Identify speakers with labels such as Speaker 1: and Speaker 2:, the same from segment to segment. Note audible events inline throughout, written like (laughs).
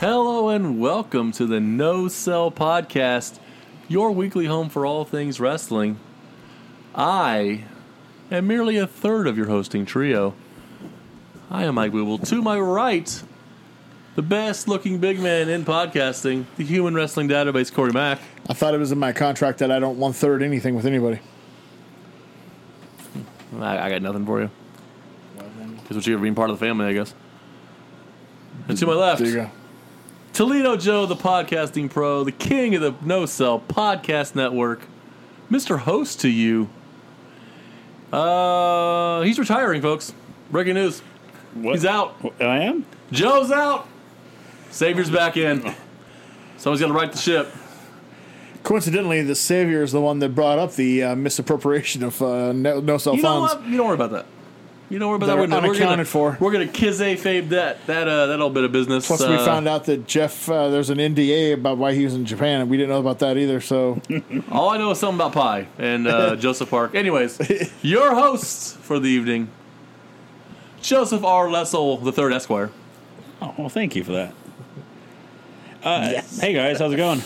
Speaker 1: and welcome to the No Sell Podcast, your weekly home for all things wrestling. I am merely a third of your hosting trio. I am Mike Weeble. To my right, the best looking big man in podcasting, the human wrestling database, Corey Mack.
Speaker 2: I thought it was in my contract that I don't one third anything with anybody.
Speaker 1: I, I got nothing for you. Because what you get for being part of the family, I guess. And to my left,
Speaker 2: There you go.
Speaker 1: Toledo Joe, the podcasting pro, the king of the No Cell Podcast Network, Mr. Host to you. Uh, he's retiring, folks. Breaking news.
Speaker 3: What?
Speaker 1: He's out.
Speaker 3: I am.
Speaker 1: Joe's out. Savior's back in. Someone's got to right the ship.
Speaker 2: Coincidentally, the savior is the one that brought up the uh, misappropriation of uh, no, no cell
Speaker 1: You know
Speaker 2: phones.
Speaker 1: what? You don't worry about that. You don't worry about
Speaker 2: They're
Speaker 1: that. We're- We're gonna,
Speaker 2: unaccounted for.
Speaker 1: We're gonna kizze fave that that uh, that old bit of business. uh,
Speaker 2: Plus, we found out that Jeff, uh, there's an NDA about why he was in Japan, and we didn't know about that either. So,
Speaker 1: All I know is something about pie and
Speaker 3: (laughs)
Speaker 1: uh, Joseph Park. Anyways, your hosts for the evening, Joseph R. Lessel the Third Esquire.
Speaker 3: Oh, well, thank you for that. Uh, Hey guys, how's it going?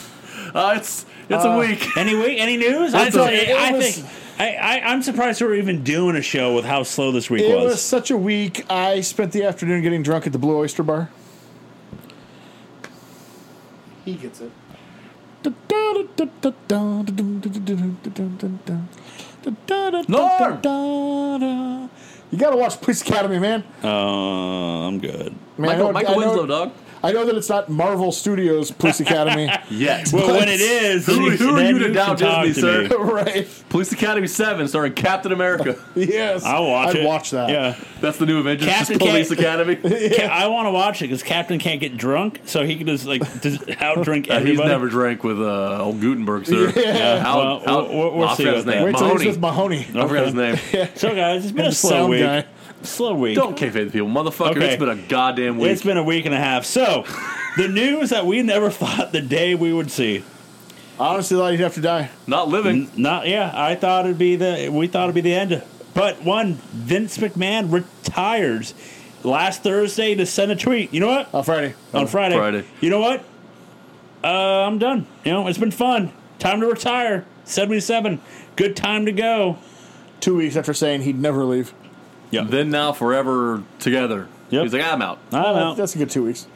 Speaker 1: Uh, it's it's a week.
Speaker 3: Any week? Any news? I,
Speaker 2: It's
Speaker 3: thought-
Speaker 2: a- it
Speaker 3: I
Speaker 2: was-
Speaker 3: think I, I, I'm surprised we're even doing a show with how slow this week
Speaker 2: it
Speaker 3: was.
Speaker 2: was such a week. I spent the afternoon getting drunk at the Blue Oyster Bar. He gets it.
Speaker 1: Norm!
Speaker 2: You gotta watch Police Academy, man.
Speaker 3: Uh, I'm good.
Speaker 2: I mean, I
Speaker 1: Michael,
Speaker 2: know-
Speaker 1: Michael
Speaker 2: I know-
Speaker 1: Winslow, dog.
Speaker 2: I know that it's not Marvel Studios Police
Speaker 3: (laughs)
Speaker 2: Academy, (laughs)
Speaker 1: Yes.
Speaker 3: Well, when it is,
Speaker 1: Who-
Speaker 3: then
Speaker 1: who are
Speaker 3: then
Speaker 1: you to doubt
Speaker 3: can talk
Speaker 1: Disney,
Speaker 3: to
Speaker 1: sir?
Speaker 2: right?
Speaker 1: Police Academy Seven, starring Captain
Speaker 3: (laughs)
Speaker 1: America.
Speaker 2: Yes,
Speaker 3: I'll watch
Speaker 2: I'd
Speaker 3: it.
Speaker 2: watch that.
Speaker 3: Yeah,
Speaker 1: That's the new Avengers. just
Speaker 3: Captain
Speaker 1: Police
Speaker 3: Cap- (laughs)
Speaker 1: Academy. Uh,
Speaker 3: Ca- I want to watch it because Captain can't get drunk, so he can just like
Speaker 1: (laughs)
Speaker 3: just outdrink
Speaker 1: Uh,
Speaker 3: everybody.
Speaker 1: he's never drank with uh, old Gutenberg, sir.
Speaker 2: Yeah.
Speaker 1: Out,
Speaker 3: Well,
Speaker 1: out,
Speaker 3: we'll- we'll
Speaker 1: I
Speaker 3: see
Speaker 1: forgot his
Speaker 3: about that.
Speaker 1: name.
Speaker 2: Wait till
Speaker 1: Mahoney.
Speaker 2: he's with Mahoney.
Speaker 1: I
Speaker 3: (laughs)
Speaker 1: forgot his name.
Speaker 3: So
Speaker 1: (laughs)
Speaker 3: guys, it's been
Speaker 2: And
Speaker 3: a
Speaker 2: the
Speaker 3: slow
Speaker 2: sound
Speaker 3: week.
Speaker 2: guy.
Speaker 3: Slow week.
Speaker 1: Don't kayfabe the people, motherfucker.
Speaker 3: Okay.
Speaker 1: It's been a goddamn week.
Speaker 3: It's been a week and a half. So, the news that we never (laughs) thought the day we would see.
Speaker 2: I honestly thought he'd have to die.
Speaker 1: Not living.
Speaker 3: N- Not yeah, I thought it'd be the we thought it'd be the end. But one, Vince McMahon retires last Thursday to send a tweet. You know
Speaker 2: on
Speaker 3: what?
Speaker 2: Uh, Oh, Friday.
Speaker 3: On Friday.
Speaker 1: Friday.
Speaker 3: You know what? Uh, I'm done. You know, it's been fun. Time to retire. 77. Good time to go.
Speaker 2: Two weeks after saying he'd never leave.
Speaker 1: Then now forever together.
Speaker 3: Yep.
Speaker 1: He's like, I'm out.
Speaker 3: I don't know.
Speaker 2: That's a good
Speaker 1: (laughs)
Speaker 2: two weeks.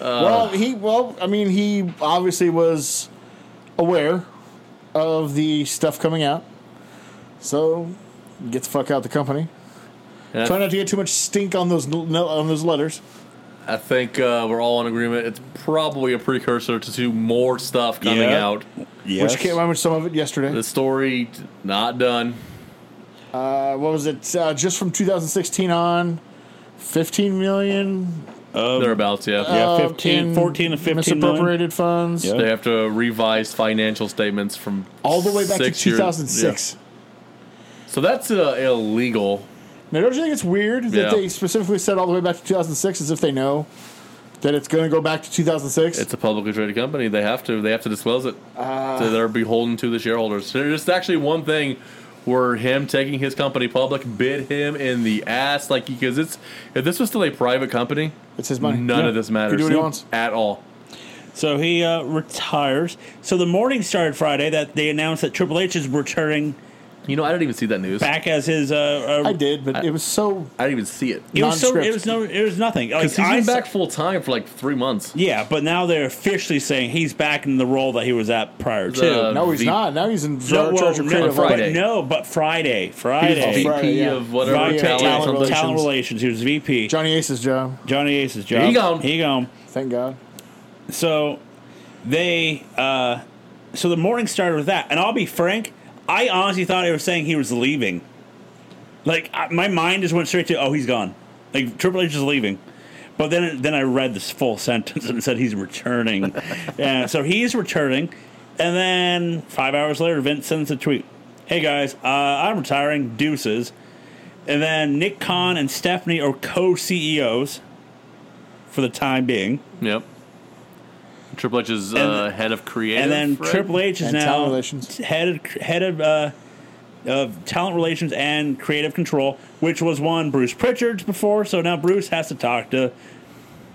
Speaker 1: Uh,
Speaker 2: well, he well, I mean, he obviously was aware of the stuff coming out, so get the fuck out the company.
Speaker 1: Yeah.
Speaker 2: Try not to get too much stink on those n- on those letters.
Speaker 1: I think uh, we're all in agreement. It's probably a precursor to two more stuff coming
Speaker 3: Yeah.
Speaker 1: out.
Speaker 3: Yes.
Speaker 2: Which came out with some of it yesterday.
Speaker 1: The story not done.
Speaker 2: Uh, what was it? Uh, just from 2016 on, 15 million.
Speaker 1: Thereabouts, yeah.
Speaker 3: Yeah,
Speaker 2: uh,
Speaker 3: 15
Speaker 2: in
Speaker 3: 14 to 15 million.
Speaker 2: misappropriated funds.
Speaker 3: Yeah.
Speaker 1: They have to revise financial statements from
Speaker 2: All the way back to
Speaker 1: six years-
Speaker 2: 2006.
Speaker 1: yeah. So that's uh, illegal.
Speaker 2: Now, don't you think it's weird that
Speaker 1: Yeah.
Speaker 2: they specifically said all the way back to 2006 as if they know that it's going to go back to 2006?
Speaker 1: It's a publicly traded company. They have to. They have to disclose it. so they're beholden to the shareholders. So There's actually one thing where him taking his company public bit him in the ass, like because it's if this was still a private company,
Speaker 2: It's his money.
Speaker 1: None
Speaker 2: Yeah.
Speaker 1: of this
Speaker 2: He
Speaker 1: matters
Speaker 2: do what he wants.
Speaker 1: at all.
Speaker 3: So he uh, retires. So the morning started Friday that they announced that Triple H is returning
Speaker 1: You know, I didn't even see that news.
Speaker 3: back as his. Uh, uh,
Speaker 2: I did, but it was so.
Speaker 1: I didn't even see it.
Speaker 3: it was so.
Speaker 2: nondescript.
Speaker 3: It was no. It was nothing. Like,
Speaker 1: Because he's
Speaker 3: I
Speaker 1: been
Speaker 3: saw-
Speaker 1: back full time for like three months.
Speaker 3: Yeah, but now they're officially saying he's back in the role that he was at prior to.
Speaker 1: The-
Speaker 2: No, he's
Speaker 1: the-
Speaker 2: not. Now he's in
Speaker 3: No,
Speaker 2: charge
Speaker 3: well,
Speaker 2: of
Speaker 3: no,
Speaker 2: creative.
Speaker 1: Friday.
Speaker 3: But no, but Friday,
Speaker 1: He's VP
Speaker 3: Friday.
Speaker 2: Friday. yeah.
Speaker 1: of whatever
Speaker 3: Friday,
Speaker 2: Yeah,
Speaker 1: talent,
Speaker 3: talent,
Speaker 1: or something.
Speaker 2: relations.
Speaker 3: talent relations. He was VP.
Speaker 2: Johnny Ace's job.
Speaker 3: Johnny Ace's job.
Speaker 1: He gone.
Speaker 3: He gone.
Speaker 2: Thank God.
Speaker 3: So they. Uh, so the morning started with that, and I'll be frank. I honestly thought they were saying he was leaving. Like I, my mind just went straight to, oh, he's gone. Like Triple H is leaving. But then, then I read this full (laughs) sentence and it said he's returning. yeah, so he's returning, and then five hours later, Vince sends a tweet: "Hey guys, uh, I'm retiring. Deuces." And then Nick Khan and Stephanie are co-CEOs for the time being.
Speaker 1: Yep. Triple H is uh, head of creative.
Speaker 3: and then
Speaker 1: right?
Speaker 3: Triple H is
Speaker 2: And
Speaker 3: now
Speaker 2: talent relations.
Speaker 3: head of, head of uh, of talent relations and creative control, which was one Bruce Pritchard's before. So now Bruce has to talk to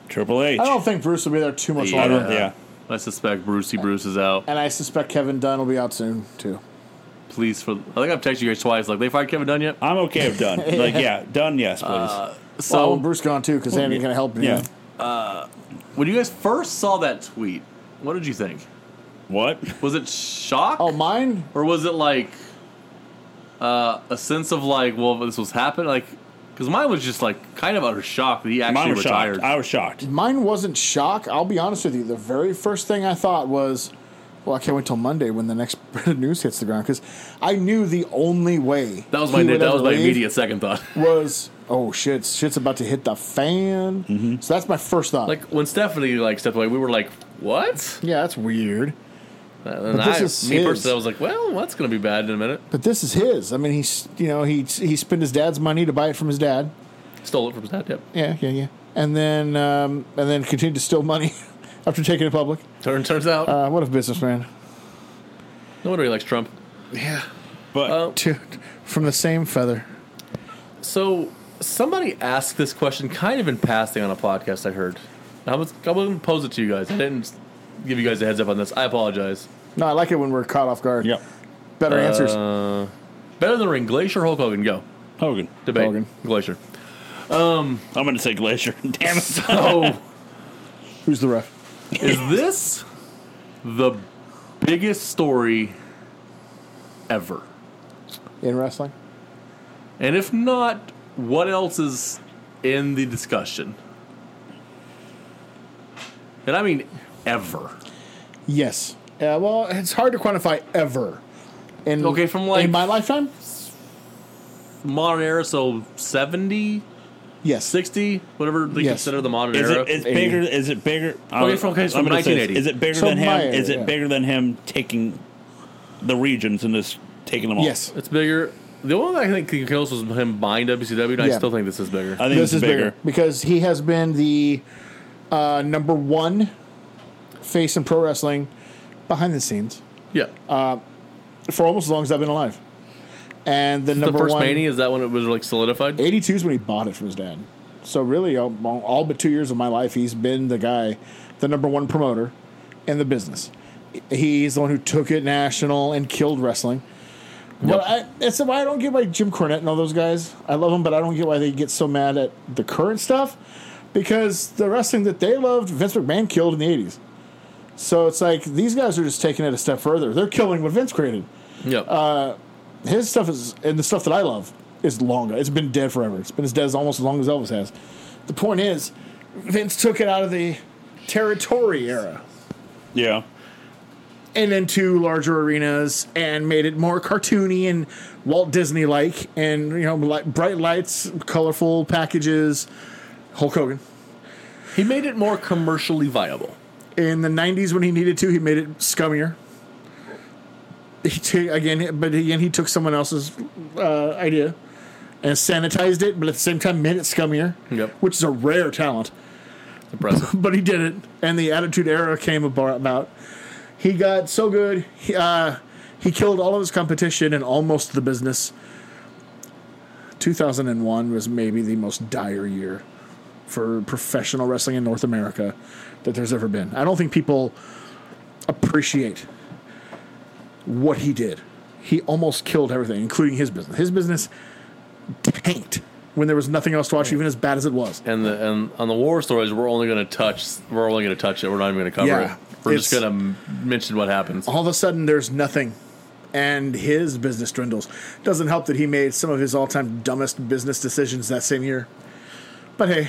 Speaker 3: Triple H.
Speaker 2: I don't think Bruce will be there too much
Speaker 3: I
Speaker 2: longer.
Speaker 3: don't- yeah.
Speaker 1: I suspect Brucey Bruce is out.
Speaker 2: And I suspect Kevin Dunn will be out soon too.
Speaker 1: Please, for I think I've texted you guys twice. Like, they fired Kevin Dunn yet?
Speaker 3: I'm okay
Speaker 2: (laughs)
Speaker 3: with done. Like, yeah, done, yes, please.
Speaker 1: Uh, So,
Speaker 2: So Oh, Bruce gone too because Andy can help.
Speaker 3: yeah.
Speaker 2: Yeah.
Speaker 1: when you guys first saw that tweet, what did you think?
Speaker 3: What?
Speaker 1: Was it shock?
Speaker 2: Oh, mine.
Speaker 1: or was it like uh, a sense of like, well, this was happening? Like, because mine was just like kind of utter shock that he
Speaker 3: Mine
Speaker 1: actually
Speaker 3: was
Speaker 1: retired.
Speaker 3: shocked. I was shocked.
Speaker 2: Mine wasn't shock. I'll be honest with you. The very first thing I thought was, well, I can't wait till Monday when the next (laughs) news hits the ground because I knew the only way
Speaker 1: that was
Speaker 2: he
Speaker 1: my
Speaker 2: would
Speaker 1: that
Speaker 2: ever
Speaker 1: was my
Speaker 2: leave
Speaker 1: immediate second thought.
Speaker 2: was oh shit shit's about to hit the fan. So that's my first thought.
Speaker 1: Mm-hmm. like when Stephanie like stepped away, we were like, what?
Speaker 2: yeah, that's weird.
Speaker 1: And
Speaker 2: But this
Speaker 1: I,
Speaker 2: is
Speaker 1: me
Speaker 2: his.
Speaker 1: personally, I was like, well, that's gonna be bad in a minute.
Speaker 2: But this is his. I mean, he's you know he he spent his dad's money to buy it from his dad.
Speaker 1: Stole it from his dad. Yep.
Speaker 2: Yeah, yeah, yeah. And then um, and then continued to steal money (laughs) after taking it public.
Speaker 1: Turn, turns out,
Speaker 2: Uh, what a businessman!
Speaker 1: no wonder he likes Trump.
Speaker 3: But
Speaker 1: Uh,
Speaker 2: Dude, from the same feather.
Speaker 1: So somebody asked this question kind of in passing on a podcast I heard. I was I wouldn't pose it to you guys. I didn't give you guys a heads up on this. I apologize.
Speaker 2: No, I like it when we're caught off guard.
Speaker 3: yeah,
Speaker 2: Better answers.
Speaker 1: Uh, better than the ring. Glacier Hulk Hogan. Go
Speaker 3: Hogan.
Speaker 1: debate.
Speaker 2: Hogan.
Speaker 1: Glacier.
Speaker 3: I'm going to say Glacier. (laughs) Damn it.
Speaker 1: So
Speaker 2: Who's the ref?
Speaker 1: Oh, (laughs) is this the biggest story ever?
Speaker 2: In wrestling?
Speaker 1: And if not, what else is in the discussion? And I mean ever.
Speaker 2: Yes. Uh, well, it's hard to quantify ever. In,
Speaker 1: Okay, from like-
Speaker 2: in my lifetime.
Speaker 1: Modern era, so 70,
Speaker 2: Yes.
Speaker 1: 60, whatever they
Speaker 2: Yes.
Speaker 1: consider the modern
Speaker 3: Is
Speaker 1: era.
Speaker 3: it, it's
Speaker 2: Eighty.
Speaker 3: bigger. Is it bigger?
Speaker 1: Okay, Oh, from- okay, it's
Speaker 3: I'm
Speaker 1: from
Speaker 3: gonna say this.
Speaker 1: 1980.
Speaker 3: Is it bigger
Speaker 2: So
Speaker 3: than him?
Speaker 2: my area,
Speaker 3: is it
Speaker 2: yeah.
Speaker 3: bigger than him taking the regions and just taking them all?
Speaker 2: Yes.
Speaker 1: It's bigger. The only one I think he kills was him buying WCW, and I
Speaker 2: Yeah.
Speaker 1: still think this is bigger.
Speaker 3: I think
Speaker 2: This is bigger.
Speaker 3: bigger.
Speaker 2: because he has been the uh, number one face in pro wrestling behind the scenes
Speaker 1: yeah.
Speaker 2: for almost as long as I've been alive. And the
Speaker 1: the
Speaker 2: number
Speaker 1: first
Speaker 2: one,
Speaker 1: Mania, is that when it was like solidified?
Speaker 2: 82 is when he bought it from his dad. So really, all, all but two years of my life, he's been the guy, the number one promoter in the business. He's the one who took it national and killed wrestling. But I, that's why I don't get why Jim Cornette and all those guys. I love them, but I don't get why they get so mad at the current stuff because the wrestling that they loved, Vince McMahon killed in the 80s. So it's like these guys are just taking it a step further. They're killing what Vince created
Speaker 1: Yeah.
Speaker 2: Uh, his stuff is and the stuff that I love is long. It's been dead forever. It's been as dead as almost as long as Elvis has. The point is, Vince took it out of the territory era
Speaker 3: Yeah.
Speaker 2: and into larger arenas and made it more cartoony and Walt Disney like and you know li bright lights, colorful packages. Hulk Hogan
Speaker 1: he made it more commercially viable.
Speaker 2: in the '90s when he needed to, he made it scummier. He t- again, but again, he took someone else's uh, idea and sanitized it, but at the same time made it scummier.
Speaker 1: Yep.
Speaker 2: Which is a rare talent,
Speaker 1: It's impressive.
Speaker 2: (laughs) but he did it, and the Attitude Era came abo- about. He got so good, he, uh, he killed all of his competition and almost the business. 2001 was maybe the most dire year for professional wrestling in North America that there's ever been. I don't think people appreciate what he did. He almost killed everything, including his business. His business tanked when there was nothing else to watch, even as bad as it was.
Speaker 1: and the and on the war stories, we're only going to touch. We're only going to touch it. We're not even going to cover
Speaker 2: Yeah.
Speaker 1: it. We're just
Speaker 2: It's-
Speaker 1: going to mention what happens.
Speaker 2: all of a sudden there's nothing and his business dwindles doesn't help that he made some of his all-time dumbest business decisions that same year but hey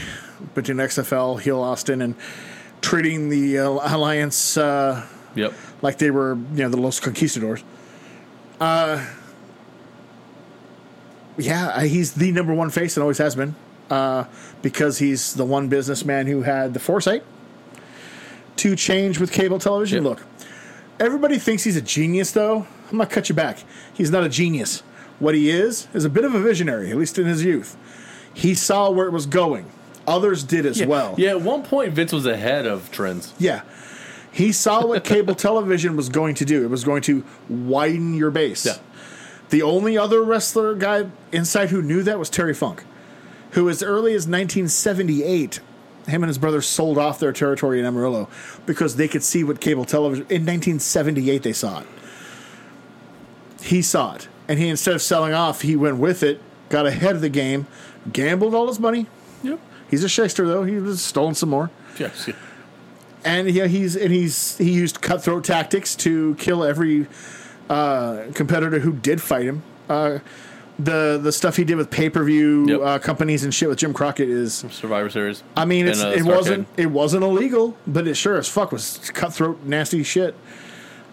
Speaker 2: between xfl heel austin and treating the uh, alliance uh,
Speaker 1: Yep.
Speaker 2: like they were you know the los conquistadors uh, yeah I- he's the number one face and always has been uh, because he's the one businessman who had the foresight to change with cable television
Speaker 1: Yeah.
Speaker 2: look everybody thinks he's a genius though i'm gonna cut you back he's not a genius what he is is a bit of a visionary at least in his youth he saw where it was going others did as well
Speaker 1: Yeah. At one point, Vince was ahead of trends.
Speaker 2: yeah. He saw what cable television was going to do. It was going to widen your base.
Speaker 1: Yeah.
Speaker 2: The only other wrestler guy inside who knew that was Terry Funk, who as early as 1978 him and his brother sold off their territory in Amarillo because they could see what cable television in 1978 they saw it. He saw it, and he instead of selling off, he went with it, got ahead of the game, gambled all his money.
Speaker 1: Yep.
Speaker 2: He's a shyster though; he was stolen some more,
Speaker 1: Yes.
Speaker 2: and yeah, he's and he's he used cutthroat tactics to kill every uh, competitor who did fight him. Uh, the the stuff he did with pay per view
Speaker 1: Yep.
Speaker 2: uh, companies and shit with Jim Crockett is
Speaker 1: Survivor Series.
Speaker 2: I mean, it's,
Speaker 1: And, uh,
Speaker 2: it
Speaker 1: Starrcade.
Speaker 2: wasn't it wasn't illegal, but it sure as fuck was cutthroat, nasty shit.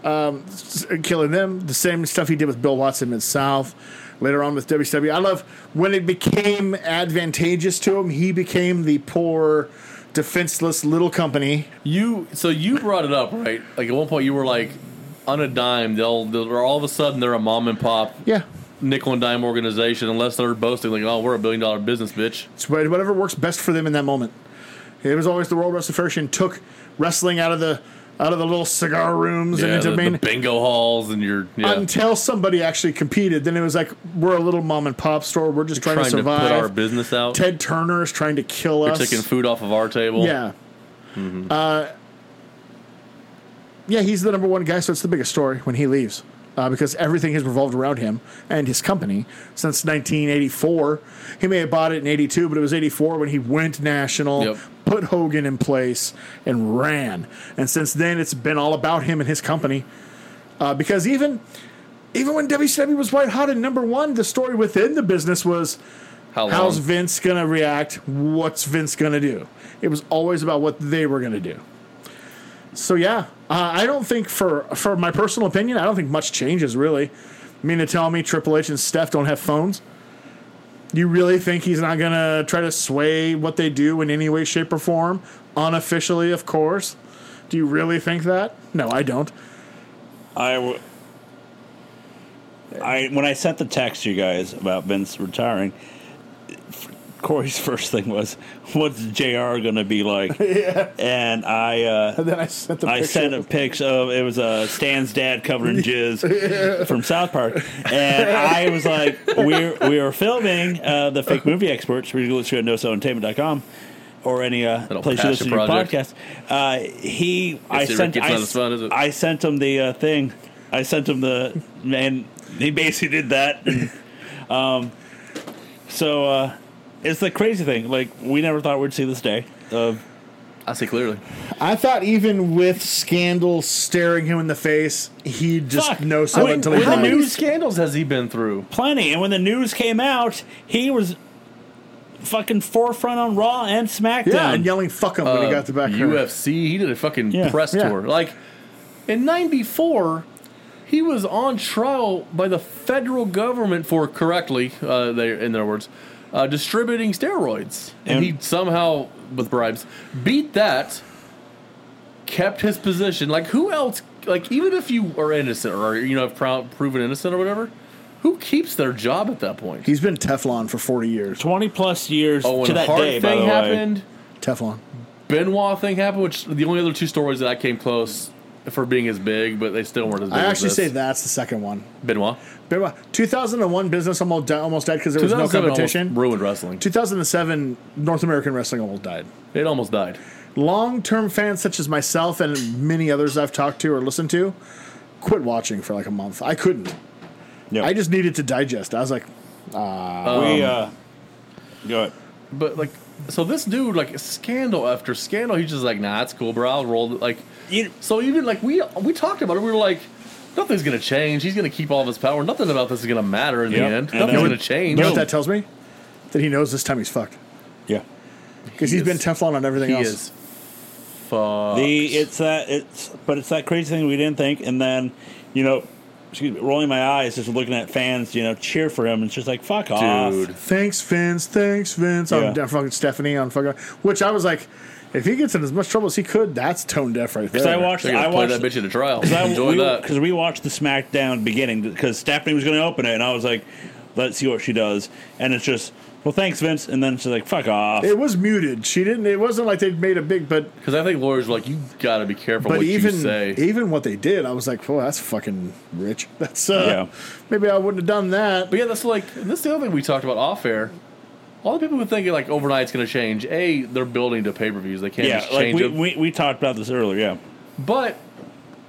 Speaker 2: Um, s- killing them, the same stuff he did with Bill Watson Mid South, later on with WCW. I love when it became advantageous to him. He became the poor, defenseless little company.
Speaker 1: You so you brought it up right? Like at one point you were like, on a dime, they'll they're all of a sudden they're a mom and pop
Speaker 2: Yeah,
Speaker 1: nickel and dime organization unless they're boasting like, oh, we're a billion dollar business, bitch.
Speaker 2: it's wha- whatever works best for them in that moment. It was always the World Wrestling Federation took wrestling out of the out of the little cigar rooms and
Speaker 1: Yeah,
Speaker 2: into
Speaker 1: the,
Speaker 2: main
Speaker 1: the bingo halls and your yeah.
Speaker 2: until somebody actually competed. Then it was like we're a little mom and pop store. We're just trying,
Speaker 1: trying
Speaker 2: to
Speaker 1: to put
Speaker 2: survive.
Speaker 1: our business out.
Speaker 2: Ted Turner is trying to kill
Speaker 1: You're
Speaker 2: us.
Speaker 1: taking food off of our table.
Speaker 2: yeah. Uh, yeah, he's the number one guy, so it's the biggest story when he leaves uh, because everything has revolved around him and his company since 1984. He may have bought it in 82, but it was 84 when he went national,
Speaker 1: Yep.
Speaker 2: put Hogan in place, and ran. And since then, it's been all about him and his company uh, because even. Even when WCW was white hot and number one, the story within the business was
Speaker 1: How long?
Speaker 3: Um,
Speaker 2: How's Vince going to react? What's Vince going to do? It was always about what they were going to do. So yeah, uh, I don't think for for my personal opinion, I don't think much changes really. I mean to tell me Triple H and Steph don't have phones? You really think he's not going to try to sway what they do in any way, shape, or form? Unofficially, of course. Do you really think that? No, I don't.
Speaker 3: I, w- I when I sent the text to you guys about Vince retiring, f- Corey's (laughs) first thing was, "What's Jr. going to be like?" And I uh,
Speaker 2: And (laughs) then I sent the
Speaker 3: I
Speaker 2: picture.
Speaker 3: sent a pics of it was uh, Stan's
Speaker 2: (laughs)
Speaker 3: dad covering jizz from South Park, and I was like, "We're we are filming uh, the fake movie experts. We can listen to nosoentertainment.com or any uh,
Speaker 1: Little
Speaker 3: place you
Speaker 1: passion
Speaker 3: listen to your
Speaker 1: project.
Speaker 3: podcast." Uh, he, I
Speaker 1: see Rick
Speaker 3: sent
Speaker 1: gets
Speaker 3: I,
Speaker 1: on his phone, is it?
Speaker 3: I sent him the uh, thing. I sent him the man. He basically did that. And, um, so uh, it's the crazy thing. Like we never thought we'd see this day. Of
Speaker 1: I see clearly.
Speaker 2: I thought even with scandal staring him in the face, he'd just
Speaker 3: Fuck.
Speaker 2: no
Speaker 1: I
Speaker 2: sell
Speaker 1: mean,
Speaker 2: until he
Speaker 1: how
Speaker 2: died.
Speaker 1: many scandals has he been through?
Speaker 3: plenty. And when the news came out, he was fucking forefront on Raw and SmackDown.
Speaker 2: Yeah, and yelling "fuck him" when he
Speaker 1: Uh,
Speaker 2: got the back. cover.
Speaker 1: UFC. He did a fucking
Speaker 3: Yeah.
Speaker 1: press
Speaker 2: Yeah.
Speaker 1: tour. Like in '94, he was on trial by the federal government for correctly, uh, they, in their words, uh, distributing steroids, and,
Speaker 3: And-
Speaker 1: he somehow with bribes beat that. Kept his position. Like who else? Like even if you are innocent or you know have pro- proven innocent or whatever, who keeps their job at that point?
Speaker 2: He's been Teflon for forty years.
Speaker 3: 20 plus years
Speaker 1: Oh, when
Speaker 3: to
Speaker 1: the
Speaker 3: that
Speaker 1: hard
Speaker 3: day, by
Speaker 1: thing
Speaker 3: the way.
Speaker 1: happened.
Speaker 2: Teflon.
Speaker 1: Benoit thing happened, which the only other two stories that I came close for being as big, but they still weren't as big.
Speaker 2: I
Speaker 1: as
Speaker 2: actually
Speaker 1: this.
Speaker 2: say that's the second one.
Speaker 1: Benoit.
Speaker 2: Two thousand and one business almost di- almost dead because there was no
Speaker 1: 2007 almost
Speaker 2: competition.
Speaker 1: ruined wrestling.
Speaker 2: Two thousand and seven North American wrestling almost died.
Speaker 1: It almost died.
Speaker 2: Long term fans such as myself and many others I've talked to or listened to quit watching for like a month. I couldn't.
Speaker 3: No.
Speaker 2: I just needed to digest. I was like,
Speaker 3: we, uh, go ahead.
Speaker 1: But like, so this dude, like scandal after scandal, he's just like, nah, it's cool, bro. I'll roll. it." Like,
Speaker 3: You-
Speaker 1: so even like we we talked about it. We were like, nothing's gonna change. He's gonna keep all of his power. Nothing about this is gonna matter in
Speaker 3: Yep.
Speaker 1: the end.
Speaker 3: And
Speaker 1: Nothing's
Speaker 3: then-
Speaker 1: gonna change.
Speaker 2: you know what
Speaker 3: Boom.
Speaker 2: that tells me? That he knows this time he's fucked
Speaker 3: Yeah.
Speaker 2: because
Speaker 1: He
Speaker 2: he's been
Speaker 1: is-
Speaker 2: Teflon on everything
Speaker 1: He
Speaker 2: else.
Speaker 1: is. Fuck.
Speaker 3: The, it's that, it's, but it's that crazy thing we didn't think. And then, you know, excuse me, rolling my eyes, just looking at fans, you know, cheer for him. It's just like, fuck off.
Speaker 1: Dude.
Speaker 2: Thanks, Vince. Thanks, Vince. On
Speaker 3: Yeah.
Speaker 2: deaf fucking Stephanie on fucking. Which I was like, if he gets in as much trouble as he could, that's tone deaf right
Speaker 3: Because
Speaker 2: there.
Speaker 3: I watched,
Speaker 1: They're gonna
Speaker 3: I
Speaker 1: play
Speaker 3: watched,
Speaker 1: that bitch at a trial.
Speaker 3: Cause
Speaker 2: (laughs)
Speaker 3: I,
Speaker 1: Enjoy
Speaker 3: we,
Speaker 1: that.
Speaker 3: Because we watched the SmackDown beginning because Stephanie was going to open it, and I was like, "Let's see what she does." And it's just, "Well, thanks, Vince." And then she's like, "Fuck off."
Speaker 2: It was muted. She didn't. It wasn't like they made a big. But
Speaker 1: Because I think lawyers were like, you got to be careful
Speaker 2: but
Speaker 1: what
Speaker 2: even
Speaker 1: you say.
Speaker 2: even what they did, I was like, well, that's fucking rich. (laughs) That's uh,
Speaker 3: Yeah.
Speaker 2: maybe I wouldn't have done that.
Speaker 1: But yeah, that's like and this is the other thing we talked about off air. All the people who think like overnight's going to change, a they're building to pay per views. They can't
Speaker 3: Yeah,
Speaker 1: just
Speaker 3: like
Speaker 1: change
Speaker 3: we,
Speaker 1: it.
Speaker 3: we, we talked about this earlier. Yeah,
Speaker 1: But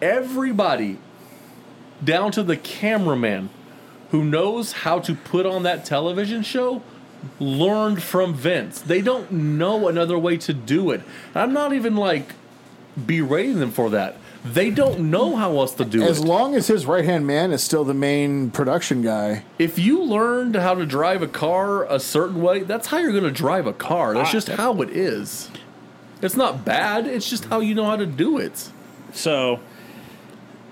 Speaker 1: everybody, down to the cameraman, who knows how to put on that television show, learned from Vince. They don't know another way to do it. I'm not even like berating them for that. They don't know how else to do
Speaker 2: As
Speaker 1: it.
Speaker 2: long as his right hand man is still the main production guy,
Speaker 1: if you learned how to drive a car a certain way, that's how you're going to drive a car. That's
Speaker 2: Ah,
Speaker 3: I-
Speaker 1: just how it is. It's not bad. It's just how you know how to do it.
Speaker 3: so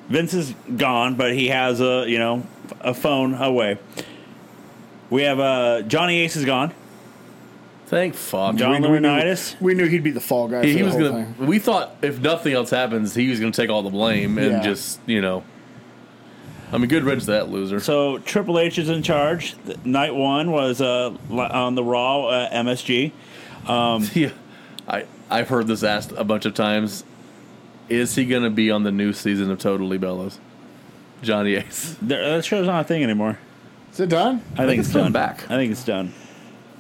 Speaker 3: Vince is gone, but he has a you know a phone away. We have uh, Johnny Ace is gone.
Speaker 1: Thank fuck.
Speaker 3: John
Speaker 2: we knew-
Speaker 3: Laurinaitis.
Speaker 2: we knew he'd be the fall
Speaker 1: Yeah,
Speaker 2: guy. for
Speaker 1: he
Speaker 2: the
Speaker 1: was
Speaker 2: whole
Speaker 1: gonna.
Speaker 2: thing.
Speaker 1: We thought if nothing else happens, he was gonna take all the blame and
Speaker 2: Yeah.
Speaker 1: just you know. I mean, good riddance to that loser.
Speaker 3: So Triple H is in charge. Th- Night one was uh, li- on the Raw uh, MSG.
Speaker 1: (laughs) yeah, I I've heard this asked a bunch of times. Is he gonna be on the new season of Totally Bellows? Johnny Ace.
Speaker 3: There, that show's not a thing anymore.
Speaker 2: Is it done?
Speaker 3: I, think,
Speaker 1: it's
Speaker 3: it's
Speaker 1: been
Speaker 3: done.
Speaker 1: back.
Speaker 3: I think it's done.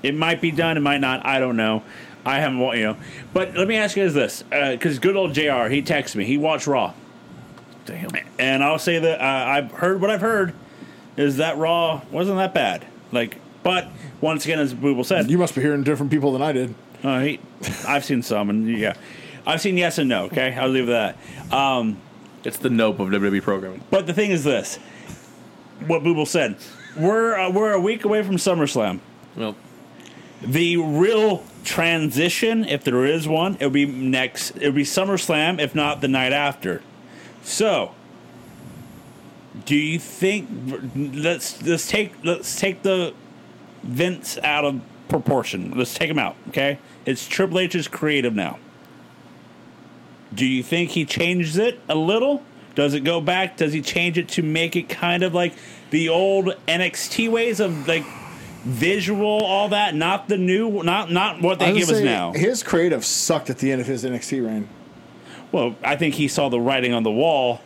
Speaker 3: It might be done. It might not. I don't know. I haven't, wa- you know. But let me ask you this, because good old Jr. He texted me. He watched Raw,
Speaker 1: Damn.
Speaker 3: and I'll say that uh, I've heard what I've heard is that Raw wasn't that bad. Like, but once again, as Booble said,
Speaker 2: You must be hearing different people than I did.
Speaker 3: Uh, he, I've seen some, and yeah, I've seen yes and no. Okay, I'll leave that. Um,
Speaker 1: (laughs) It's the nope of WWE programming.
Speaker 3: but the thing is this: what Booble said, we're uh, we're a week away from SummerSlam.
Speaker 1: Well,
Speaker 3: The real transition, if there is one, it'll be next. It'll be SummerSlam, if not the night after. So, do you think? Let's let's take let's take the Vince out of proportion. Let's take him out. Okay, it's Triple H's creative now. Do you think he changes it a little? Does it go back? Does he change it to make it kind of like the old NXT ways of like visual, all that, not the new, not not what they
Speaker 2: I would
Speaker 3: give us
Speaker 2: say
Speaker 3: now?
Speaker 2: His creative sucked at the end of his NXT reign.
Speaker 3: Well, I think he saw the writing on the wall.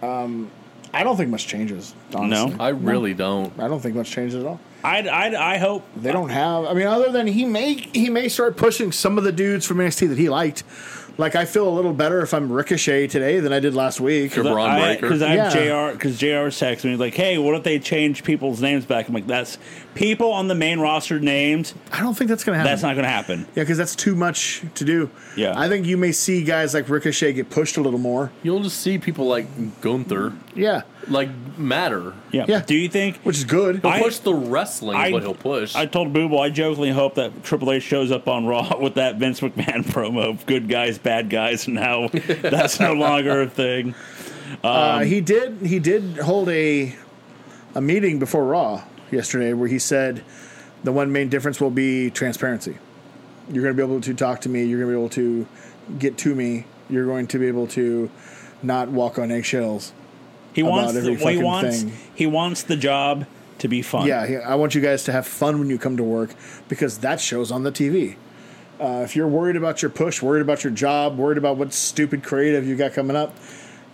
Speaker 2: I don't think much changes. Honestly.
Speaker 1: I really don't.
Speaker 2: I don't think much changes at all.
Speaker 3: I I I hope
Speaker 2: They don't have. I mean, other than he may he may start pushing some of the dudes from NXT that he liked. Like I feel a little better if I'm Ricochet today than I did last week.
Speaker 1: Sure. Braun Breaker.
Speaker 3: because I'm
Speaker 2: Yeah.
Speaker 3: Jr. Because Jr. texted me like, "Hey, what if they change people's names back?" I'm like, "That's people on the main roster names.
Speaker 2: I don't think that's gonna happen.
Speaker 3: That's not going to happen."
Speaker 2: yeah, because that's too much to do.
Speaker 3: Yeah.
Speaker 2: I think you may see guys like Ricochet get pushed a little more.
Speaker 1: You'll just see people like Gunther,
Speaker 2: Yeah,
Speaker 1: like matter.
Speaker 3: Yeah.
Speaker 2: Yeah.
Speaker 3: Do you think?
Speaker 2: which is good.
Speaker 1: He'll
Speaker 3: I-
Speaker 1: push the wrestling, is
Speaker 3: I-
Speaker 1: what he'll push.
Speaker 3: I told Booble I jokingly hope that Triple H shows up on Raw (laughs) with that Vince McMahon (laughs) promo of good guys, bad guys, and how (laughs) that's no longer a thing.
Speaker 2: Uh,
Speaker 1: Um,
Speaker 2: he did. He did hold a a meeting before Raw yesterday where he said the one main difference will be transparency. You're going to be able to talk to me. You're going to be able to get to me. You're going to be able to not walk on eggshells.
Speaker 3: He wants
Speaker 2: every
Speaker 3: the, well, he
Speaker 2: fucking
Speaker 3: wants
Speaker 2: thing.
Speaker 3: he wants the job to be fun.
Speaker 2: Yeah, he- I want you guys to have fun when you come to work because that shows on the TV. Uh, if you're worried about your push, worried about your job, worried about what stupid creative you got coming up,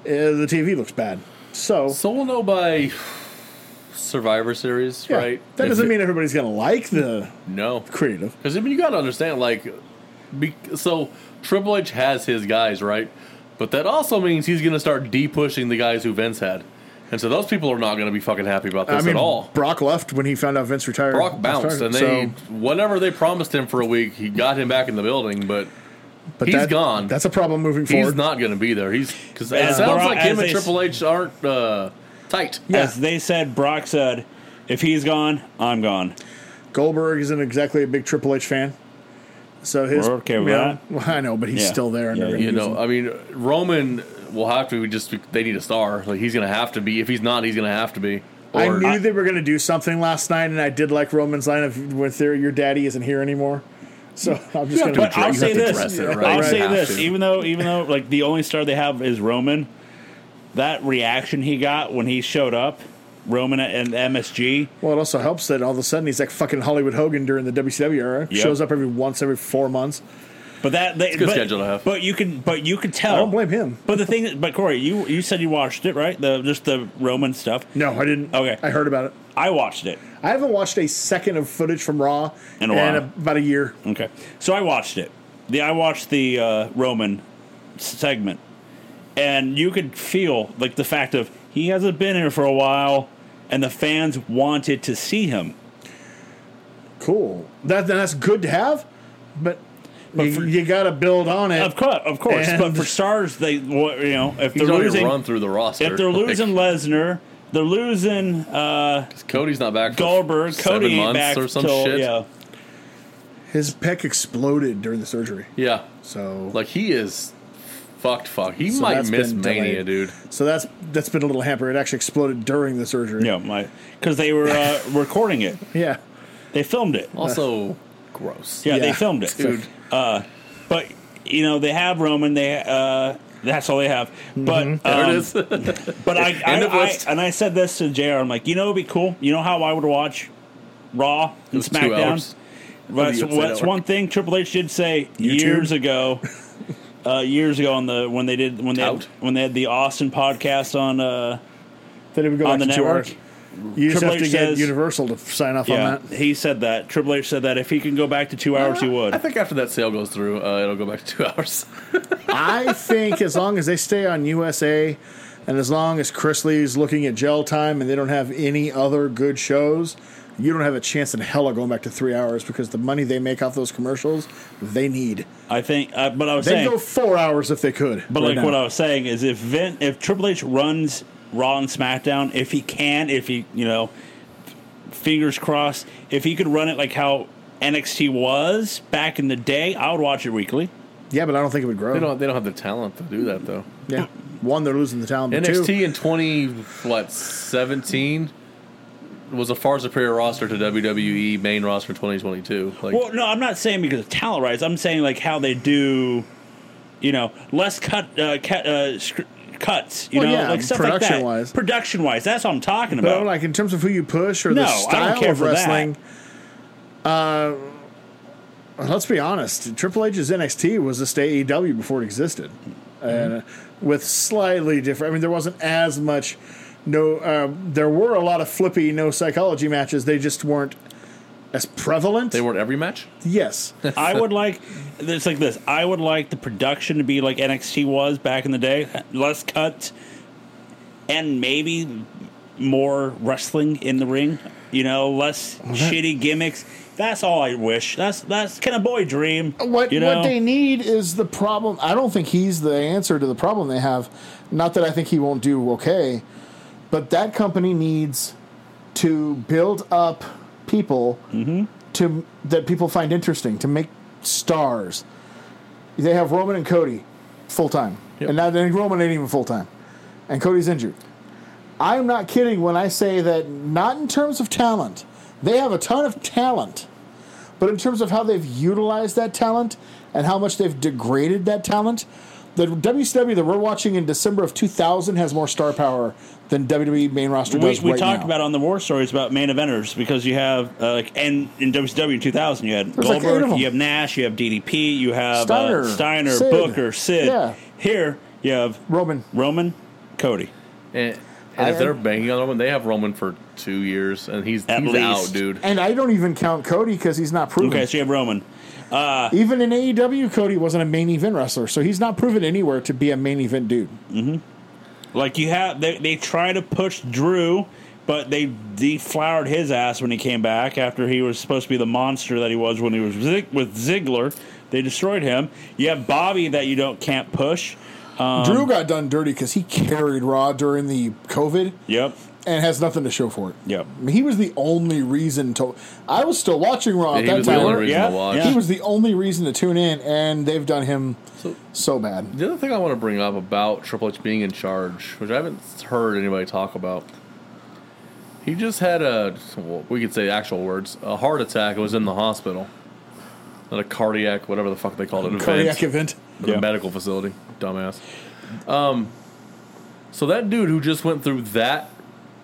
Speaker 2: uh, the TV looks bad. So
Speaker 1: so we'll know by Survivor Series,
Speaker 2: yeah,
Speaker 1: right?
Speaker 2: that
Speaker 1: If
Speaker 2: doesn't
Speaker 1: it-
Speaker 2: mean everybody's going to like the
Speaker 1: no.
Speaker 2: creative.
Speaker 1: Because I mean, you got to understand, like, be, so Triple H has his guys, right? But that also means he's going to start de-pushing the guys who Vince had, and so those people are not going to be fucking happy about this at all.
Speaker 2: Brock left when he found out Vince retired.
Speaker 1: Brock bounced, and they
Speaker 2: So,
Speaker 1: whatever they promised him for a week, he got him back in the building, but
Speaker 2: but
Speaker 1: he's
Speaker 2: that-
Speaker 1: gone.
Speaker 2: That's a problem moving
Speaker 1: he's
Speaker 2: forward.
Speaker 1: not going to be there. He's because it
Speaker 3: As
Speaker 1: sounds
Speaker 3: Brock-
Speaker 1: like him
Speaker 3: as
Speaker 1: and
Speaker 3: they-
Speaker 1: Triple H aren't uh, tight.
Speaker 3: As they said, Brock said, "If he's gone, I'm gone."
Speaker 2: Goldberg isn't exactly a big Triple H fan, so his
Speaker 3: We're okay with
Speaker 2: you
Speaker 3: that.
Speaker 2: Know, well, I know, but he's
Speaker 3: Yeah.
Speaker 2: still there. and
Speaker 3: Yeah,
Speaker 2: they're gonna
Speaker 1: You
Speaker 2: use
Speaker 1: know,
Speaker 2: him.
Speaker 1: I mean, Roman will have to just they need a star. Like he's going to have to be. If he's not, he's going to have to be.
Speaker 2: I
Speaker 1: Or-
Speaker 2: knew they were going to do something last night, and I did like Roman's line of "With their, your daddy isn't here anymore." So I'm just
Speaker 1: have
Speaker 2: going
Speaker 1: to
Speaker 3: But
Speaker 1: dre-
Speaker 3: I'll
Speaker 1: you
Speaker 3: say
Speaker 1: have to
Speaker 3: this.
Speaker 1: dress it, right?
Speaker 3: I'll
Speaker 1: You
Speaker 3: say
Speaker 1: have
Speaker 3: this.
Speaker 1: to.
Speaker 3: Even though, even though, like the only star they have is Roman, that reaction he got when he showed up, Roman and MSG.
Speaker 2: Well, it also helps that all of a sudden he's like fucking Hollywood Hogan during the WCW era.
Speaker 3: Yep.
Speaker 2: Shows up every once every four months.
Speaker 3: But that they,
Speaker 1: good
Speaker 3: but,
Speaker 1: schedule to have.
Speaker 3: But you can, but you can tell.
Speaker 2: I don't blame him.
Speaker 3: But the thing, but Corey, you you said you watched it, right? The just the Roman stuff.
Speaker 2: No, I didn't.
Speaker 3: Okay.
Speaker 2: I heard about it.
Speaker 3: I watched it.
Speaker 2: I haven't watched a second of footage from Raw
Speaker 3: In a while.
Speaker 2: about a year.
Speaker 3: Okay, so I watched it. The I watched the uh, Roman s- segment, and you could feel like the fact of he hasn't been here for a while, and the fans wanted to see him.
Speaker 2: Cool. That that's good to have, but, you,
Speaker 3: for-
Speaker 2: you got to build on it.
Speaker 3: Of course, of course.
Speaker 2: And-
Speaker 3: but for stars, they wa- you know if
Speaker 1: He's
Speaker 3: they're
Speaker 1: already
Speaker 3: losing,
Speaker 1: run through the roster.
Speaker 3: if they're
Speaker 1: Like,
Speaker 3: losing Lesnar, they're losing uh,
Speaker 1: Cody's not back. for
Speaker 3: Goldberg.
Speaker 1: seven
Speaker 3: Cody ain't
Speaker 1: months
Speaker 3: back
Speaker 1: or some
Speaker 3: till-
Speaker 1: shit.
Speaker 3: Yeah,
Speaker 2: His pec exploded during the surgery,
Speaker 1: Yeah.
Speaker 2: so
Speaker 1: like he is fucked. Fuck. He
Speaker 2: So
Speaker 1: might
Speaker 2: that's
Speaker 1: miss
Speaker 2: been
Speaker 1: Mania,
Speaker 2: delayed.
Speaker 1: dude.
Speaker 2: so that's that's been a little hampered. It actually exploded during the surgery.
Speaker 3: yeah, my because they were uh, recording it.
Speaker 2: Yeah.
Speaker 3: They filmed it.
Speaker 1: Also, (laughs) gross.
Speaker 3: Yeah, they
Speaker 2: Yeah.
Speaker 3: filmed it.
Speaker 1: dude.
Speaker 3: But you know they have Roman. They uh, that's all they have. But
Speaker 1: There (laughs)
Speaker 3: um,
Speaker 1: it is.
Speaker 3: But I, I,
Speaker 1: of
Speaker 3: I
Speaker 1: list.
Speaker 3: and I said this to Jr. I'm like, you know, it'd be cool. You know how I would watch Raw and
Speaker 1: was two
Speaker 3: SmackDown.
Speaker 1: hours.
Speaker 3: That's,
Speaker 1: the upside
Speaker 3: that's
Speaker 1: down.
Speaker 3: one thing Triple H did say
Speaker 2: YouTube?
Speaker 1: (laughs)
Speaker 3: years ago. Uh, years ago on the when they did when they had,
Speaker 1: Out.
Speaker 3: when they had the Austin podcast on uh,
Speaker 2: Then it would go
Speaker 3: on the
Speaker 2: back to two
Speaker 3: network.
Speaker 2: hours. You just
Speaker 3: Triple
Speaker 2: have to
Speaker 3: H
Speaker 2: get
Speaker 3: says-
Speaker 2: Universal to sign off
Speaker 3: Yeah,
Speaker 2: on that.
Speaker 3: he said that Triple H said that if he can go back to two hours, he would.
Speaker 1: Uh, I think after that sale goes through, uh, it'll go back to (laughs) two hours.
Speaker 2: I think as long as they stay on USA and as long as Chris Lee's looking at gel time and they don't have any other good shows, you don't have a chance in hell of going back to three hours because the money they make off those commercials, they need.
Speaker 3: I think, uh, but I was
Speaker 2: They'd
Speaker 3: saying,
Speaker 2: go four hours if they could.
Speaker 3: But like what
Speaker 2: now.
Speaker 3: I was saying is, if Vin, if Triple H runs Raw and SmackDown, if he can, if he you know, fingers crossed, if he could run it like how NXT was back in the day, I would watch it weekly.
Speaker 2: yeah, but I don't think it would grow.
Speaker 1: They don't. They don't have the talent to do that though.
Speaker 2: yeah, one they're losing the talent. but
Speaker 1: NXT
Speaker 2: two,
Speaker 1: in twenty what seventeen was a far superior roster to WWE main roster twenty twenty two. Like
Speaker 3: Well, no, I'm not saying because of talent rights. I'm saying like how they do, you know, less cut uh, cut uh, sc- cuts. You
Speaker 2: Well,
Speaker 3: know,
Speaker 2: yeah,
Speaker 3: like stuff like that.
Speaker 2: production-wise.
Speaker 3: Production wise, that's what I'm talking
Speaker 2: but
Speaker 3: about.
Speaker 2: like in terms of who you push or
Speaker 3: No,
Speaker 2: the
Speaker 3: I don't
Speaker 2: style
Speaker 3: care
Speaker 2: of
Speaker 3: for that.
Speaker 2: wrestling. Uh, let's be honest. Triple H's NXT was just AEW E before it existed, and uh, with slightly different. I mean, there wasn't as much. No, uh, there were a lot of flippy no psychology matches. They just weren't as prevalent.
Speaker 1: they weren't every match.
Speaker 2: yes.
Speaker 3: I would like it's like this. I would like the production to be like NXT was back in the day, less cuts, and maybe more wrestling in the ring. You know, less shitty gimmicks. That's all I wish. That's that's can a boy dream.
Speaker 2: Uh, What
Speaker 3: you know?
Speaker 2: what they need is the problem. I don't think he's the answer to the problem they have. Not that I think he won't do okay, but that company needs to build up people
Speaker 3: Mm-hmm.
Speaker 2: to that people find interesting to make stars. They have Roman and Cody full time, and now then Roman ain't even full time, and Cody's injured. I'm not kidding when I say that. Not in terms of talent, they have a ton of talent. But in terms of how they've utilized that talent and how much they've degraded that talent, the WCW that we're watching in December of 2000 has more star power than WWE main roster
Speaker 3: we,
Speaker 2: does
Speaker 3: we
Speaker 2: right
Speaker 3: talked
Speaker 2: now.
Speaker 3: about on the war stories about main eventers because you have uh, like and in WCW 2000 you had
Speaker 2: There's like
Speaker 3: Goldberg,
Speaker 2: eight of 'em.
Speaker 3: you have Nash, you have DDP, you have Steiner,
Speaker 2: Steiner,
Speaker 3: uh,
Speaker 2: Sid.
Speaker 3: Steiner Booker, Sid.
Speaker 2: Yeah.
Speaker 3: Here you have
Speaker 2: Roman.
Speaker 3: Roman, Cody.
Speaker 1: And, and
Speaker 2: I-
Speaker 1: if they're banging on Roman, they have Roman for two years, and he's
Speaker 3: At
Speaker 1: he's
Speaker 3: least.
Speaker 1: out, dude.
Speaker 2: And I don't even count Cody because he's not proven.
Speaker 3: Okay, so you have Roman.
Speaker 2: Even in AEW, Cody wasn't a main event wrestler, so he's not proven anywhere to be a main event dude.
Speaker 3: Like you have, they, they try to push Drew, but they deflowered his ass when he came back after he was supposed to be the monster that he was when he was Zig, with Ziggler. They destroyed him. You have Bobby that you don't can't push. Um,
Speaker 2: Drew got done dirty because he carried Raw during the COVID.
Speaker 3: Yep.
Speaker 2: And has nothing to show for it.
Speaker 3: Yep.
Speaker 2: I mean, he was the only reason to. I was still watching Raw at
Speaker 1: He
Speaker 2: that
Speaker 1: was the
Speaker 2: time.
Speaker 1: only reason
Speaker 3: Yeah,
Speaker 1: to watch.
Speaker 3: yeah.
Speaker 2: He was the only reason to tune in, and they've done him so,
Speaker 1: So-
Speaker 2: bad.
Speaker 1: The other thing I want to bring up about Triple H being in charge, which I haven't heard anybody talk about, he just had a, well, we could say actual words, a heart attack. It was in the hospital. Not a cardiac, whatever the fuck they called it.
Speaker 2: Cardiac
Speaker 1: event.
Speaker 2: event.
Speaker 1: The
Speaker 3: Yeah.
Speaker 1: medical facility. Dumbass. Um, so that dude who just went through that,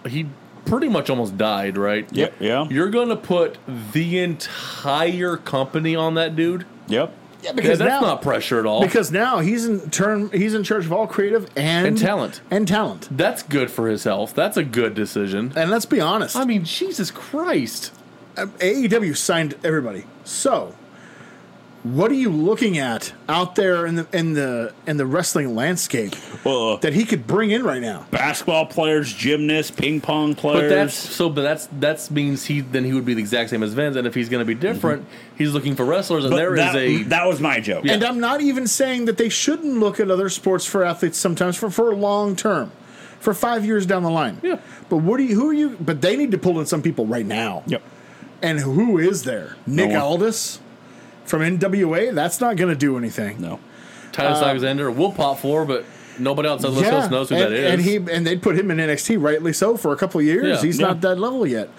Speaker 1: he pretty much almost died, right?
Speaker 3: Yep. Yeah.
Speaker 1: You're going to put the entire company on that dude?
Speaker 3: Yep.
Speaker 2: Yeah,
Speaker 1: Yeah,
Speaker 2: because
Speaker 1: that's
Speaker 2: now,
Speaker 1: not pressure at all.
Speaker 2: because now he's in turn he's in charge of all creative and,
Speaker 1: And talent.
Speaker 2: and talent.
Speaker 1: that's good for his health. That's a good decision.
Speaker 2: And let's be honest,
Speaker 1: I mean, Jesus Christ.
Speaker 2: um, AEW signed everybody. So, what are you looking at out there in the in the in the wrestling landscape
Speaker 3: Well, uh,
Speaker 2: that he could bring in right now?
Speaker 3: basketball players, gymnasts, ping pong players.
Speaker 1: But that's so. But that's that means he then he would be the exact same as Vince, and if he's going to be different, he's looking for wrestlers, and
Speaker 3: But
Speaker 1: there is
Speaker 3: that,
Speaker 1: a
Speaker 3: that was my joke.
Speaker 2: And I'm not even saying that they shouldn't look at other sports for athletes sometimes for for long term, for five years down the line.
Speaker 1: Yeah.
Speaker 2: But what do you? Who are you? But they need to pull in some people right now.
Speaker 3: Yep.
Speaker 2: And who is there? Nick
Speaker 3: one.
Speaker 2: Aldis from NWA. That's not going to do anything.
Speaker 3: No.
Speaker 1: Titus
Speaker 3: uh,
Speaker 1: Alexander will pop for, but nobody else on this list knows who
Speaker 2: and,
Speaker 1: that is.
Speaker 2: And he and they put him in NXT, rightly so, for a couple of years.
Speaker 1: Yeah.
Speaker 2: He's
Speaker 3: Yeah.
Speaker 2: not that level yet.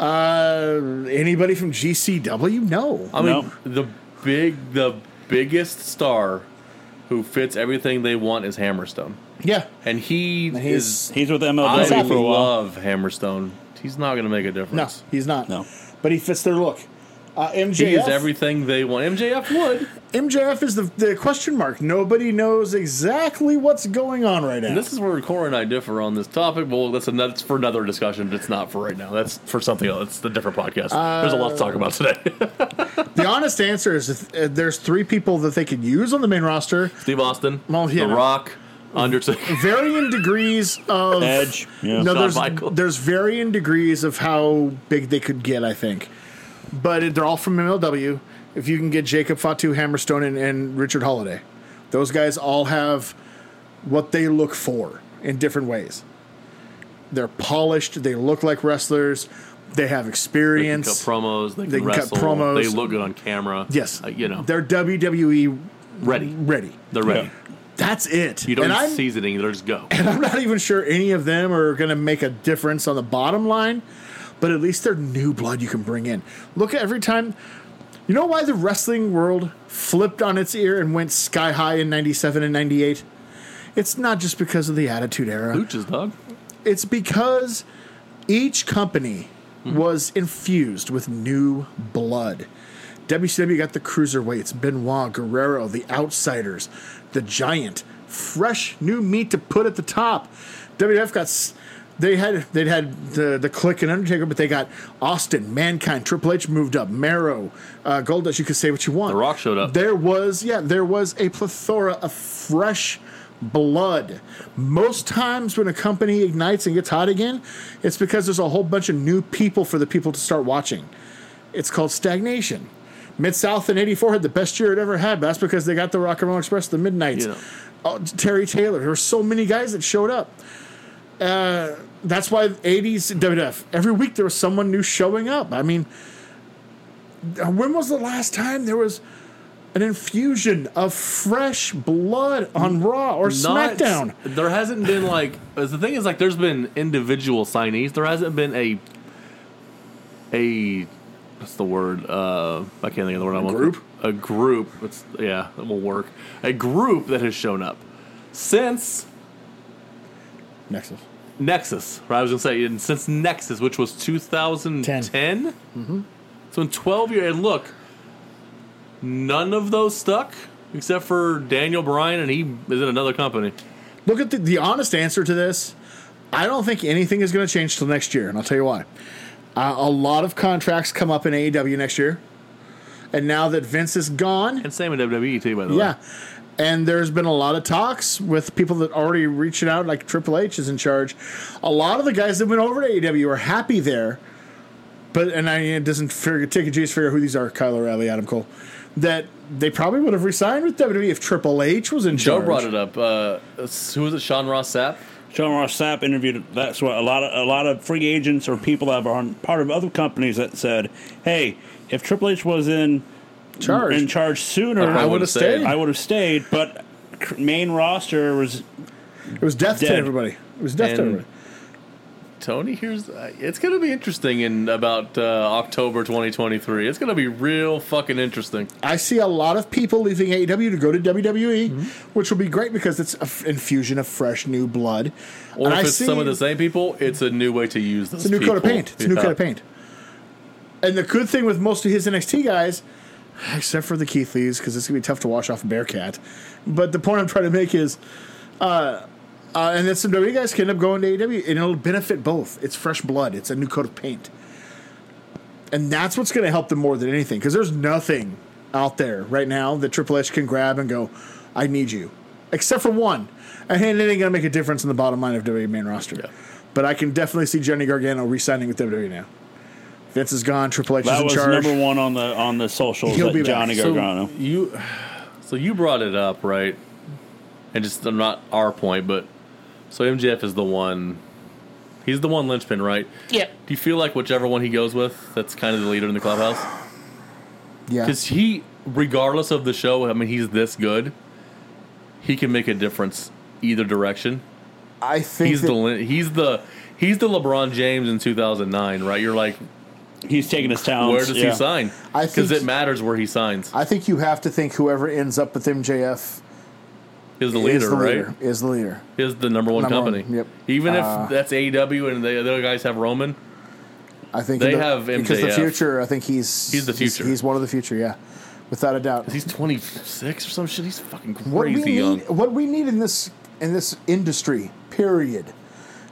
Speaker 2: Uh, anybody from GCW? No.
Speaker 1: I mean,
Speaker 3: No.
Speaker 1: the big, the biggest star who fits everything they want is Hammerstone,
Speaker 2: yeah.
Speaker 1: and he
Speaker 2: he's-
Speaker 1: is.
Speaker 3: He's with
Speaker 1: I
Speaker 3: MLW
Speaker 2: happy.
Speaker 3: for a while.
Speaker 1: love Hammerstone. He's not going to make a
Speaker 2: No,
Speaker 1: difference.
Speaker 2: he's not.
Speaker 3: No.
Speaker 2: But he fits their look. Uh, MJF.
Speaker 1: He is everything they want. MJF would.
Speaker 2: MJF is the, the question mark. Nobody knows exactly what's going on right now.
Speaker 1: And this is where Cora and I differ on this topic. Well, that's, another, that's for another discussion, but it's not for right now. That's for something else. It's a different podcast. There's a lot to talk about today. (laughs)
Speaker 2: the honest answer is if, uh, there's three people that they could use on the main roster,
Speaker 1: Steve Austin,
Speaker 2: Well, yeah,
Speaker 1: The
Speaker 2: no.
Speaker 1: Rock, Undertaker.
Speaker 2: varying degrees of
Speaker 3: Edge. Yeah.
Speaker 2: No,
Speaker 1: Shawn
Speaker 2: there's
Speaker 1: Michaels.
Speaker 2: there's varying degrees of how big they could get, I think. But it- they're all from MLW. If you can get Jacob Fatu, Hammerstone, and, and Richard Holiday, those guys all have what they look for in different ways. They're polished. They look like wrestlers. (laughs) They have
Speaker 1: They can cut
Speaker 2: experience.
Speaker 1: promos. They can,
Speaker 2: They can cut
Speaker 1: wrestle.
Speaker 2: promos.
Speaker 1: They look good on camera.
Speaker 2: yes,
Speaker 1: Uh, you know they're
Speaker 2: they're WWE
Speaker 1: ready.
Speaker 2: ready.
Speaker 1: They're ready.
Speaker 2: That's it.
Speaker 1: You don't
Speaker 2: and
Speaker 1: need
Speaker 2: I'm,
Speaker 1: seasoning. They'll just go.
Speaker 2: and (laughs) I'm not even sure any of them are going to make a difference on the bottom line, but at least they're new blood you can bring in. Look at every time. You know why the wrestling world flipped on its ear and went sky high in 97 and 98? It's not just because of the Attitude Era.
Speaker 1: Luchas, dog.
Speaker 2: It's because each company was infused with new blood. WCW got the cruiserweights, Benoit, Guerrero, the Outsiders, the Giant, fresh new meat to put at the top. WWF got s- they had they'd had the the Click and Undertaker, but they got Austin, Mankind, Triple H moved up, Marrow, uh, Goldust. You could say what you want.
Speaker 1: The Rock showed up.
Speaker 2: There was yeah, there was a plethora of fresh blood. Most times when a company ignites and gets hot again, it's because there's a whole bunch of new people for the people to start watching. It's called stagnation. Mid South in '84 had the best year it ever had. But that's because they got the Rock and Roll Express, the Midnight's,
Speaker 1: Yeah.
Speaker 2: oh, Terry Taylor. There were so many guys that showed up. Uh, that's why '80s WWF every week there was someone new showing up. I mean, when was the last time there was an infusion of fresh blood on Raw or
Speaker 1: Not-
Speaker 2: SmackDown?
Speaker 1: There hasn't been like the thing is like there's been individual signees. There hasn't been a a what's the word? Uh, I can't think of the word. I want
Speaker 2: group?
Speaker 1: A group. It's, yeah, that will work. A group that has shown up since
Speaker 2: Nexus.
Speaker 1: Nexus. Right, I was gonna say and since Nexus, which was 2010.
Speaker 2: Mm-hmm.
Speaker 1: So in 12 years, and look, none of those stuck except for Daniel Bryan, and he is in another company.
Speaker 2: Look at the, the honest answer to this. I don't think anything is going to change till next year, and I'll tell you why. Uh, a lot of contracts come up in AEW next year, and now that Vince is gone,
Speaker 1: And same in WWE too, by the way.
Speaker 2: Yeah. And there's been a lot of talks with people that already reaching out, like Triple H is in charge. A lot of the guys that went over to AEW are happy there, but and I it doesn't figure, take a G's to figure out who these are: Kyle O'Reilly, Adam Cole. That they probably would have resigned with WWE if Triple H was in
Speaker 1: Joe
Speaker 2: charge.
Speaker 1: brought it up. Uh, who was it? Sean Ross Sapp.
Speaker 3: John Ross Sapp interviewed. That's what a lot of a lot of free agents or people that are part of other companies that said, "Hey, if Triple H was in
Speaker 2: Charge.
Speaker 3: in charge sooner,
Speaker 1: I
Speaker 3: I would
Speaker 1: would've
Speaker 2: have stayed.
Speaker 1: stayed.
Speaker 3: I would have stayed." But c- main roster was
Speaker 2: It was death to
Speaker 3: Dead.
Speaker 2: everybody. It was death
Speaker 1: And-
Speaker 2: to everybody.
Speaker 1: Tony, here's uh, it's going to be interesting in about uh, October 2023. It's going to be real fucking interesting.
Speaker 2: I see a lot of people leaving AEW to go to WWE,
Speaker 1: Mm-hmm.
Speaker 2: which will be great because it's an infusion of fresh new blood.
Speaker 1: Or
Speaker 2: And
Speaker 1: if
Speaker 2: I
Speaker 1: it's some
Speaker 2: see-
Speaker 1: of the same people, it's a new way to use those.
Speaker 2: It's a new coat of
Speaker 1: people.
Speaker 2: paint. It's a new
Speaker 1: Yeah.
Speaker 2: coat of paint. And the good thing with most of his NXT guys, except for the Keith Lees, because it's gonna be tough to wash off Bearcat. But the point I'm trying to make is, uh, uh, and then some WWE guys can end up going to AEW, and it'll benefit both. It's fresh blood. It's a new coat of paint, and that's what's gonna help them more than anything. Because there's nothing out there right now that Triple H can grab and go, "I need you," except for one, and it ain't gonna make a difference in the bottom line of WWE main roster. But I can definitely see Johnny Gargano re-signing with WWE now. Vince is gone. Triple H is
Speaker 3: That
Speaker 2: in
Speaker 3: was
Speaker 2: charge.
Speaker 3: number one on the on the socials.
Speaker 2: He'll
Speaker 3: that
Speaker 2: be back.
Speaker 3: Johnny
Speaker 1: So
Speaker 3: Gargano.
Speaker 1: you, so you brought it up, right? And just uh, not our point, but so MJF is the one. He's the one linchpin, right?
Speaker 3: Yep.
Speaker 1: Do you feel like whichever one he goes with, that's kind of the leader in the clubhouse?
Speaker 2: yeah.
Speaker 1: Because he, regardless of the show, I mean, he's this good. He can make a difference either direction.
Speaker 2: I think
Speaker 1: He's
Speaker 2: that-
Speaker 1: the lin- he's the he's the LeBron James in 2009, right? You're like,
Speaker 3: He's taking his talents.
Speaker 1: where does
Speaker 3: yeah.
Speaker 1: he sign?
Speaker 2: Um, I
Speaker 1: Because
Speaker 2: think-
Speaker 1: it matters where he signs.
Speaker 2: I think you have to think whoever ends up with MJF
Speaker 1: Is the leader,
Speaker 2: is the
Speaker 1: right?
Speaker 2: leader. Is the leader.
Speaker 1: Is the number one
Speaker 2: Number
Speaker 1: company.
Speaker 2: one, yep.
Speaker 1: Even if
Speaker 2: Uh,
Speaker 1: that's AEW and the other guys have Roman,
Speaker 2: I think
Speaker 1: They
Speaker 2: in the-
Speaker 1: have
Speaker 2: because the
Speaker 1: MJF.
Speaker 2: future. I think he's
Speaker 1: He's the
Speaker 2: He's,
Speaker 1: future.
Speaker 2: one of the future. Yeah, without a doubt.
Speaker 1: he's 26 or some shit. He's fucking
Speaker 2: what
Speaker 1: crazy
Speaker 2: we
Speaker 1: young.
Speaker 2: need, what we need in this in this industry, period.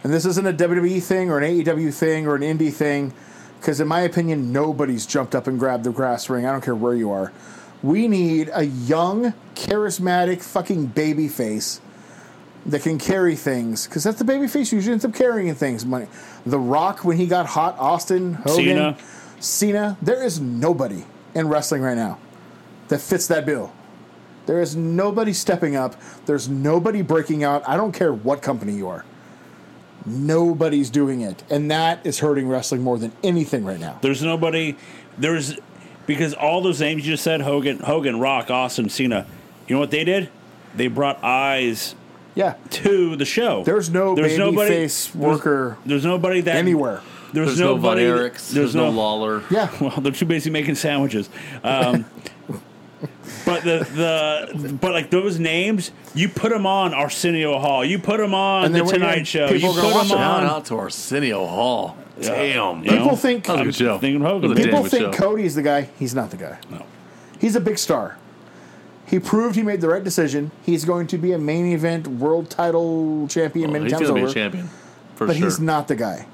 Speaker 2: And this isn't a WWE thing or an AEW thing or an indie thing, because in my opinion, nobody's jumped up and grabbed the grass ring. I don't care where you are. We need a young, charismatic fucking baby face that can carry things, because that's the baby face usually ends up carrying things. Money, The Rock when he got hot, Austin Hogan,
Speaker 3: Cena.
Speaker 2: Cena. There is nobody in wrestling right now that fits that bill. There is nobody stepping up. There's nobody breaking out. I don't care what company you are. Nobody's doing it. And that is hurting wrestling more than anything right now.
Speaker 3: There's nobody. There's because all those names you just said Hogan, Hogan, Rock, Austin, Cena. You know what they did? They brought eyes
Speaker 2: Yeah.
Speaker 3: to the show.
Speaker 2: There's no
Speaker 3: There's nobody-
Speaker 2: babyface
Speaker 3: there's-
Speaker 2: worker
Speaker 3: There's, nobody that
Speaker 2: anywhere.
Speaker 3: There's,
Speaker 1: There's no Von
Speaker 3: nobody.
Speaker 1: Erichs. There's, no, Lawler.
Speaker 2: Yeah.
Speaker 3: (laughs) Well, they're too busy making sandwiches.
Speaker 2: (laughs)
Speaker 3: Um, but the the but like those names, you put them on Arsenio Hall. You put them on
Speaker 2: And then
Speaker 3: the
Speaker 2: when you're-
Speaker 3: Tonight Show. You
Speaker 2: people
Speaker 3: put
Speaker 2: are gonna watch
Speaker 3: them
Speaker 2: it.
Speaker 1: Shout
Speaker 3: on.
Speaker 1: out to Arsenio Hall. Damn.
Speaker 3: Yeah.
Speaker 1: man.
Speaker 2: People think
Speaker 1: That was a good show.
Speaker 3: thinking Hogan.
Speaker 1: That was a
Speaker 2: people
Speaker 1: damn good
Speaker 2: think
Speaker 1: show.
Speaker 2: Cody's the guy. He's not the guy.
Speaker 3: No.
Speaker 2: He's a big star. He proved he made the right decision. He's going to be a main event world title champion
Speaker 1: Well,
Speaker 2: many
Speaker 1: Oh, he's
Speaker 2: times
Speaker 1: gonna
Speaker 2: over.
Speaker 1: be a champion for
Speaker 2: but
Speaker 1: sure.
Speaker 2: he's not the guy.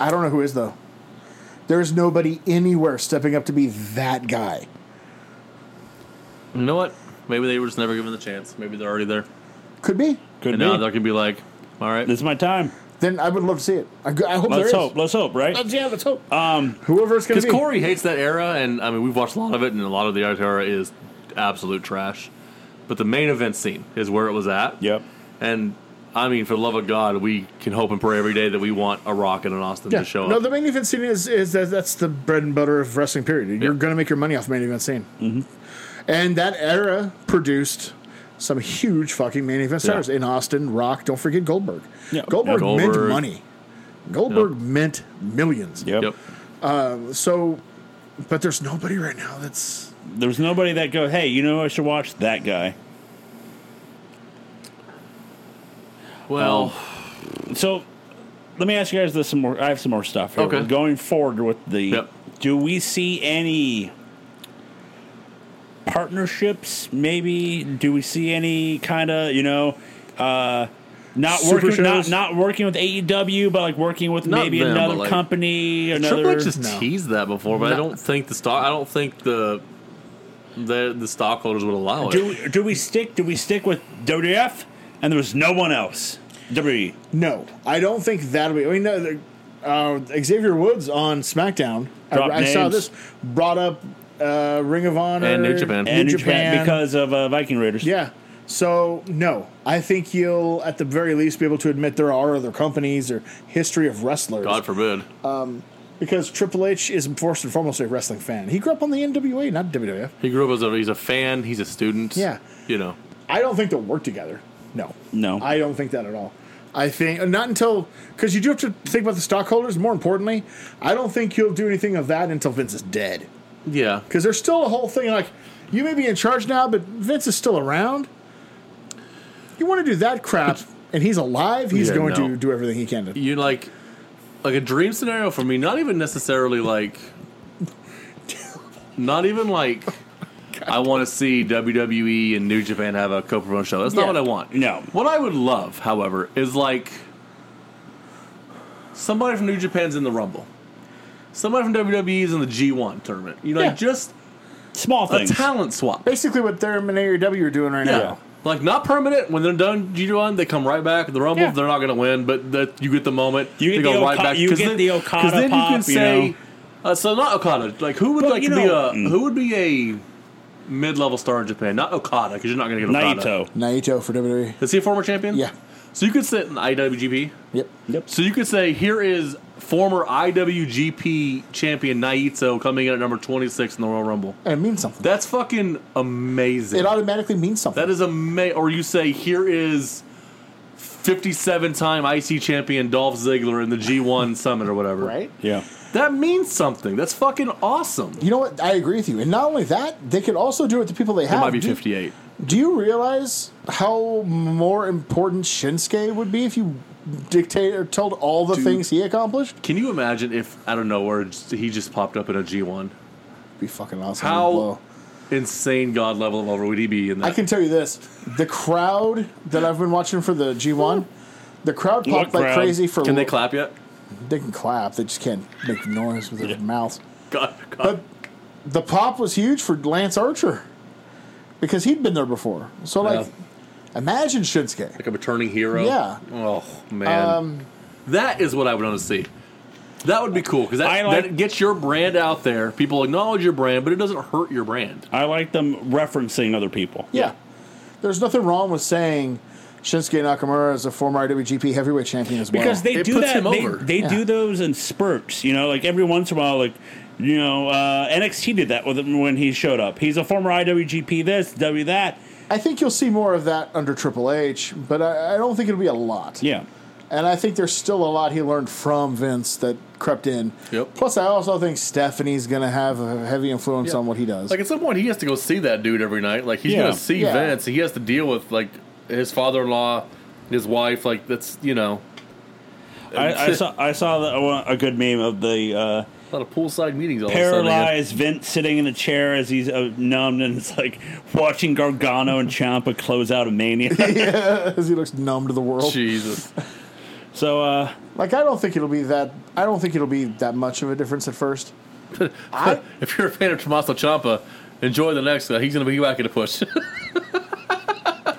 Speaker 2: I don't know who is though. There is nobody anywhere stepping up to be that guy.
Speaker 1: you know what? Maybe they were just never given the chance. Maybe they're already there.
Speaker 2: Could be.
Speaker 3: Could
Speaker 1: and now
Speaker 3: be.
Speaker 1: they're gonna be like, all right,
Speaker 3: This is my time.
Speaker 2: Then I would love to see it. I, g- I hope there
Speaker 3: Let's
Speaker 2: is.
Speaker 3: hope. Let's hope. Right.
Speaker 2: Let's- yeah, let's hope. Whoever it's going
Speaker 1: because
Speaker 2: to be.
Speaker 1: Corey hates that era, and I mean we've watched a lot of it, and a lot of the art era is absolute trash. But the main event scene is where it was at.
Speaker 3: Yep.
Speaker 1: And I mean, for the love of God, we can hope and pray every day that we want a Rock and an Austin
Speaker 2: yeah.
Speaker 1: to show
Speaker 2: no,
Speaker 1: up.
Speaker 2: the main event scene is is that that's the bread and butter of wrestling. Period. You're
Speaker 1: Yeah. Mm-hmm.
Speaker 2: going to make your money off main event scene. And that era produced some huge fucking main event stars in Austin, Rock. Don't forget Goldberg.
Speaker 3: Yeah.
Speaker 2: Goldberg,
Speaker 1: Yeah,
Speaker 2: meant
Speaker 1: Goldberg.
Speaker 2: money. Goldberg meant millions.
Speaker 3: Yep.
Speaker 1: yep.
Speaker 2: So, but there's nobody right now that's.
Speaker 3: There's nobody that goes, hey, you know who I should watch? That guy.
Speaker 1: Well,
Speaker 3: So let me ask you guys this some more. I have some more stuff here.
Speaker 1: Okay.
Speaker 3: Going forward with the.
Speaker 1: Yep.
Speaker 3: Do we see any partnerships? Maybe do we see any kind of you know, uh, not
Speaker 2: Super
Speaker 3: working not,
Speaker 2: shows?
Speaker 3: not working with AEW, but like working with
Speaker 1: Not
Speaker 3: maybe
Speaker 1: them,
Speaker 3: another
Speaker 1: but, like,
Speaker 3: company,
Speaker 1: Triple
Speaker 3: another.
Speaker 1: H just
Speaker 2: No.
Speaker 1: teased that before, but I
Speaker 2: No.
Speaker 1: don't think the stock. I don't think the the the stockholders would allow it.
Speaker 3: do do we stick? Do we stick with WWF? And there was no one else. E. WWE.
Speaker 2: No, I don't think that'll be. I mean, no, the- uh, Xavier Woods on SmackDown. I,
Speaker 3: Drop
Speaker 2: I saw
Speaker 3: names.
Speaker 2: this brought up uh, Ring of Honor
Speaker 1: And New Japan.
Speaker 3: And
Speaker 2: New
Speaker 3: New Japan,
Speaker 2: Japan
Speaker 3: because of uh, Viking Raiders.
Speaker 2: Yeah. So no, I think you'll at the very least be able to admit there are other companies or history of wrestlers
Speaker 1: God forbid.
Speaker 2: because Triple H is first and foremost a wrestling fan. He grew up on the NWA, not WWF.
Speaker 1: He grew up as a he's a fan. He's a student.
Speaker 2: Yeah.
Speaker 1: you know.
Speaker 2: I don't think they'll work together. No.
Speaker 3: No.
Speaker 2: I don't think that at all. I think not until because you do have to think about the stockholders. More importantly, I don't think you'll do anything of that until Vince is dead.
Speaker 1: Yeah,
Speaker 2: Because there's still a whole thing like you may be in charge now, but Vince is still around. You want to do that crap, and he's alive. He's
Speaker 1: Yeah,
Speaker 2: going
Speaker 1: no.
Speaker 2: to do everything he can to
Speaker 1: you like like a dream scenario for me. Not even necessarily like Not even like I want to see WWE and New Japan have a co-promotion show. That's not
Speaker 2: Yeah.
Speaker 1: what I want.
Speaker 3: No.
Speaker 1: What I would love, however, is like somebody from New Japan's in the Rumble. Somebody from WWE is in the G1 tournament. You know,
Speaker 2: Yeah.
Speaker 1: like just
Speaker 3: Small
Speaker 1: a
Speaker 3: things.
Speaker 1: talent swap.
Speaker 2: Basically, what their and AEW are doing right
Speaker 1: Yeah.
Speaker 2: now.
Speaker 1: Like not permanent. When they're done G1, they come right back. The Rumble,
Speaker 2: Yeah.
Speaker 1: they're not going to win, but that you get the moment.
Speaker 3: You get
Speaker 1: they go
Speaker 3: the
Speaker 1: right
Speaker 3: Oka-
Speaker 1: back.
Speaker 3: you
Speaker 1: 'Cause
Speaker 3: get the Okada
Speaker 1: Because then you can
Speaker 3: pop, you
Speaker 1: say,
Speaker 3: know?
Speaker 1: uh, so not Okada. Like who would
Speaker 3: Well,
Speaker 1: like
Speaker 3: you
Speaker 1: to
Speaker 3: know- mm.
Speaker 1: be a who would be a mid level star in Japan? Not Okada because you're not going to get Okada.
Speaker 3: Naito.
Speaker 2: Naito for WWE.
Speaker 1: Is he a former champion?
Speaker 2: Yeah.
Speaker 1: So you could sit in IWGP.
Speaker 2: Yep.
Speaker 1: So you could say here is former IWGP champion Naito coming in at number 26 in the Royal Rumble.
Speaker 2: And it means something.
Speaker 1: That's fucking amazing.
Speaker 2: it automatically means something.
Speaker 1: That is amazing. Or you say, here is 57 time IC champion Dolph Ziggler in the
Speaker 2: (laughs)
Speaker 1: G1 Summit or whatever.
Speaker 2: right.
Speaker 3: Yeah.
Speaker 1: That means something. That's fucking awesome.
Speaker 2: You know what? I agree with you. And not only that, they could also do it to people they
Speaker 1: It
Speaker 2: have.
Speaker 1: might be
Speaker 2: Do-
Speaker 1: 58.
Speaker 2: Do you realize how more important Shinsuke would be if you dictated or told all the things he accomplished?
Speaker 1: Can you imagine if, out of nowhere, j- he just popped up in a G1?
Speaker 2: Be fucking awesome.
Speaker 1: How
Speaker 2: Blow.
Speaker 1: insane god level of over would he be in that?
Speaker 2: I can tell you this: the crowd that I've been watching for the G1, the crowd
Speaker 3: What
Speaker 2: popped like
Speaker 3: crowd?
Speaker 2: crazy for.
Speaker 1: Can they clap yet?
Speaker 2: They can clap. They just can't make noise with their mouths.
Speaker 1: God, God.
Speaker 2: But the pop was huge for Lance Archer because he'd been there before. So like, imagine Shinsuke.
Speaker 1: like a returning hero.
Speaker 2: Yeah.
Speaker 1: Oh man,
Speaker 3: Um,
Speaker 1: that is what I would want to see. That would be cool because
Speaker 3: I
Speaker 1: that,
Speaker 3: like-
Speaker 1: that gets your brand out there. People acknowledge your brand, but it doesn't hurt your brand.
Speaker 3: I like them referencing other people.
Speaker 2: Yeah. There's nothing wrong with saying Shinsuke Nakamura is a former IWGP heavyweight champion as well.
Speaker 3: Because they
Speaker 1: It
Speaker 3: do
Speaker 1: puts
Speaker 3: that.
Speaker 1: him
Speaker 3: they
Speaker 1: over.
Speaker 3: they
Speaker 2: Yeah.
Speaker 3: do those in spurts, you know, like every once in a while, like, you know, uh, NXT did that with him when he showed up. He's a former IWGP this, W that.
Speaker 2: I think you'll see more of that under Triple H, but I, I don't think it'll be a lot.
Speaker 3: Yeah.
Speaker 2: And I think there's still a lot he learned from Vince that crept in.
Speaker 1: Yep.
Speaker 2: Plus, I also think Stephanie's going to have a heavy influence on what he does. (laughs)
Speaker 1: Like at some point, he has to go see that dude every night. Like he's
Speaker 3: Yeah.
Speaker 1: gonna see
Speaker 2: Yeah.
Speaker 1: Vince. He has to deal with like his father-in-law, his wife. Like that's you know
Speaker 3: I, I saw I saw the, uh, a good meme of the uh,
Speaker 1: a lot of poolside meetings. All Of
Speaker 3: paralyzed Vince sitting in a chair as he's uh, numbed and it's like watching Gargano and Ciampa close out a mania.
Speaker 2: (laughs) Because he looks numb to the
Speaker 1: a
Speaker 2: world.
Speaker 1: sudden, yeah. Oh,
Speaker 3: (laughs)
Speaker 1: Jesus,
Speaker 3: so, uh,
Speaker 2: Like, I don't think it'll be that. I don't think it'll be that much of a difference at first. I,
Speaker 1: (laughs) if you're a fan of Tommaso Ciampa, enjoy the next guy. He's gonna be back in a push. (laughs)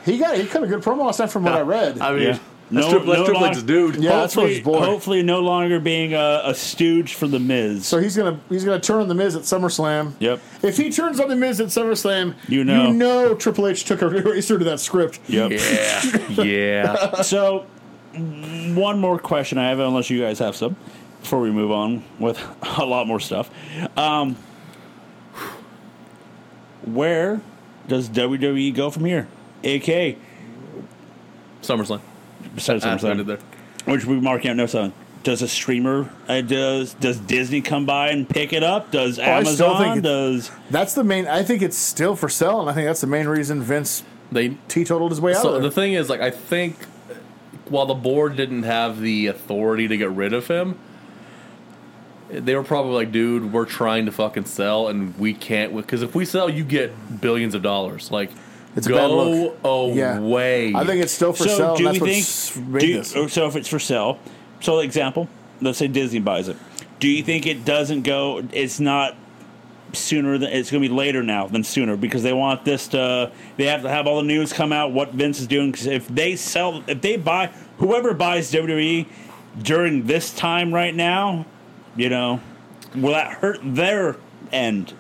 Speaker 2: he got he cut a good promo last night from what I read.
Speaker 1: I mean,
Speaker 3: Yeah.
Speaker 1: that's
Speaker 3: No-
Speaker 1: Triple,
Speaker 3: no
Speaker 1: that's Triple
Speaker 3: lock-
Speaker 1: H's dude.
Speaker 2: Yeah, that's what
Speaker 3: hopefully,
Speaker 2: it's boring.
Speaker 3: hopefully no longer being a, a stooge for the Miz.
Speaker 2: So he's gonna he's gonna turn on the Miz at SummerSlam.
Speaker 3: Yep.
Speaker 2: If he turns on the Miz at SummerSlam,
Speaker 3: You know.
Speaker 2: you know Triple H took a (laughs) eraser to that script.
Speaker 3: yep.
Speaker 1: Yeah, (laughs) yeah.
Speaker 3: So, one more question I have, unless you guys have some, before we move on with (laughs) a lot more stuff. Um, where does WWE go from here? AK,
Speaker 1: SummerSlam.
Speaker 3: besides what I'm
Speaker 1: Ah, I did
Speaker 3: saying,
Speaker 1: there.
Speaker 3: which we marking out no song. Does a streamer uh, does does Disney come by and pick it up? Does
Speaker 2: Oh, I still think
Speaker 3: Amazon
Speaker 2: it's-
Speaker 3: does
Speaker 2: That's the main. I think it's still for sale, and I think that's the main reason Vince
Speaker 1: They
Speaker 2: teetotaled his way out
Speaker 1: so
Speaker 2: of
Speaker 1: the
Speaker 2: it.
Speaker 1: thing is, like, I think while the board didn't have the authority to get rid of him, they were probably like, "Dude, we're trying to fucking sell, and we can't because if we sell, you get billions of dollars. Like,
Speaker 2: It's a bad
Speaker 1: go
Speaker 2: look. Yeah.
Speaker 1: away.
Speaker 2: I think it's still for sale, and that's what s- made
Speaker 3: do you- oh,
Speaker 2: this.
Speaker 3: so if it's for sale, so example, let's say Disney buys it. Do you think it doesn't go? It's not sooner than it's going to be later now than sooner because they want this to. They have to have all the news come out what Vince is doing. Because if they sell, if they buy, whoever buys WWE during this time right now, you know, will that hurt their end?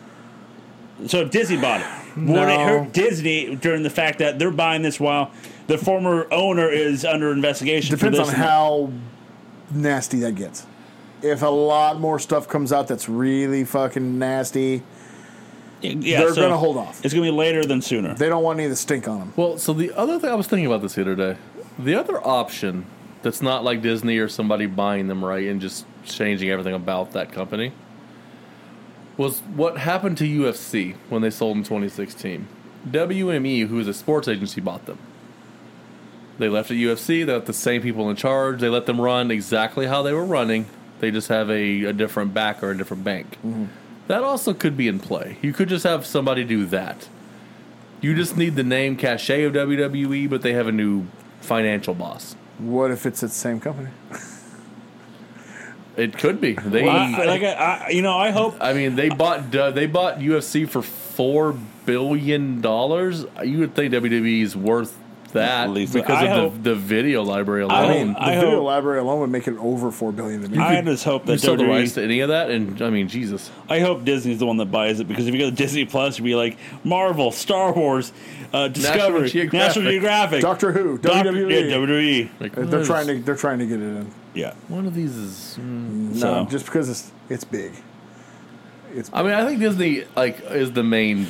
Speaker 3: So if Disney bought it, would it
Speaker 2: No.
Speaker 3: hurt Disney during the fact that they're buying this while the former owner is under investigation?
Speaker 2: Depends
Speaker 3: for
Speaker 2: on
Speaker 3: this
Speaker 2: how nasty that gets. If a lot more stuff comes out that's really fucking nasty,
Speaker 3: Yeah,
Speaker 2: they're gonna hold off.
Speaker 3: It's gonna be later than sooner.
Speaker 2: they don't want any of the stink on them.
Speaker 1: Well, so the other thing I was thinking about this the other day, the other option that's not like Disney or somebody buying them right and just changing everything about that company was what happened to UFC when they sold in 2016. WME, E, who is a sports agency, bought them. They left at UFC. They left the same people in charge. They let them run exactly how they were running. They just have a, a different back or a different bank. That also could be in play. You could just have somebody do that. You just need the name cachet of WWE, but they have a new financial boss.
Speaker 2: What if it's at the same company?
Speaker 1: It could be. They,
Speaker 3: I, like I, I, you know, I hope
Speaker 1: I mean, they bought uh, they bought UFC for four billion dollars. You would think WWE is worth that
Speaker 3: At least-
Speaker 1: because
Speaker 3: I
Speaker 1: of
Speaker 3: hope-
Speaker 1: the, the video library
Speaker 3: I
Speaker 1: alone.
Speaker 3: mean,
Speaker 2: the
Speaker 3: I
Speaker 2: video
Speaker 3: hope-
Speaker 2: library alone would make it over four billion. to me.
Speaker 3: I just hope
Speaker 1: you
Speaker 3: that E
Speaker 1: sold the rights
Speaker 3: WWE,
Speaker 1: to any of that, and I mean, Jesus.
Speaker 3: I hope Disney's the one that buys it because if you go to Disney Plus, it'd be like Marvel, Star Wars, uh, Discovery,
Speaker 1: Geographic.
Speaker 3: National Geographic,
Speaker 2: Doctor E. Who,
Speaker 3: Doc-
Speaker 2: WWE.
Speaker 3: yeah, E. WWE,
Speaker 1: Like,
Speaker 2: Uh, They're-
Speaker 1: one
Speaker 2: They're
Speaker 1: of
Speaker 2: trying
Speaker 1: these-
Speaker 2: to they're trying to get it in.
Speaker 3: yeah.
Speaker 1: One of these is.
Speaker 2: No,
Speaker 3: So-
Speaker 2: just because it's it's big. It's
Speaker 1: I mean, I think Disney like is the main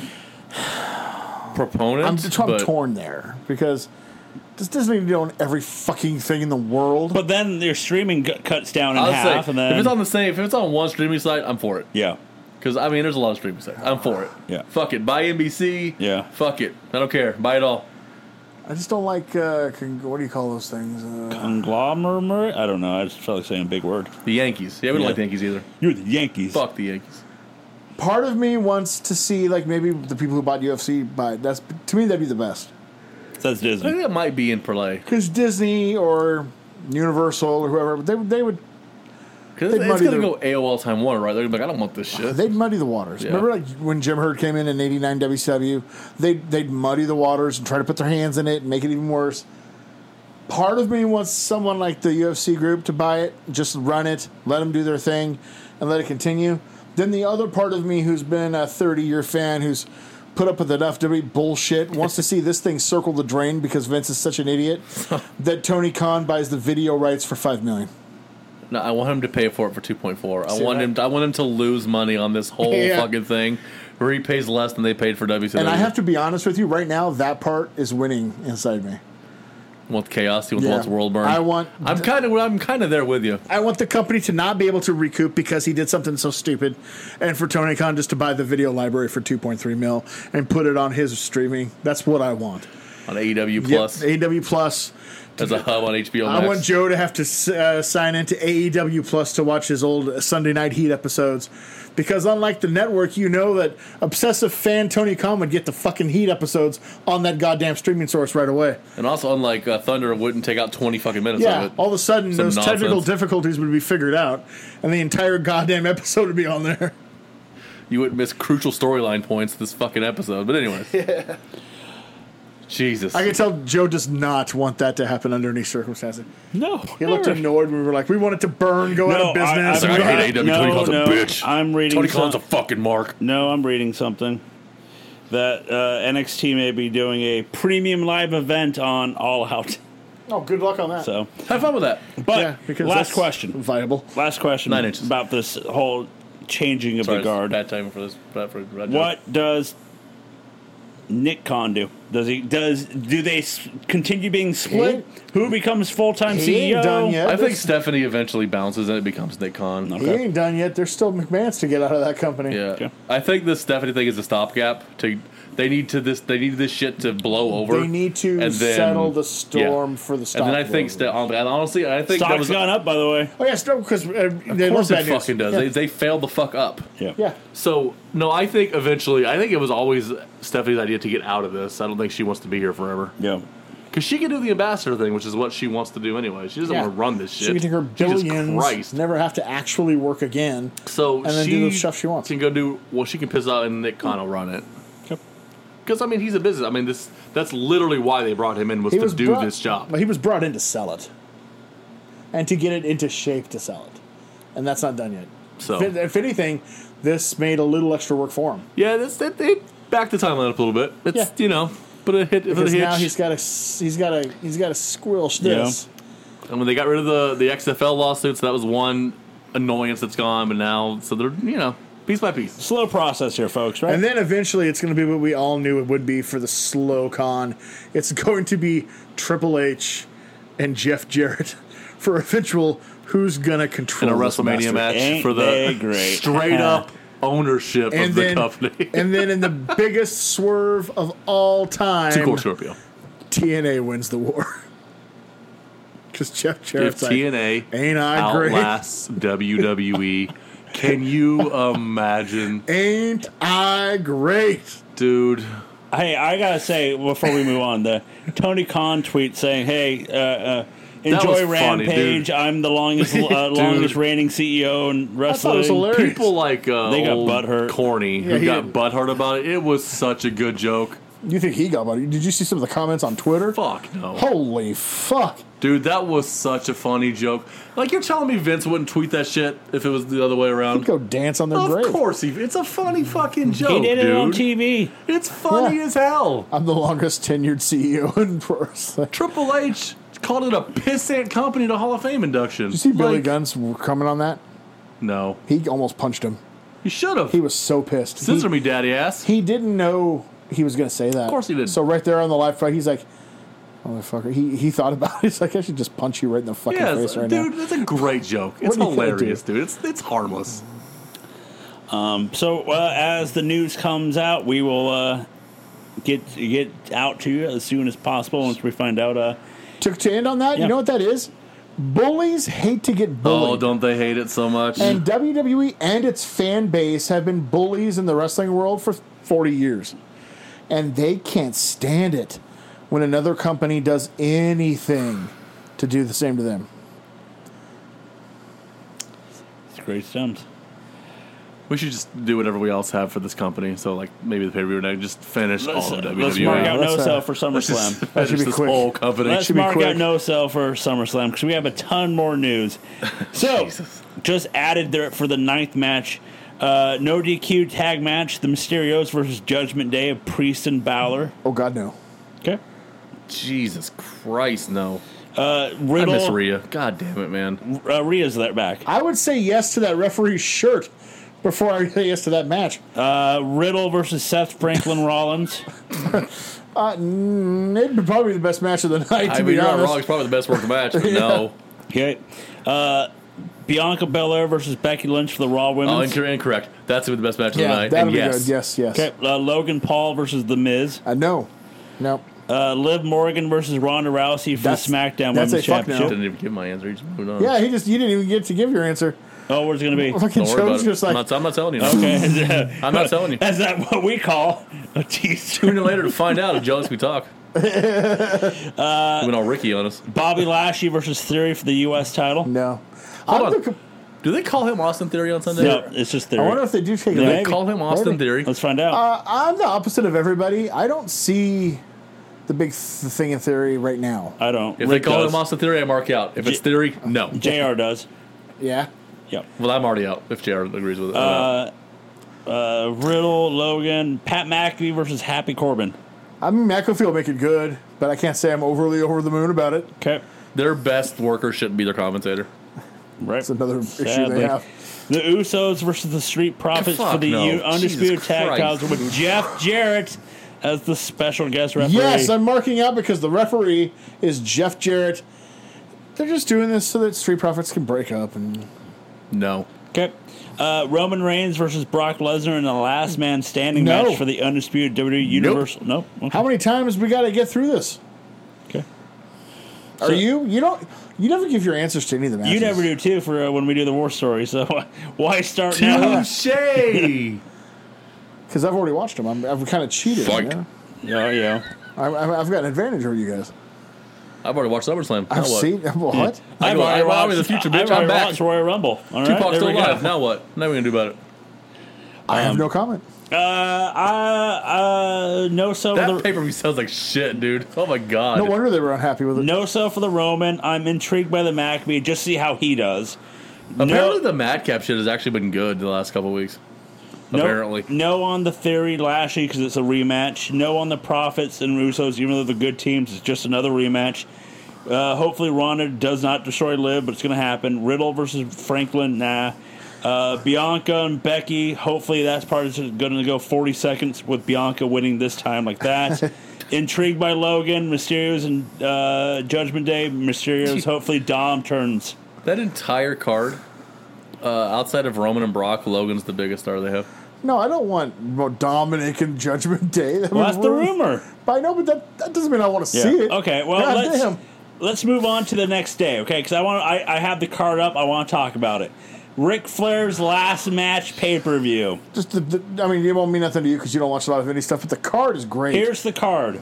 Speaker 1: proponent.
Speaker 2: I'm, just, I'm
Speaker 1: but
Speaker 2: torn there because does Disney need to own every fucking thing in the world?
Speaker 3: But then their streaming gu- cuts down in
Speaker 1: I'll
Speaker 3: half,
Speaker 1: say,
Speaker 3: and then
Speaker 1: if it's on the same, if it's on one streaming site, I'm for it.
Speaker 3: yeah,
Speaker 1: Because I mean, there's a lot of streaming sites. I'm for it.
Speaker 3: Yeah.
Speaker 1: Fuck it. Buy NBC.
Speaker 3: Yeah.
Speaker 1: Fuck it. I don't care. Buy it all.
Speaker 2: I just don't like uh, con- what do you call those things? Uh,
Speaker 3: conglomerate. I don't know. I just felt like saying a big word.
Speaker 1: The Yankees. Yeah, we don't
Speaker 3: Yeah.
Speaker 1: like the Yankees either.
Speaker 3: You're the Yankees.
Speaker 1: Fuck the Yankees.
Speaker 2: part of me wants to see like maybe the people who bought UFC buy. it. That's to me that'd be the best
Speaker 3: That's
Speaker 1: I think (laughs)
Speaker 3: Disney.
Speaker 1: that might be in play.
Speaker 2: because Disney or Universal or whoever they they would
Speaker 1: Because
Speaker 2: They'd
Speaker 1: it's,
Speaker 2: muddy
Speaker 1: going to
Speaker 2: the-
Speaker 1: go AOL Time Warner, right? They're gonna be like, I don't want this shit.
Speaker 2: They'd muddy the waters.
Speaker 1: Yeah.
Speaker 2: Remember, like when Jim Herd came in in '89 WCW, they'd they'd muddy the waters and try to put their hands in it and make it even worse. Part of me wants someone like the UFC group to buy it, just run it, let them do their thing, and let it continue. Then the other part of me, who's been a 30 year fan, who's put up with enough WWE bullshit, wants to see this thing circle the drain because Vince is such an idiot that Tony Khan buys the video rights for five million.
Speaker 1: no, I want him to pay for it for two point four. I
Speaker 2: See
Speaker 1: want
Speaker 2: that?
Speaker 1: him. To, I want him to lose money on this whole
Speaker 2: Yeah.
Speaker 1: fucking thing, where he pays less than they paid for WCW.
Speaker 2: And I have to be honest with you, right now, that part is winning inside me.
Speaker 1: want chaos. He wants,
Speaker 2: Yeah.
Speaker 1: wants world burn.
Speaker 2: I want-
Speaker 1: I'm kind of. I'm kind of there with you.
Speaker 2: I want the company to not be able to recoup because he did something so stupid, and for Tony Khan just to buy the video library for 2.3 mil and put it on his streaming. That's what I want.
Speaker 1: On AEW
Speaker 2: Yep,
Speaker 1: Plus
Speaker 2: AEW Plus.
Speaker 1: as a hub on HBO Max.
Speaker 2: I want Joe to have to s- uh, sign into AEW Plus to watch his old Sunday Night Heat episodes, because unlike the network, you know that obsessive fan Tony Khan would get the fucking Heat episodes on that goddamn streaming source right away.
Speaker 1: and also, unlike uh, Thunder, it wouldn't take out twenty fucking minutes
Speaker 2: Yeah,
Speaker 1: of it.
Speaker 2: all of a sudden
Speaker 1: Some
Speaker 2: those technical
Speaker 1: nonsense.
Speaker 2: difficulties would be figured out, and the entire goddamn episode would be on there.
Speaker 1: You wouldn't miss crucial storyline points this fucking episode. But (laughs) anyways, Jesus.
Speaker 2: I can tell Joe does not want that to happen under any circumstances.
Speaker 3: No,
Speaker 2: He looked
Speaker 3: never.
Speaker 2: annoyed when we were like, we want it to burn, go out of business.
Speaker 1: I-
Speaker 2: We
Speaker 1: I
Speaker 2: don't-
Speaker 1: hate AEW. Tony Khan's a bitch.
Speaker 3: I'm reading.
Speaker 1: Tony Khan's a
Speaker 3: some-
Speaker 1: fucking mark.
Speaker 3: no, I'm reading something that uh, NXT may be doing a premium live event on All Out. (laughs)
Speaker 2: oh, good luck on that.
Speaker 3: So,
Speaker 1: Have fun with that.
Speaker 3: but
Speaker 2: Yeah, because
Speaker 3: last
Speaker 2: that's
Speaker 3: question.
Speaker 2: Viable.
Speaker 3: Last question.
Speaker 1: Nine inches.
Speaker 3: about this whole changing of
Speaker 1: Sorry,
Speaker 3: the
Speaker 1: it's
Speaker 3: guard.
Speaker 1: Bad timing for this. Bad for, bad joke.
Speaker 3: What does Nick Khan do? Does he does do they s- continue being split? Who becomes E full time
Speaker 2: He ain't
Speaker 3: CEO?
Speaker 2: done yet.
Speaker 1: I think Stephanie eventually bounces and it becomes Nick Khan.
Speaker 2: He
Speaker 3: Okay.
Speaker 2: ain't done yet. There's still McMahons to get out of that company.
Speaker 1: Yeah,
Speaker 3: Okay.
Speaker 1: I think the Stephanie thing is a stopgap. To they need to this they need this shit to blow over.
Speaker 2: They need to
Speaker 1: and then-
Speaker 2: settle the storm
Speaker 1: yeah.
Speaker 2: for the stock.
Speaker 1: And then I think
Speaker 2: vote.
Speaker 1: Ste- and honestly, I think that
Speaker 3: Stock's
Speaker 1: was
Speaker 3: gone up, by the way.
Speaker 2: Oh, yeah, still because uh, they
Speaker 1: of course
Speaker 2: love
Speaker 1: it
Speaker 2: that news.
Speaker 1: fucking does.
Speaker 2: Yeah.
Speaker 1: They they failed the fuck up.
Speaker 2: yeah.
Speaker 1: So no, I think eventually, I think it was always Stephanie's idea to get out of this. I don't think she wants to be here forever
Speaker 3: yeah.
Speaker 1: because she can do the ambassador thing, which is what she wants to do anyway. She doesn't
Speaker 2: Yeah.
Speaker 1: want to run this shit.
Speaker 2: She can take her
Speaker 1: Jesus
Speaker 2: billions,
Speaker 1: Christ.
Speaker 2: never have to actually work again.
Speaker 1: So
Speaker 2: and then
Speaker 1: she
Speaker 2: do the stuff she wants.
Speaker 1: Can go do well. She can piss out, and Nick Khan will run it.
Speaker 3: Yep.
Speaker 1: Because I mean, he's a business. I mean, this that's literally why they brought him in was to do
Speaker 2: brought-
Speaker 1: this job.
Speaker 2: But he was brought in to sell it, and to get it into shape to sell it, and that's not done yet.
Speaker 1: So.
Speaker 2: if, if anything, this made a little extra work for him
Speaker 1: Yeah, that's it, it backed the timeline up a little bit. It's
Speaker 2: Yeah.
Speaker 1: you know, but it hit for the
Speaker 2: because now
Speaker 1: hitch.
Speaker 2: he's got to he's got to he's got to squelch
Speaker 3: Yeah.
Speaker 2: this.
Speaker 1: and when they got rid of the the XFL lawsuits, that was one annoyance that's gone. But now, so they're you know, piece by piece.
Speaker 3: Slow process here, folks. Right?
Speaker 2: And then eventually, it's going to be what we all knew it would be for the slow con. It's (laughs) going to be Triple H and Jeff Jarrett (laughs) for eventual who's going to
Speaker 1: In
Speaker 2: control
Speaker 1: a
Speaker 2: this
Speaker 1: WrestleMania
Speaker 2: bastard.
Speaker 1: match
Speaker 3: Ain't
Speaker 1: for
Speaker 3: they
Speaker 1: the
Speaker 3: great?
Speaker 1: straight up (laughs) ownership
Speaker 2: and
Speaker 1: of the
Speaker 2: then,
Speaker 1: company.
Speaker 2: (laughs) and then in the biggest swerve of all time,
Speaker 1: Too cool, Scorpio.
Speaker 2: TNA wins the war. (laughs) Because Jeff
Speaker 1: If
Speaker 2: Jarrett's like,
Speaker 1: TNA
Speaker 2: ain't I great?
Speaker 1: outlasts WWE, E, Can you imagine,
Speaker 2: Ain't I great?
Speaker 1: dude?
Speaker 3: Hey, I gotta say before we move on, the Tony Khan tweet saying, "Hey, uh, uh,
Speaker 1: was
Speaker 3: enjoy
Speaker 1: funny,
Speaker 3: Rampage.
Speaker 1: dude.
Speaker 3: I'm the
Speaker 1: (laughs)
Speaker 3: longest uh, longest reigning CEO in wrestling."
Speaker 2: hilarious.
Speaker 1: People like uh,
Speaker 3: They got
Speaker 1: old
Speaker 3: butthurt.
Speaker 1: corny
Speaker 2: Yeah,
Speaker 1: who
Speaker 2: he
Speaker 1: got
Speaker 2: did.
Speaker 1: butthurt about it. It was such a good joke.
Speaker 2: You think he got money? Did you see some of the comments on Twitter?
Speaker 1: Fuck no.
Speaker 2: Holy fuck!
Speaker 1: Dude, that was such a funny joke. Like you're telling me Vince wouldn't tweet that shit if it was the other way
Speaker 2: He'd
Speaker 1: around.
Speaker 2: go dance on their
Speaker 1: Of
Speaker 2: grave.
Speaker 1: course, he, it's a funny fucking joke,
Speaker 3: He did it
Speaker 1: dude.
Speaker 3: on TV.
Speaker 1: It's funny
Speaker 2: Yeah.
Speaker 1: as hell.
Speaker 2: I'm the longest tenured CEO (laughs) in pro wrestling.
Speaker 1: Triple H called it a pissant company to Hall of Fame induction.
Speaker 2: You see Billy
Speaker 1: Like,
Speaker 2: Gunn's coming on that?
Speaker 1: No,
Speaker 2: He almost punched him.
Speaker 1: you should have.
Speaker 2: He was so pissed.
Speaker 1: Scissor
Speaker 2: he,
Speaker 1: me, daddy ass.
Speaker 2: he didn't know he was going to say that. Of
Speaker 1: course he didn't.
Speaker 2: So right there on the live track, he's like, "Motherfucker!" He he thought about it. (laughs) He's like, "I should just punch you right in the fucking
Speaker 1: yeah,
Speaker 2: face right
Speaker 1: dude,
Speaker 2: now."
Speaker 1: that's a great joke. It's
Speaker 2: What do you think,
Speaker 1: hilarious, dude. It's it's harmless.
Speaker 3: So uh, as the news comes out, we will uh, get get out to you as soon as possible once we find out. Uh,
Speaker 2: To, to end on that,
Speaker 3: Yeah.
Speaker 2: you know what that is? Bullies hate to get
Speaker 1: Oh,
Speaker 2: bullied.
Speaker 1: don't they hate it so much?
Speaker 2: and WWE and its fan base have been bullies in the wrestling world for 40 years. And they can't stand it when another company does anything to do the same to them.
Speaker 3: it's great stumps.
Speaker 1: we should just do whatever we else have for this company. So like maybe the pay per view night, just finish
Speaker 3: Let's,
Speaker 1: all of E. WWE.
Speaker 3: let's mark out
Speaker 2: Let's,
Speaker 3: no
Speaker 2: uh,
Speaker 3: sell for
Speaker 1: Let's just (laughs)
Speaker 3: SummerSlam.
Speaker 2: That should
Speaker 1: finish
Speaker 2: be
Speaker 1: this
Speaker 2: quick.
Speaker 1: whole company.
Speaker 3: Let's
Speaker 2: be
Speaker 3: mark
Speaker 2: quick.
Speaker 3: out no sell for SummerSlam because we have a ton
Speaker 1: (laughs)
Speaker 3: more news. So, just added there for the ninth match, uh, no DQ tag match: the Mysterios versus Judgment Day of Priest and Balor.
Speaker 2: Oh, God, no.
Speaker 3: Okay.
Speaker 1: Jesus Christ, no.
Speaker 3: Uh,
Speaker 1: I miss
Speaker 3: Riddle,
Speaker 1: Rhea. God damn it, man.
Speaker 3: uh, Rhea's there back.
Speaker 2: I would say yes to that referee's shirt before I say yes to that match.
Speaker 3: Uh, Riddle versus
Speaker 1: (laughs)
Speaker 3: Seth Franklin Rollins.
Speaker 2: Mm, It'd be probably the best match of the (laughs) night, to
Speaker 1: I mean,
Speaker 2: be
Speaker 1: you're not wrong.
Speaker 2: honest.
Speaker 1: It's probably the best work of the match, but no.
Speaker 3: Okay. Uh, Bianca Belair versus Becky Lynch for the Raw
Speaker 1: Oh,
Speaker 3: Women's.
Speaker 1: incor- incorrect. That's the best match of the
Speaker 2: Yeah,
Speaker 1: night.
Speaker 2: that'd
Speaker 1: and
Speaker 2: be
Speaker 1: yes.
Speaker 2: good. Yes, yes.
Speaker 3: okay. Uh, Logan Paul versus The Miz.
Speaker 2: I know. No.
Speaker 3: Uh, Liv Morgan versus Ronda Rousey for
Speaker 2: That's-
Speaker 3: the SmackDown
Speaker 2: that's
Speaker 3: Women's
Speaker 2: a fuck
Speaker 3: Championship.
Speaker 1: Didn't even give my answer. You just moved on.
Speaker 2: Yeah, he just you didn't even get to give your answer.
Speaker 3: Oh, where's it gonna (laughs)
Speaker 2: (laughs)
Speaker 3: be?
Speaker 2: Fucking
Speaker 1: Don't worry about
Speaker 2: Jones
Speaker 1: it.
Speaker 2: just
Speaker 1: I'm,
Speaker 2: like
Speaker 1: not, I'm not telling you. Okay.
Speaker 3: Okay.
Speaker 1: I'm not
Speaker 3: (laughs)
Speaker 1: telling you.
Speaker 3: That's not what we call a teaser.
Speaker 1: Tune in later to find out if jealous we talk. Uh, Went all Ricky on us.
Speaker 3: Bobby Lashley versus Theory for the U.S. title.
Speaker 2: no.
Speaker 1: Hold
Speaker 2: I'm
Speaker 1: on.
Speaker 2: the-
Speaker 1: Do they call him Austin Theory on Sunday?
Speaker 3: No, it's just
Speaker 2: I wonder
Speaker 3: Theory.
Speaker 2: if they do take
Speaker 3: Yeah,
Speaker 2: a
Speaker 1: They
Speaker 3: maybe.
Speaker 1: call him Austin
Speaker 2: Maybe.
Speaker 1: Theory.
Speaker 3: Let's find out.
Speaker 2: Uh, I'm the opposite of everybody. I don't see the big th- thing in theory right now.
Speaker 3: I don't.
Speaker 1: If
Speaker 3: Rick
Speaker 1: they call
Speaker 3: does.
Speaker 1: him Austin Theory, I mark out. If it's
Speaker 3: J-
Speaker 1: Theory, no.
Speaker 3: Jr. does.
Speaker 2: Yeah.
Speaker 3: Yep.
Speaker 1: Well, I'm already out. If JR agrees with it, I'm out.
Speaker 3: Uh, uh, Riddle, Logan, Pat McAfee versus Happy Corbin.
Speaker 2: I mean, McAfee will make it good, but I can't say I'm overly over the moon about it.
Speaker 3: Okay.
Speaker 1: their best worker shouldn't be their commentator.
Speaker 3: Right.
Speaker 2: It's another issue
Speaker 3: Sadly.
Speaker 2: they have.
Speaker 3: The Usos versus the Street Profits
Speaker 1: Fuck
Speaker 3: for the
Speaker 1: no.
Speaker 3: U- Undisputed
Speaker 1: Jesus
Speaker 3: Tag
Speaker 1: Christ,
Speaker 3: Titles with
Speaker 1: dude.
Speaker 3: Jeff Jarrett as the special guest referee.
Speaker 2: Yes, I'm marking out because the referee is Jeff Jarrett. They're just doing this so that Street Profits can break up and
Speaker 1: No.
Speaker 3: Okay. Uh, Roman Reigns versus Brock Lesnar in the last man standing
Speaker 2: No.
Speaker 3: match for the undisputed WWE Universal. Nope. Okay.
Speaker 2: how many times we gotta get through this?
Speaker 3: Okay.
Speaker 2: Are
Speaker 3: So-
Speaker 2: you you don't you never give your answers to any of the matches.
Speaker 3: You never do too for uh, when we do the war story. So (laughs) why start now?
Speaker 1: Touche.
Speaker 2: because I've already watched them. I'm, I've kind of cheated.
Speaker 1: Fuck.
Speaker 2: You know?
Speaker 3: Oh yeah.
Speaker 2: I, I, I've got an advantage over you guys.
Speaker 1: I've already watched SummerSlam. Now
Speaker 2: I've
Speaker 1: what?
Speaker 2: seen (laughs) what?
Speaker 1: I go, I Robbie the future, bitch.
Speaker 3: I've
Speaker 1: I'm
Speaker 3: already
Speaker 1: back.
Speaker 3: watched Royal Rumble. All right,
Speaker 1: Tupac's
Speaker 3: there
Speaker 1: still
Speaker 3: we go.
Speaker 1: alive. Now what? Now we gonna do about it.
Speaker 2: I have no comment.
Speaker 3: Uh, uh, uh, no so for
Speaker 1: That
Speaker 3: the
Speaker 1: pay per view sounds like shit, dude. Oh my god.
Speaker 2: No wonder they were unhappy with it.
Speaker 3: no so for the Roman. I'm intrigued by the McAfee. Just see how he does.
Speaker 1: Apparently,
Speaker 3: no,
Speaker 1: the madcap shit has actually been good the last couple weeks.
Speaker 3: no-
Speaker 1: Apparently,
Speaker 3: no on the Theory Lashley because it's a rematch. No on the Profits and Russos, even though they're good teams. It's just another rematch. Uh, hopefully, Ronda does not destroy Liv, but it's going to happen. Riddle versus Franklin, nah. Uh, Bianca and Becky. Hopefully, that's part is going to go 40 seconds with Bianca winning this time like that. Intrigued by Logan, Mysterio's and uh, Judgment Day. Mysterio's. hopefully, Dom turns.
Speaker 1: that entire card, uh, outside of Roman and Brock, Logan's the biggest star they have.
Speaker 2: No, I don't want more Dominic and Judgment (laughs) Day. That
Speaker 3: Well,
Speaker 2: was
Speaker 3: that's the
Speaker 2: rude.
Speaker 3: rumor.
Speaker 2: I know, but that, that doesn't mean I want to see it.
Speaker 3: Okay, well
Speaker 2: God
Speaker 3: let's
Speaker 2: damn.
Speaker 3: let's move on to the next day, okay? Because I want I, I have the card up. I want to talk about it. Ric Flair's last match pay per view.
Speaker 2: Just the, the, I mean, it won't mean nothing to you because you don't watch a lot of indie stuff. But the card is great.
Speaker 3: Here's the card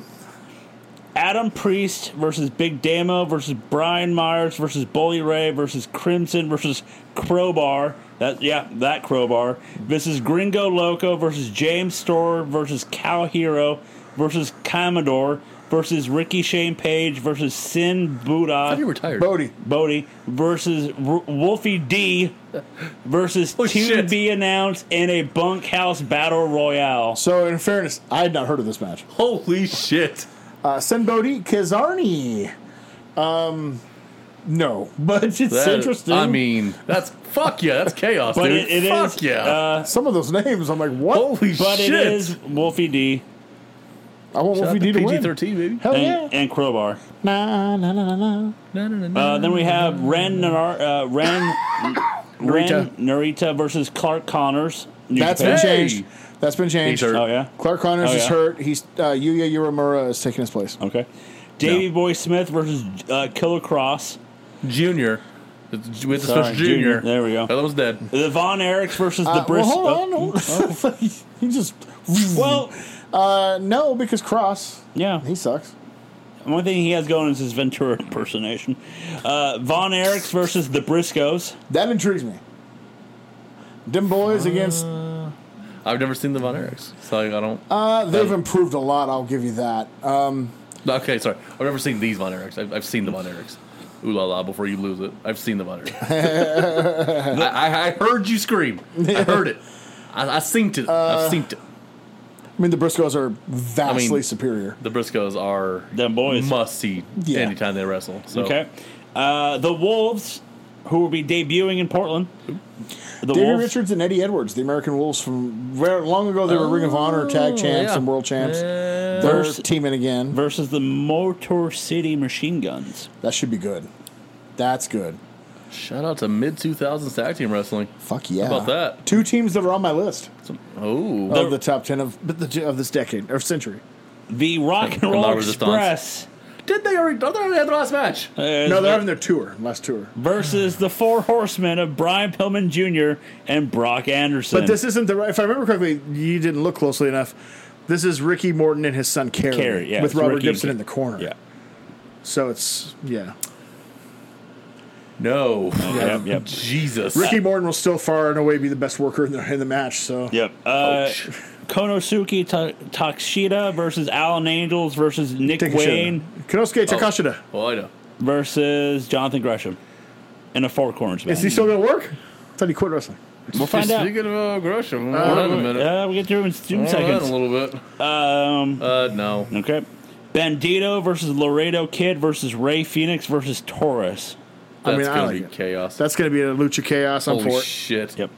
Speaker 3: Adam Priest versus Big Damo versus Brian Myers versus Bully Ray versus Crimson versus Crowbar. That yeah, that crowbar versus Gringo Loco versus James Storr versus Cow Hero versus Commodore versus Ricky Shane Page versus Sin Buddha.
Speaker 1: you retired.
Speaker 2: Bodie.
Speaker 3: Bodie versus R- Wolfie D versus
Speaker 1: Oh,
Speaker 3: to
Speaker 1: shit.
Speaker 3: be announced in a bunkhouse battle royale.
Speaker 2: So, in fairness, I had not heard of this match.
Speaker 1: Holy shit.
Speaker 2: Uh, Senbodi Kazarni. Um, no, but it's
Speaker 1: That-
Speaker 2: interesting.
Speaker 1: I mean, that's fuck yeah. That's chaos,
Speaker 3: But
Speaker 1: dude.
Speaker 3: it, it is
Speaker 1: fuck yeah.
Speaker 3: uh,
Speaker 2: some of those (laughs) names, I'm like, what?
Speaker 1: Holy
Speaker 3: but
Speaker 1: shit.
Speaker 3: it is Wolfie D
Speaker 2: I want Wolfie D to
Speaker 1: PG
Speaker 2: win.
Speaker 1: thirteen, baby.
Speaker 2: Hell
Speaker 3: and,
Speaker 2: Oh, yeah!
Speaker 3: and Crowbar.
Speaker 2: Na na na na na.
Speaker 1: No, no, no, no.
Speaker 3: Uh, then we have Ren Nar-
Speaker 1: (laughs)
Speaker 3: uh, Ren, Ren
Speaker 2: Narita.
Speaker 3: Narita versus Clark Connors. New
Speaker 2: That's
Speaker 3: Japan.
Speaker 2: been
Speaker 1: Hey!
Speaker 2: changed. That's been
Speaker 1: He's
Speaker 2: changed.
Speaker 1: hurt.
Speaker 3: Oh yeah.
Speaker 2: Clark Connors
Speaker 3: Oh,
Speaker 2: is
Speaker 3: yeah.
Speaker 2: hurt. He's uh, Yuya Uramura is taking his place.
Speaker 3: Okay. Davey Boy Smith versus uh, Killer Cross.
Speaker 1: Junior. It's- With the
Speaker 3: Sorry,
Speaker 1: special junior. Oh,
Speaker 3: Junior. There we go.
Speaker 1: That was dead.
Speaker 3: The Von Erichs versus the
Speaker 2: Uh, well,
Speaker 3: Briscoe.
Speaker 2: hold on. (laughs) he just
Speaker 3: well,
Speaker 2: uh, no because Cross
Speaker 3: yeah.
Speaker 2: he sucks.
Speaker 3: One thing he has going is his Ventura impersonation. Uh, Von Erichs versus the Briscoes.
Speaker 2: That intrigues me. Them boys against
Speaker 3: Uh,
Speaker 1: I've never seen the Von Erichs. So I don't.
Speaker 2: uh, they've improved a lot. I'll give you that. Um,
Speaker 1: okay, sorry. I've never seen these Von Erichs. I've, I've seen the Von Erichs. Ooh la la, before you lose it. I've seen the Von Erichs.
Speaker 2: (laughs)
Speaker 1: I, I, I heard you scream. I heard it. I, I synced it.
Speaker 2: Uh,
Speaker 1: I've synced it.
Speaker 2: I mean the Briscoes are vastly
Speaker 1: I mean-
Speaker 2: superior.
Speaker 1: The Briscoes are
Speaker 3: Them boys.
Speaker 1: must see
Speaker 2: Yeah.
Speaker 1: anytime they wrestle. So.
Speaker 3: Okay. Uh, the Wolves, who will be debuting in Portland. The
Speaker 2: Davey
Speaker 3: Wolves.
Speaker 2: Richards and Eddie Edwards, the American Wolves from where long ago they were Ring of Honor
Speaker 3: Oh,
Speaker 2: tag champs
Speaker 1: yeah.
Speaker 2: and world champs.
Speaker 1: Yeah.
Speaker 2: They're
Speaker 3: Vers-
Speaker 2: teaming again.
Speaker 3: Versus the Motor City Machine Guns.
Speaker 2: That should be good. That's good.
Speaker 1: Shout out to mid 2000s tag team wrestling.
Speaker 2: Fuck yeah!
Speaker 1: about that?
Speaker 2: Two teams that are on my list
Speaker 1: Some- oh,
Speaker 2: of the top ten of but the, of this decade or century.
Speaker 3: The (laughs) Rock and
Speaker 1: La
Speaker 3: Roll
Speaker 1: Resistance.
Speaker 3: Express
Speaker 1: did they already? I thought they already had the last match.
Speaker 3: uh,
Speaker 2: No, they're having their tour, last tour.
Speaker 3: versus the Four Horsemen of Brian Pillman Jr. and Brock Anderson.
Speaker 2: But this isn't the right. If I remember correctly, you didn't look closely enough. This is Ricky Morton and his son Kerry,
Speaker 3: Kerry, yeah,
Speaker 2: with
Speaker 3: it's
Speaker 2: Robert
Speaker 3: Ricky and
Speaker 2: Gibson
Speaker 3: Ke-
Speaker 2: in the corner.
Speaker 3: yeah.
Speaker 2: So it's yeah.
Speaker 1: No,
Speaker 3: Yep. Yep.
Speaker 1: Oh, Jesus.
Speaker 2: Ricky Morton will still far and away be the best worker in the in the match. So
Speaker 3: Yep. Uh, Konosuke Ta- Takashita versus Alan Angels versus Nick
Speaker 2: Take a
Speaker 3: Wayne
Speaker 2: shot. Kanosuke
Speaker 1: Oh.
Speaker 2: Takashita.
Speaker 1: Well, I know.
Speaker 3: versus Jonathan Gresham in a four corners match.
Speaker 2: Is he still going to work? I thought he quit wrestling.
Speaker 3: we'll find out.
Speaker 1: Speaking of Gresham,
Speaker 2: hold on
Speaker 1: a
Speaker 2: a
Speaker 1: minute.
Speaker 3: Uh, we'll get through in two
Speaker 1: a
Speaker 3: seconds.
Speaker 1: little bit.
Speaker 3: Um,
Speaker 1: Uh, no.
Speaker 3: okay. Bandito versus Laredo Kid versus Ray Phoenix versus Taurus.
Speaker 1: That's
Speaker 2: I mean, I
Speaker 1: gonna
Speaker 2: like
Speaker 1: be
Speaker 2: it.
Speaker 1: chaos.
Speaker 2: That's going to be a lucha chaos. I'm
Speaker 1: Holy
Speaker 2: for it.
Speaker 1: shit.
Speaker 3: Yep.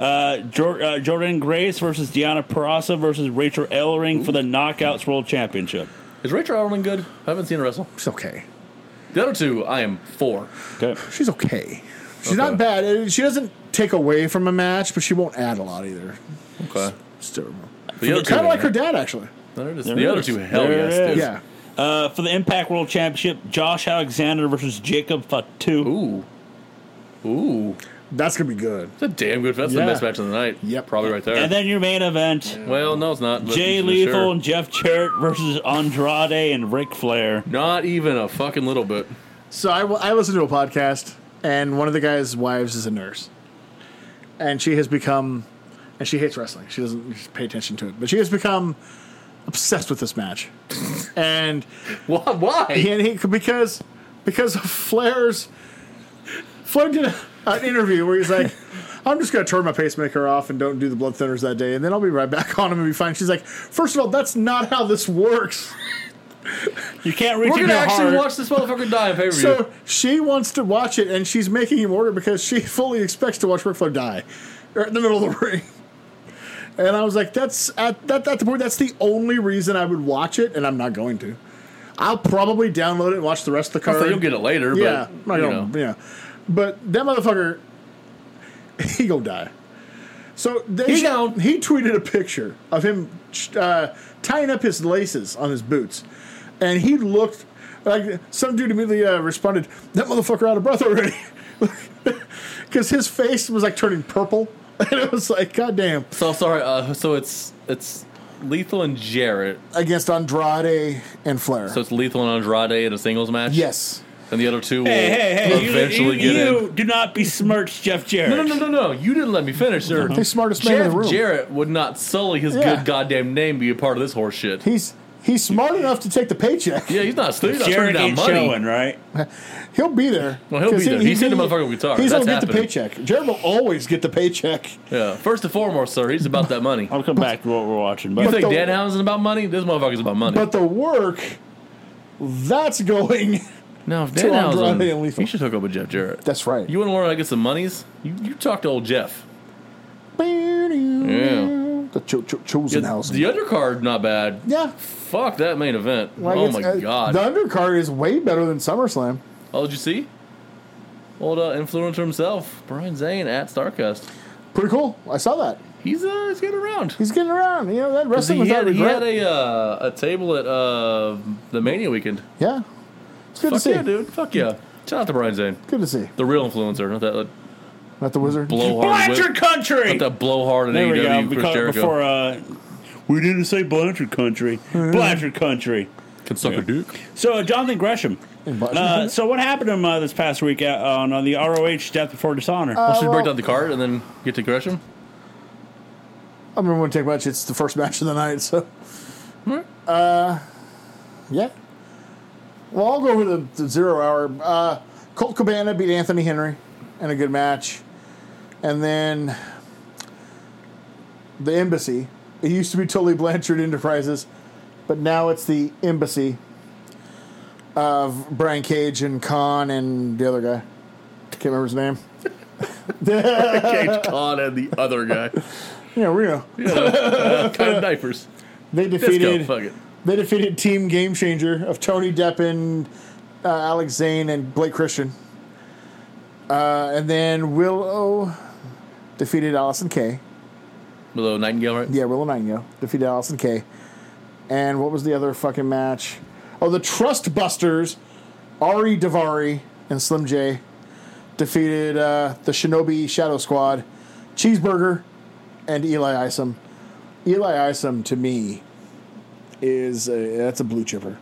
Speaker 3: Uh, Jor- uh, Jordan Grace versus Deanna Peraza versus Rachel Ellering for the Knockouts World Championship.
Speaker 1: Is Rachel Ireland good? I haven't seen her wrestle.
Speaker 2: She's okay.
Speaker 1: The other two, I am for.
Speaker 3: Okay.
Speaker 2: She's okay. She's
Speaker 1: Okay.
Speaker 2: not bad. Uh, She doesn't take away from a match, but she won't add a lot either.
Speaker 1: Okay.
Speaker 2: Still,
Speaker 1: The other
Speaker 2: kind
Speaker 1: two-
Speaker 2: of like her dad actually.
Speaker 1: There it is.
Speaker 3: There
Speaker 1: the
Speaker 3: it
Speaker 1: other
Speaker 3: is.
Speaker 1: two, hell
Speaker 3: There it
Speaker 1: yes, dude.
Speaker 3: is.
Speaker 2: Yeah.
Speaker 3: Uh, for the Impact World Championship, Josh Alexander versus Jacob Fatu.
Speaker 1: Ooh. Ooh.
Speaker 2: That's gonna be good.
Speaker 1: It's a damn good. That's
Speaker 2: Yeah.
Speaker 1: the best match of the night.
Speaker 2: Yep.
Speaker 1: Probably right there.
Speaker 3: And then your main event,
Speaker 1: well, no, it's not. but
Speaker 3: Jay
Speaker 1: sure.
Speaker 3: Lethal and Jeff Jarrett versus Andrade and Ric Flair.
Speaker 1: Not even a fucking little bit.
Speaker 2: So I, I listened to a podcast, and one of the guy's wives is a nurse, and she has become, and she hates wrestling. She doesn't pay attention to it, but she has become obsessed with this match, and
Speaker 1: Why? Why?
Speaker 2: and he because because of Flair's Flair did a, an interview where he's like, I'm just gonna turn my pacemaker off and don't do the blood thinners that day, and then I'll be right back on him and be fine. She's like, first of all, that's not how this works.
Speaker 3: You can't reach
Speaker 1: We're
Speaker 3: in
Speaker 1: gonna
Speaker 3: your
Speaker 1: actually
Speaker 3: heart.
Speaker 1: watch this motherfucker die in pay per view.
Speaker 2: So she wants to watch it, and she's making him order because she (laughs) fully expects to watch Ric Flair die right in the middle of the (laughs) ring. And I was like, "That's at that at the point. That's the only reason I would watch it, and I'm not going to. I'll probably download it and watch the rest of the card.
Speaker 1: so you'll get it later.
Speaker 2: yeah,
Speaker 1: but,
Speaker 2: I
Speaker 1: you
Speaker 2: don't-
Speaker 1: know.
Speaker 2: yeah. But that motherfucker, (laughs) he gonna die. So they
Speaker 1: He
Speaker 2: sh-
Speaker 1: gone.
Speaker 2: he tweeted a picture of him uh, tying up his laces on his boots, and he looked (laughs) like some dude immediately uh, responded, "That motherfucker out of breath already." because his face was like turning purple, (laughs) and it was like, God damn.
Speaker 1: So sorry. Uh, so it's it's Lethal and Jarrett.
Speaker 2: Against Andrade and Flair.
Speaker 1: So it's Lethal and Andrade in a singles match.
Speaker 2: yes.
Speaker 1: And the other two will
Speaker 3: Hey, hey, hey! You,
Speaker 1: eventually
Speaker 3: you,
Speaker 1: get in.
Speaker 3: you do not besmirch Jeff Jarrett.
Speaker 1: No, no, no, no, no! You didn't let me finish, sir.
Speaker 2: Uh-huh. The smartest man in
Speaker 1: Jeff
Speaker 2: the room.
Speaker 1: Jarrett would not sully his
Speaker 2: Yeah.
Speaker 1: good goddamn name to be a part of this horse shit.
Speaker 2: He's he's smart enough to take the paycheck.
Speaker 1: yeah, he's not stupid. He's not turning
Speaker 3: Jarrett
Speaker 1: down
Speaker 3: ain't
Speaker 1: money.
Speaker 3: showing, right?
Speaker 2: He'll be there.
Speaker 1: Well, he'll
Speaker 2: 'Cause
Speaker 1: be there. He's hitting the motherfucker with guitar.
Speaker 2: He's
Speaker 1: That's
Speaker 2: gonna get
Speaker 1: happening.
Speaker 2: the paycheck. Jared will always get the paycheck.
Speaker 1: Yeah. First and foremost, sir, he's about that
Speaker 2: (laughs)
Speaker 1: money.
Speaker 3: I'll come back to what we're watching.
Speaker 1: You
Speaker 3: But
Speaker 1: think
Speaker 2: the-
Speaker 1: Danhausen's about money? This motherfucker's about money.
Speaker 2: But the work that's going. (laughs)
Speaker 1: no, if
Speaker 2: to Andrade and
Speaker 1: Danhausen,
Speaker 2: Lethal.
Speaker 1: you should hook up with Jeff Jarrett.
Speaker 2: That's right.
Speaker 1: you want to learn how to get some monies? You, you talk to old Jeff.
Speaker 2: yeah. The cho- cho- chosen
Speaker 1: The
Speaker 2: house.
Speaker 1: undercard, not bad.
Speaker 2: yeah.
Speaker 1: Fuck that main event.
Speaker 2: Like,
Speaker 1: oh
Speaker 2: it's-
Speaker 1: my
Speaker 2: uh,
Speaker 1: god.
Speaker 2: The undercard is way better than SummerSlam.
Speaker 1: Oh, did you see? Old uh, influencer himself, Brian Zane at Starcast.
Speaker 2: Pretty cool. I saw that.
Speaker 1: He's uh, he's getting around.
Speaker 2: He's getting around. You know that wrestling
Speaker 1: He
Speaker 2: without
Speaker 1: had, he
Speaker 2: regret.
Speaker 1: had a uh, a table at uh, the Mania weekend.
Speaker 2: yeah. It's good to
Speaker 1: Fuck
Speaker 2: see.
Speaker 1: yeah, dude. Fuck yeah. Shout out to Brian Zane,
Speaker 2: Good to see.
Speaker 1: the real influencer, not that like,
Speaker 2: Not the wizard.
Speaker 1: blowhard.
Speaker 3: Blanchard
Speaker 1: With,
Speaker 3: Country.
Speaker 1: not that blowhard
Speaker 3: There
Speaker 1: in
Speaker 3: we go.
Speaker 1: AEW. E
Speaker 3: We
Speaker 1: Chris
Speaker 3: called it
Speaker 1: Jericho Uh-huh.
Speaker 3: before. Uh, we didn't say Blanchard Country. Blanchard Country.
Speaker 1: can suck a dick.
Speaker 3: So uh, Jonathan Gresham.
Speaker 2: Blanchard
Speaker 3: Uh,
Speaker 2: Country?
Speaker 3: so what happened to him uh, this past week uh, on, on the ROH Death Before Dishonor?
Speaker 1: Well, should we break
Speaker 2: well-
Speaker 1: down the card and then get to Gresham?
Speaker 2: I remember when take much. It's the first match of the night, so. Uh, yeah. Well, I'll go over the, the zero hour. Uh, Colt Cabana beat Anthony Henry in a good match, and then the Embassy. It used to be totally Blanchard Enterprises, but now it's the Embassy of Brian Cage and Khan and the other guy. Can't remember his name.
Speaker 1: Cage Khan and the other guy.
Speaker 2: (laughs) Yeah, Reno.
Speaker 1: kind of
Speaker 2: (laughs)
Speaker 1: diapers.
Speaker 2: They
Speaker 1: Let's go.
Speaker 2: defeated.
Speaker 1: Fuck it.
Speaker 2: They defeated Team Game Changer of Tony Deppen, uh, Alex Zane, and Blake Christian. Uh, and then Willow defeated Allison Kay.
Speaker 1: Below Nightingale, right?
Speaker 2: Yeah, Willow Nightingale defeated Allison Kay. And what was the other fucking match? Oh, the Trust Busters, Ari Davari and Slim J defeated uh, the Shinobi Shadow Squad, Cheeseburger, and Eli Isom. Eli Isom to me is a, that's a blue chipper.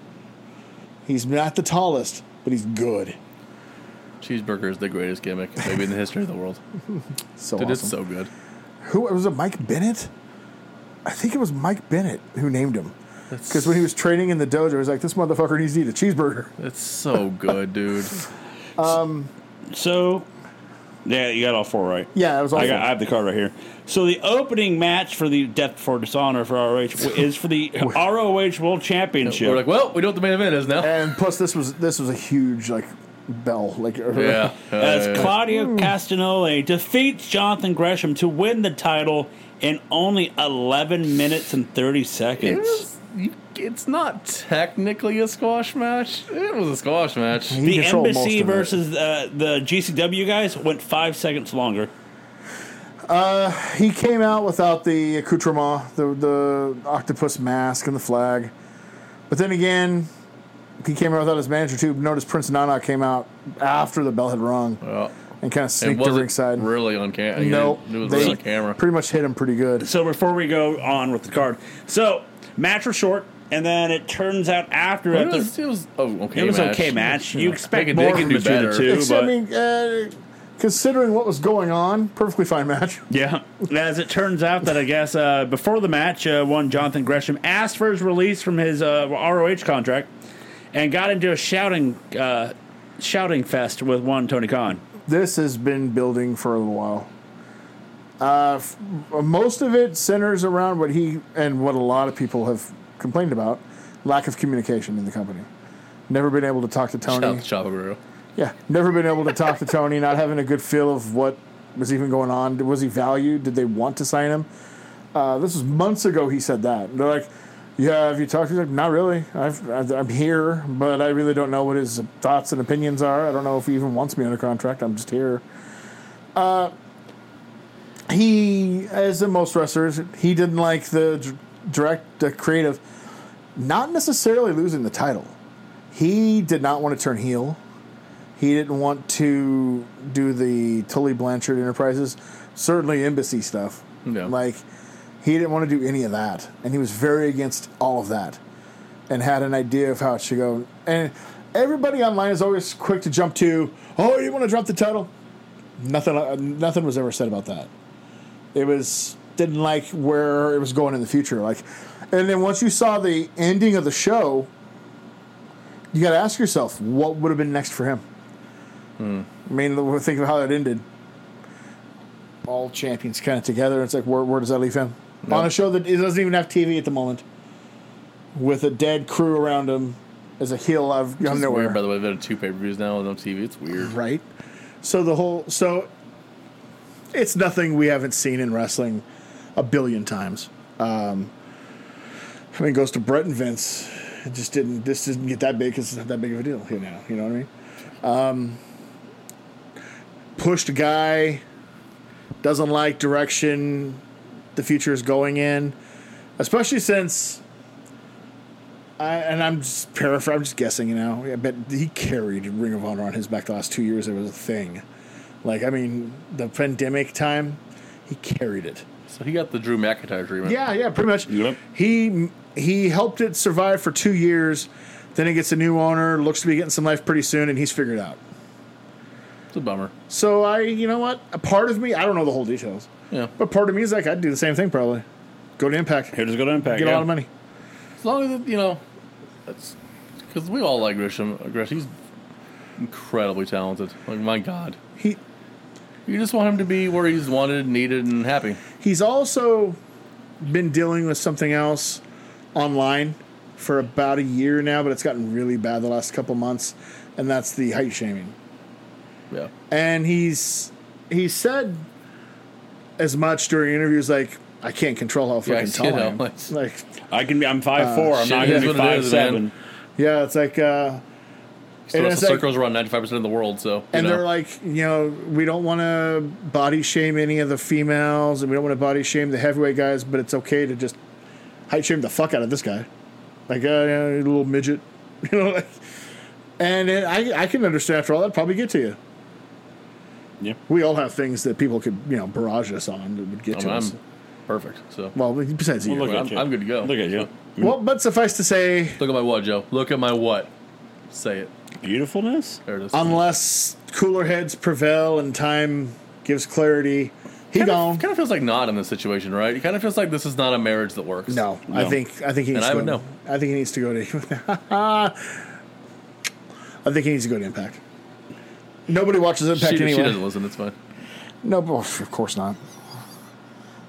Speaker 2: He's not the tallest, but he's good.
Speaker 1: Cheeseburger is the greatest gimmick maybe in the history of the
Speaker 2: (laughs)
Speaker 1: world.
Speaker 2: So
Speaker 1: Dude,
Speaker 2: awesome.
Speaker 1: it's so good.
Speaker 2: Who was it? Mike Bennett? I think it was Mike Bennett who named him. Because when he was training in the dojo, he was like, "This motherfucker needs to eat a cheeseburger."
Speaker 1: It's so good,
Speaker 2: (laughs)
Speaker 1: dude.
Speaker 3: so, yeah, you got all four right.
Speaker 2: Yeah, it was
Speaker 3: I,
Speaker 2: awesome.
Speaker 3: got, I have the card right here. So the opening match for the Death Before Dishonor for ROH
Speaker 1: (laughs)
Speaker 3: is for the ROH World Championship.
Speaker 1: We're like, well, we know what the main event is now.
Speaker 2: and plus, this was this was a huge like bell, like
Speaker 1: (laughs) Yeah. Uh,
Speaker 3: as Claudio Castagnoli defeats Jonathan Gresham to win the title in only 11 minutes and 30
Speaker 1: it
Speaker 3: seconds.
Speaker 1: was- you- it's not technically a squash match. It was a squash match.
Speaker 2: He
Speaker 3: The
Speaker 2: controlled most
Speaker 3: embassy
Speaker 2: of it.
Speaker 3: versus uh, the GCW guys went five seconds longer.
Speaker 2: He came out without the accoutrement, the the octopus mask and the flag. But then again, he came out without his manager too. Notice Prince Nana came out after the bell had rung
Speaker 1: Well,
Speaker 2: and kind of
Speaker 1: it
Speaker 2: sneaked to ringside.
Speaker 1: wasn't really on camera.
Speaker 2: no,
Speaker 1: It was
Speaker 2: they
Speaker 1: really on camera.
Speaker 2: pretty much hit him pretty good.
Speaker 3: So before we go on with the card, so match was short, and then it turns out after
Speaker 1: It
Speaker 3: at the-
Speaker 1: was, it was, oh, okay
Speaker 3: it was
Speaker 1: match.
Speaker 3: okay match. You expect
Speaker 1: They can- they
Speaker 3: more
Speaker 1: can
Speaker 3: from
Speaker 1: do
Speaker 3: between the
Speaker 1: better.
Speaker 3: two,
Speaker 2: It's-
Speaker 3: but
Speaker 2: I mean, uh, considering what was going on, perfectly fine match. (laughs)
Speaker 3: Yeah. As it turns out, that I guess uh, before the match, uh, one Jonathan Gresham asked for his release from his uh, ROH contract, and got into a shouting uh, shouting fest with one Tony Khan.
Speaker 2: This has been building for a little while. Uh, f- most of it centers around what he and what a lot of people have complained about: lack of communication in the company. Never been able to talk to
Speaker 1: Shout out
Speaker 2: Tony.
Speaker 1: to Chavo Guerrero.
Speaker 2: Yeah, never been able to talk to Tony. Not having a good feel of what was even going on. Was he valued? Did they want to sign him? Uh, this was months ago. He said that. And they're like, "Yeah, have you talked?" He's like, "Not really. I've, I've, I'm here, but I really don't know what his thoughts and opinions are. I don't know if he even wants me under contract. I'm just here." Uh, he, as in most wrestlers, he didn't like the d- direct the creative, not necessarily losing the title. He did not want to turn heel. He didn't want to do the Tully Blanchard Enterprises, certainly embassy stuff.
Speaker 1: No.
Speaker 2: Like, he didn't want to do any of that. And he was very against all of that and had an idea of how it should go. And everybody online is always quick to jump to, oh, you want to drop the title? Nothing, uh, nothing was ever said about that. It was didn't like where it was going in the future. Like, and then once you saw the ending of the show, you got to ask yourself what would have been next for him. I mean, think of how that ended. All champions kind of together. It's like where, where does that leave him on a show that it doesn't even have TV at the moment, with a dead crew around him as a heel out of, out of
Speaker 1: It's
Speaker 2: nowhere.
Speaker 1: weird, by the way. There are two pay per views now on TV. It's weird.
Speaker 2: Right. So the whole so it's nothing we haven't seen in wrestling a billion times. Um, I mean, it goes to Brett and Vince. It just didn't. This didn't get that big because it's not that big of a deal here now. You know what I mean? Um, pushed guy doesn't like direction the future is going in, especially since. I, and I'm just paraphrasing. I'm just guessing, you know. I bet he carried Ring of Honor on his back the last two years. It was a thing. Like, I mean, the pandemic time, he carried it.
Speaker 1: So he got the Drew McIntyre treatment.
Speaker 2: Yeah, yeah, pretty much.
Speaker 3: Yep.
Speaker 2: He he helped it survive for two years. Then he gets a new owner. Looks to be getting some life pretty soon, and he's figured it out.
Speaker 1: It's a bummer.
Speaker 2: So I, you know what? A part of me, I don't know the whole details,
Speaker 1: Yeah.
Speaker 2: but part of me is like, I'd do the same thing probably. Go to Impact,
Speaker 3: Here just go to Impact.
Speaker 2: get a
Speaker 3: yeah.
Speaker 2: lot of money.
Speaker 1: As long as, it, you know, that's because we all like Grisham. Grisham, he's incredibly talented. Like, my God.
Speaker 2: He
Speaker 1: You just want him to be where he's wanted, needed, and happy.
Speaker 2: He's also been dealing with something else online for about a year now, but it's gotten really bad the last couple months, and that's the height shaming.
Speaker 1: Yeah.
Speaker 2: And he's he said as much during interviews like I can't control how
Speaker 1: Yeah, I
Speaker 2: fucking
Speaker 1: see
Speaker 2: tall
Speaker 1: how
Speaker 2: I am.
Speaker 1: much-
Speaker 2: Like
Speaker 3: I can be. I'm five four. I'm
Speaker 1: shit,
Speaker 3: not
Speaker 1: it
Speaker 3: gonna
Speaker 1: is
Speaker 3: be
Speaker 1: what it
Speaker 3: five
Speaker 1: is, man.
Speaker 3: seven.
Speaker 2: yeah, it's like uh
Speaker 1: So
Speaker 2: And
Speaker 1: the
Speaker 2: it's like-
Speaker 1: circles around 95% of the world, so. you
Speaker 2: and
Speaker 1: know.
Speaker 2: they're like, you know, we don't want to body shame any of the females, and we don't want to body shame the heavyweight guys, but it's okay to just height shame the fuck out of this guy, like uh, you know, you little midget, (laughs) you know. Like, and it, I, I can understand after all that'd probably get to you.
Speaker 3: Yeah.
Speaker 2: We all have things that people could, you know, barrage us on that would get
Speaker 1: I
Speaker 2: to
Speaker 1: mean,
Speaker 2: us.
Speaker 1: I'm perfect. So.
Speaker 2: Well, besides you.
Speaker 3: Well,
Speaker 2: Well,
Speaker 3: look at
Speaker 1: I'm-
Speaker 3: you.
Speaker 1: I'm good to go.
Speaker 3: Look at you.
Speaker 2: but suffice to say,
Speaker 1: Look at my what, Joe? Look at my what? Say it.
Speaker 3: Beautifulness.
Speaker 1: There it is.
Speaker 2: unless cooler heads prevail and time gives clarity, he
Speaker 1: kind
Speaker 2: gone.
Speaker 1: Of, kind of feels like not in this situation, right? It kind of feels like this is not a marriage that works.
Speaker 2: No, I
Speaker 3: No.
Speaker 2: think I think he needs
Speaker 1: I
Speaker 2: to
Speaker 1: would
Speaker 2: go,
Speaker 1: know.
Speaker 2: I think he needs to (laughs) go to. I think he needs to go to Impact. Nobody watches
Speaker 1: She,
Speaker 2: Impact
Speaker 1: she
Speaker 2: anyway.
Speaker 1: doesn't listen. It's fine.
Speaker 2: no, but- of course not.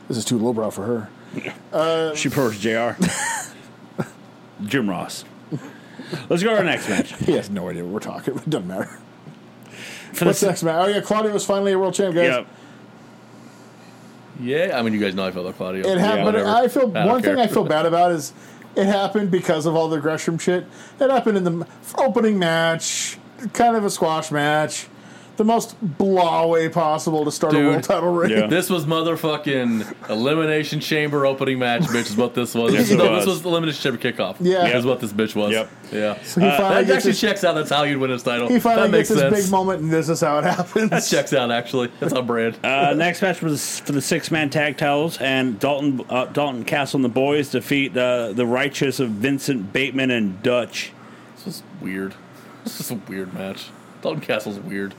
Speaker 2: This is too lowbrow for her.
Speaker 3: She prefers Jr. (laughs) Jim Ross. Let's go to our next match.
Speaker 2: He has no idea what we're talking. (laughs) It doesn't matter.
Speaker 3: For
Speaker 2: What's
Speaker 3: this-
Speaker 2: next, man? Oh yeah, Claudio was finally a world champ, guys.
Speaker 3: Yeah.
Speaker 1: Yeah, I mean, you guys know I feel like Claudio.
Speaker 2: It happened. but
Speaker 1: whatever.
Speaker 2: I feel
Speaker 1: don't
Speaker 2: one thing
Speaker 1: care.
Speaker 2: I feel bad about is it happened because of all the Gresham shit. It happened in the m- opening match, kind of a squash match, the most blah way possible to start
Speaker 1: Dude.
Speaker 2: a world title reign.
Speaker 3: Yeah.
Speaker 1: This was motherfucking elimination chamber opening match, bitch. Is what this was.
Speaker 3: Yes, it
Speaker 1: no,
Speaker 3: was.
Speaker 1: this was elimination chamber kickoff.
Speaker 2: Yeah.
Speaker 1: is what this bitch was.
Speaker 3: Yep.
Speaker 1: Yeah.
Speaker 2: So he finally
Speaker 1: that
Speaker 2: gets
Speaker 1: actually
Speaker 2: his,
Speaker 1: checks out. That's how you'd win his title.
Speaker 2: he finally
Speaker 1: that makes
Speaker 2: gets his
Speaker 1: sense.
Speaker 2: big moment, and this is how it (laughs) happens.
Speaker 1: that checks out. Actually, that's on brand.
Speaker 3: Uh, next match was for the six man tag titles, and Dalton uh, Dalton Castle and the boys defeat uh, the Righteous of Vincent Bateman and Dutch.
Speaker 1: This is weird. This is a weird match. Dalton Castle's weird.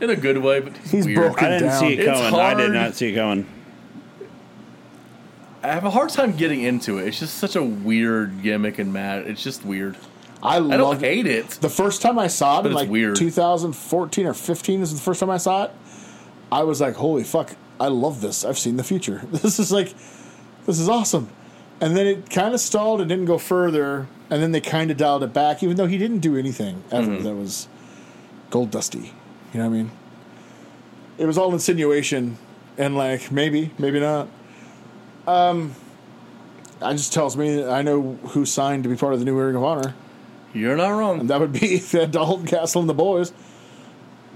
Speaker 1: In a good way, but he's,
Speaker 2: He's
Speaker 1: weird.
Speaker 2: broken.
Speaker 3: I didn't
Speaker 2: down.
Speaker 3: see it
Speaker 1: It's
Speaker 3: coming. I did
Speaker 1: hard.
Speaker 3: not see it coming.
Speaker 1: I have a hard time getting into it. It's just such a weird gimmick and match. It's just weird.
Speaker 2: I
Speaker 1: I don't
Speaker 2: love it.
Speaker 1: hate it.
Speaker 2: The first time I saw it, in
Speaker 1: it's
Speaker 2: like
Speaker 1: weird.
Speaker 2: 2014 or 15 is the first time I saw it. I was like, holy fuck, I love this. I've seen the future. (laughs) This is like, this is awesome. And then it kind of stalled and didn't go further. And then they kind of dialed it back, even though he didn't do anything ever
Speaker 1: Mm-hmm.
Speaker 2: that was gold dusty. You know what I mean? It was all insinuation and like, maybe, maybe not. Um, I just tells me that I know who signed to be part of the new Ring of Honor.
Speaker 1: You're not wrong.
Speaker 2: That would be (laughs) the Dalton Castle and the boys. Uh,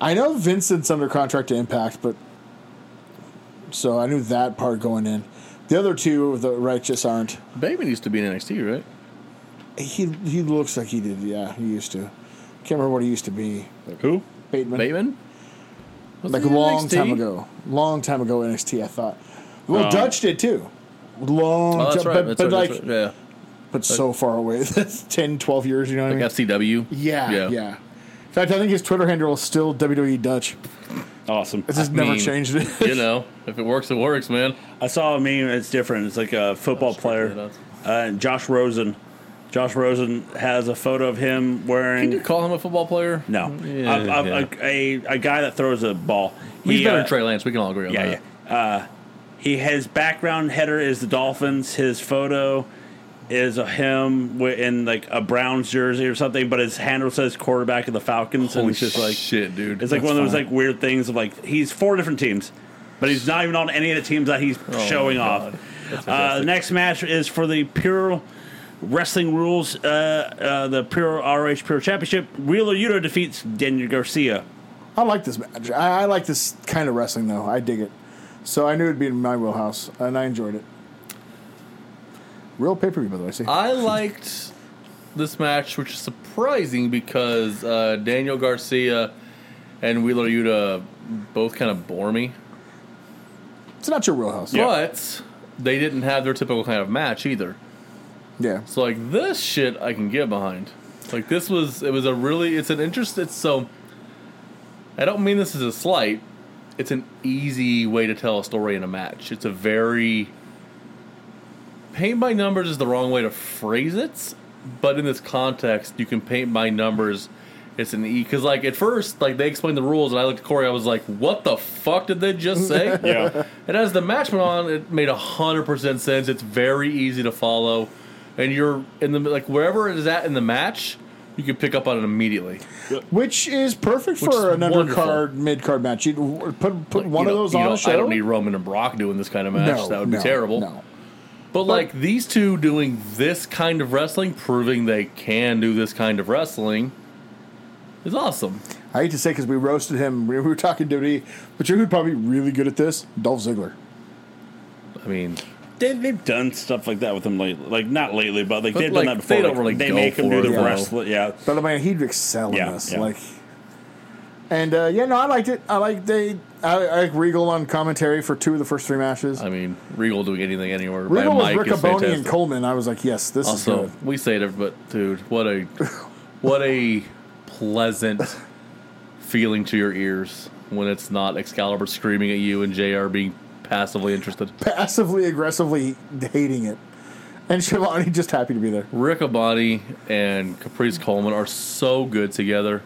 Speaker 2: I know Vincent's under contract to Impact, but so I knew that part going in. The other two, the righteous, aren't.
Speaker 1: Bateman used to be in NXT, right?
Speaker 2: He he looks like he did. Yeah, he used to. Can't remember what he used to be.
Speaker 3: Who?
Speaker 2: Bateman.
Speaker 1: Bateman?
Speaker 2: Like a long time ago. Long time ago NXT. I thought. Well,
Speaker 3: Oh.
Speaker 2: Dutch did too. Long.
Speaker 1: Um, Oh, that's
Speaker 2: time,
Speaker 1: right.
Speaker 2: But,
Speaker 1: that's
Speaker 2: but
Speaker 1: right,
Speaker 2: like,
Speaker 1: that's right.
Speaker 2: but so far away. (laughs) That's 10, 12 years. You know what I
Speaker 1: yeah.
Speaker 2: mean?
Speaker 1: Like FCW.
Speaker 2: Yeah, yeah. In fact, I think his Twitter handle is still WWE Dutch.
Speaker 3: Awesome.
Speaker 2: It's just never
Speaker 1: mean,
Speaker 2: changed it. (laughs)
Speaker 1: you know, if it works, it works, man.
Speaker 3: I saw a meme. It's different. It's like a football player, uh, Josh Rosen. Josh Rosen has a photo of him
Speaker 1: Can you
Speaker 3: wearing
Speaker 1: call him a football player?
Speaker 3: no,
Speaker 1: Yeah,
Speaker 3: a, a,
Speaker 1: yeah.
Speaker 3: A, a, a guy that throws a ball.
Speaker 1: He's
Speaker 3: He,
Speaker 1: better
Speaker 3: uh,
Speaker 1: than Trey Lance. We can all agree on
Speaker 3: Yeah,
Speaker 1: that.
Speaker 3: yeah. Uh, he his background header is the Dolphins. His photo is of him wi- in like a Browns jersey or something, but his handle says quarterback of the Falcons, and
Speaker 1: Holy
Speaker 3: it's just like
Speaker 1: shit, dude.
Speaker 3: it's like
Speaker 2: That's
Speaker 3: one of those
Speaker 2: fine.
Speaker 3: like weird things of like he's four different teams, but he's not even on any of the teams that he's
Speaker 1: Oh my
Speaker 3: showing
Speaker 1: God.
Speaker 3: off.
Speaker 1: That's
Speaker 3: Uh, the
Speaker 1: fantastic.
Speaker 3: next match is for the pure wrestling rules, uh, uh, the pure RH pure championship. Wheeler Yuta defeats Daniel Garcia.
Speaker 2: I like this match. I, I like this kind of wrestling, though. I dig it. So I knew it'd be in my wheelhouse, and I enjoyed it. Real pay per view, by the way. See,
Speaker 1: I liked this match, which is surprising because uh, Daniel Garcia and Wheeler Yuta both kind of bore me.
Speaker 2: it's not your wheelhouse.
Speaker 3: Yeah.
Speaker 1: But they didn't have their typical kind of match either.
Speaker 2: Yeah.
Speaker 1: So like this shit I can get behind. Like this was it was a really it's an interest it's so I don't mean this as a slight. It's an easy way to tell a story in a match. It's a very paint by numbers is the wrong way to phrase it, but in this context you can paint by numbers it's an E because like at first like they explained the rules and I looked at Corey I was like what the fuck did they just say
Speaker 3: Yeah.
Speaker 1: and as the match went on, it made hundred percent sense. It's very easy to follow, and you're in the like wherever it is at in the match, you can pick up on it immediately.
Speaker 2: Which is perfect
Speaker 1: Which
Speaker 2: for
Speaker 1: is
Speaker 2: an
Speaker 1: wonderful.
Speaker 2: undercard, mid card match. You'd w- put put one
Speaker 1: You
Speaker 2: of
Speaker 1: know-
Speaker 2: those
Speaker 1: you
Speaker 2: on
Speaker 1: know,
Speaker 2: a show.
Speaker 1: I don't need Roman and Brock doing this kind of match. that would be
Speaker 2: no,
Speaker 1: terrible.
Speaker 2: No.
Speaker 1: But like these two doing this kind of wrestling, proving they can do this kind of wrestling, is awesome.
Speaker 2: I hate to say because we roasted him. We we were talking WWE, but you know who'd probably be really good at this? Dolph Ziggler.
Speaker 1: I mean,
Speaker 3: They, they've done stuff like that with him lately. Like, not lately, but like,
Speaker 1: But,
Speaker 3: they've
Speaker 1: like,
Speaker 3: done that before.
Speaker 1: they don't
Speaker 3: Like,
Speaker 1: really
Speaker 3: They
Speaker 1: go
Speaker 3: make him
Speaker 1: for
Speaker 3: do
Speaker 1: it,
Speaker 3: the
Speaker 1: though.
Speaker 3: wrestling. Yeah.
Speaker 2: But I mean, he'd excel in
Speaker 3: Yeah,
Speaker 2: this.
Speaker 3: yeah.
Speaker 2: Like, and uh, yeah, no, I liked it. I like they. I, I like Regal on commentary for two of the first three matches.
Speaker 1: I mean, Regal doing anything anywhere.
Speaker 2: Regal was
Speaker 1: by Mike Uh, is
Speaker 2: Riccoboni and
Speaker 1: fantastic.
Speaker 2: Coleman. I was like, yes, this
Speaker 1: Also,
Speaker 2: is good. (laughs)
Speaker 1: we say it, but dude, what a what a pleasant feeling to your ears when it's not Excalibur screaming at you and Jr. being passively interested.
Speaker 2: Passively aggressively hating it, and (laughs) Shivani just happy to be there.
Speaker 1: Riccoboni and Caprice Coleman are so good together.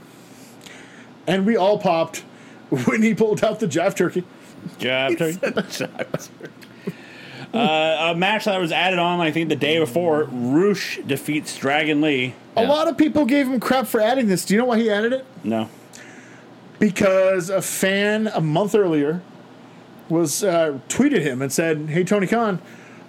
Speaker 2: And we all popped (laughs) when he pulled out the jive turkey.
Speaker 3: Job turkey. uh, a match that was added on, I think, the day before. Roosh defeats Dragon Lee.
Speaker 2: A
Speaker 1: Yeah.
Speaker 2: lot of people gave him crap for adding this. Do you know why he added it?
Speaker 3: No.
Speaker 2: because a fan a month earlier was uh, tweeted him and said, "Hey Tony Khan,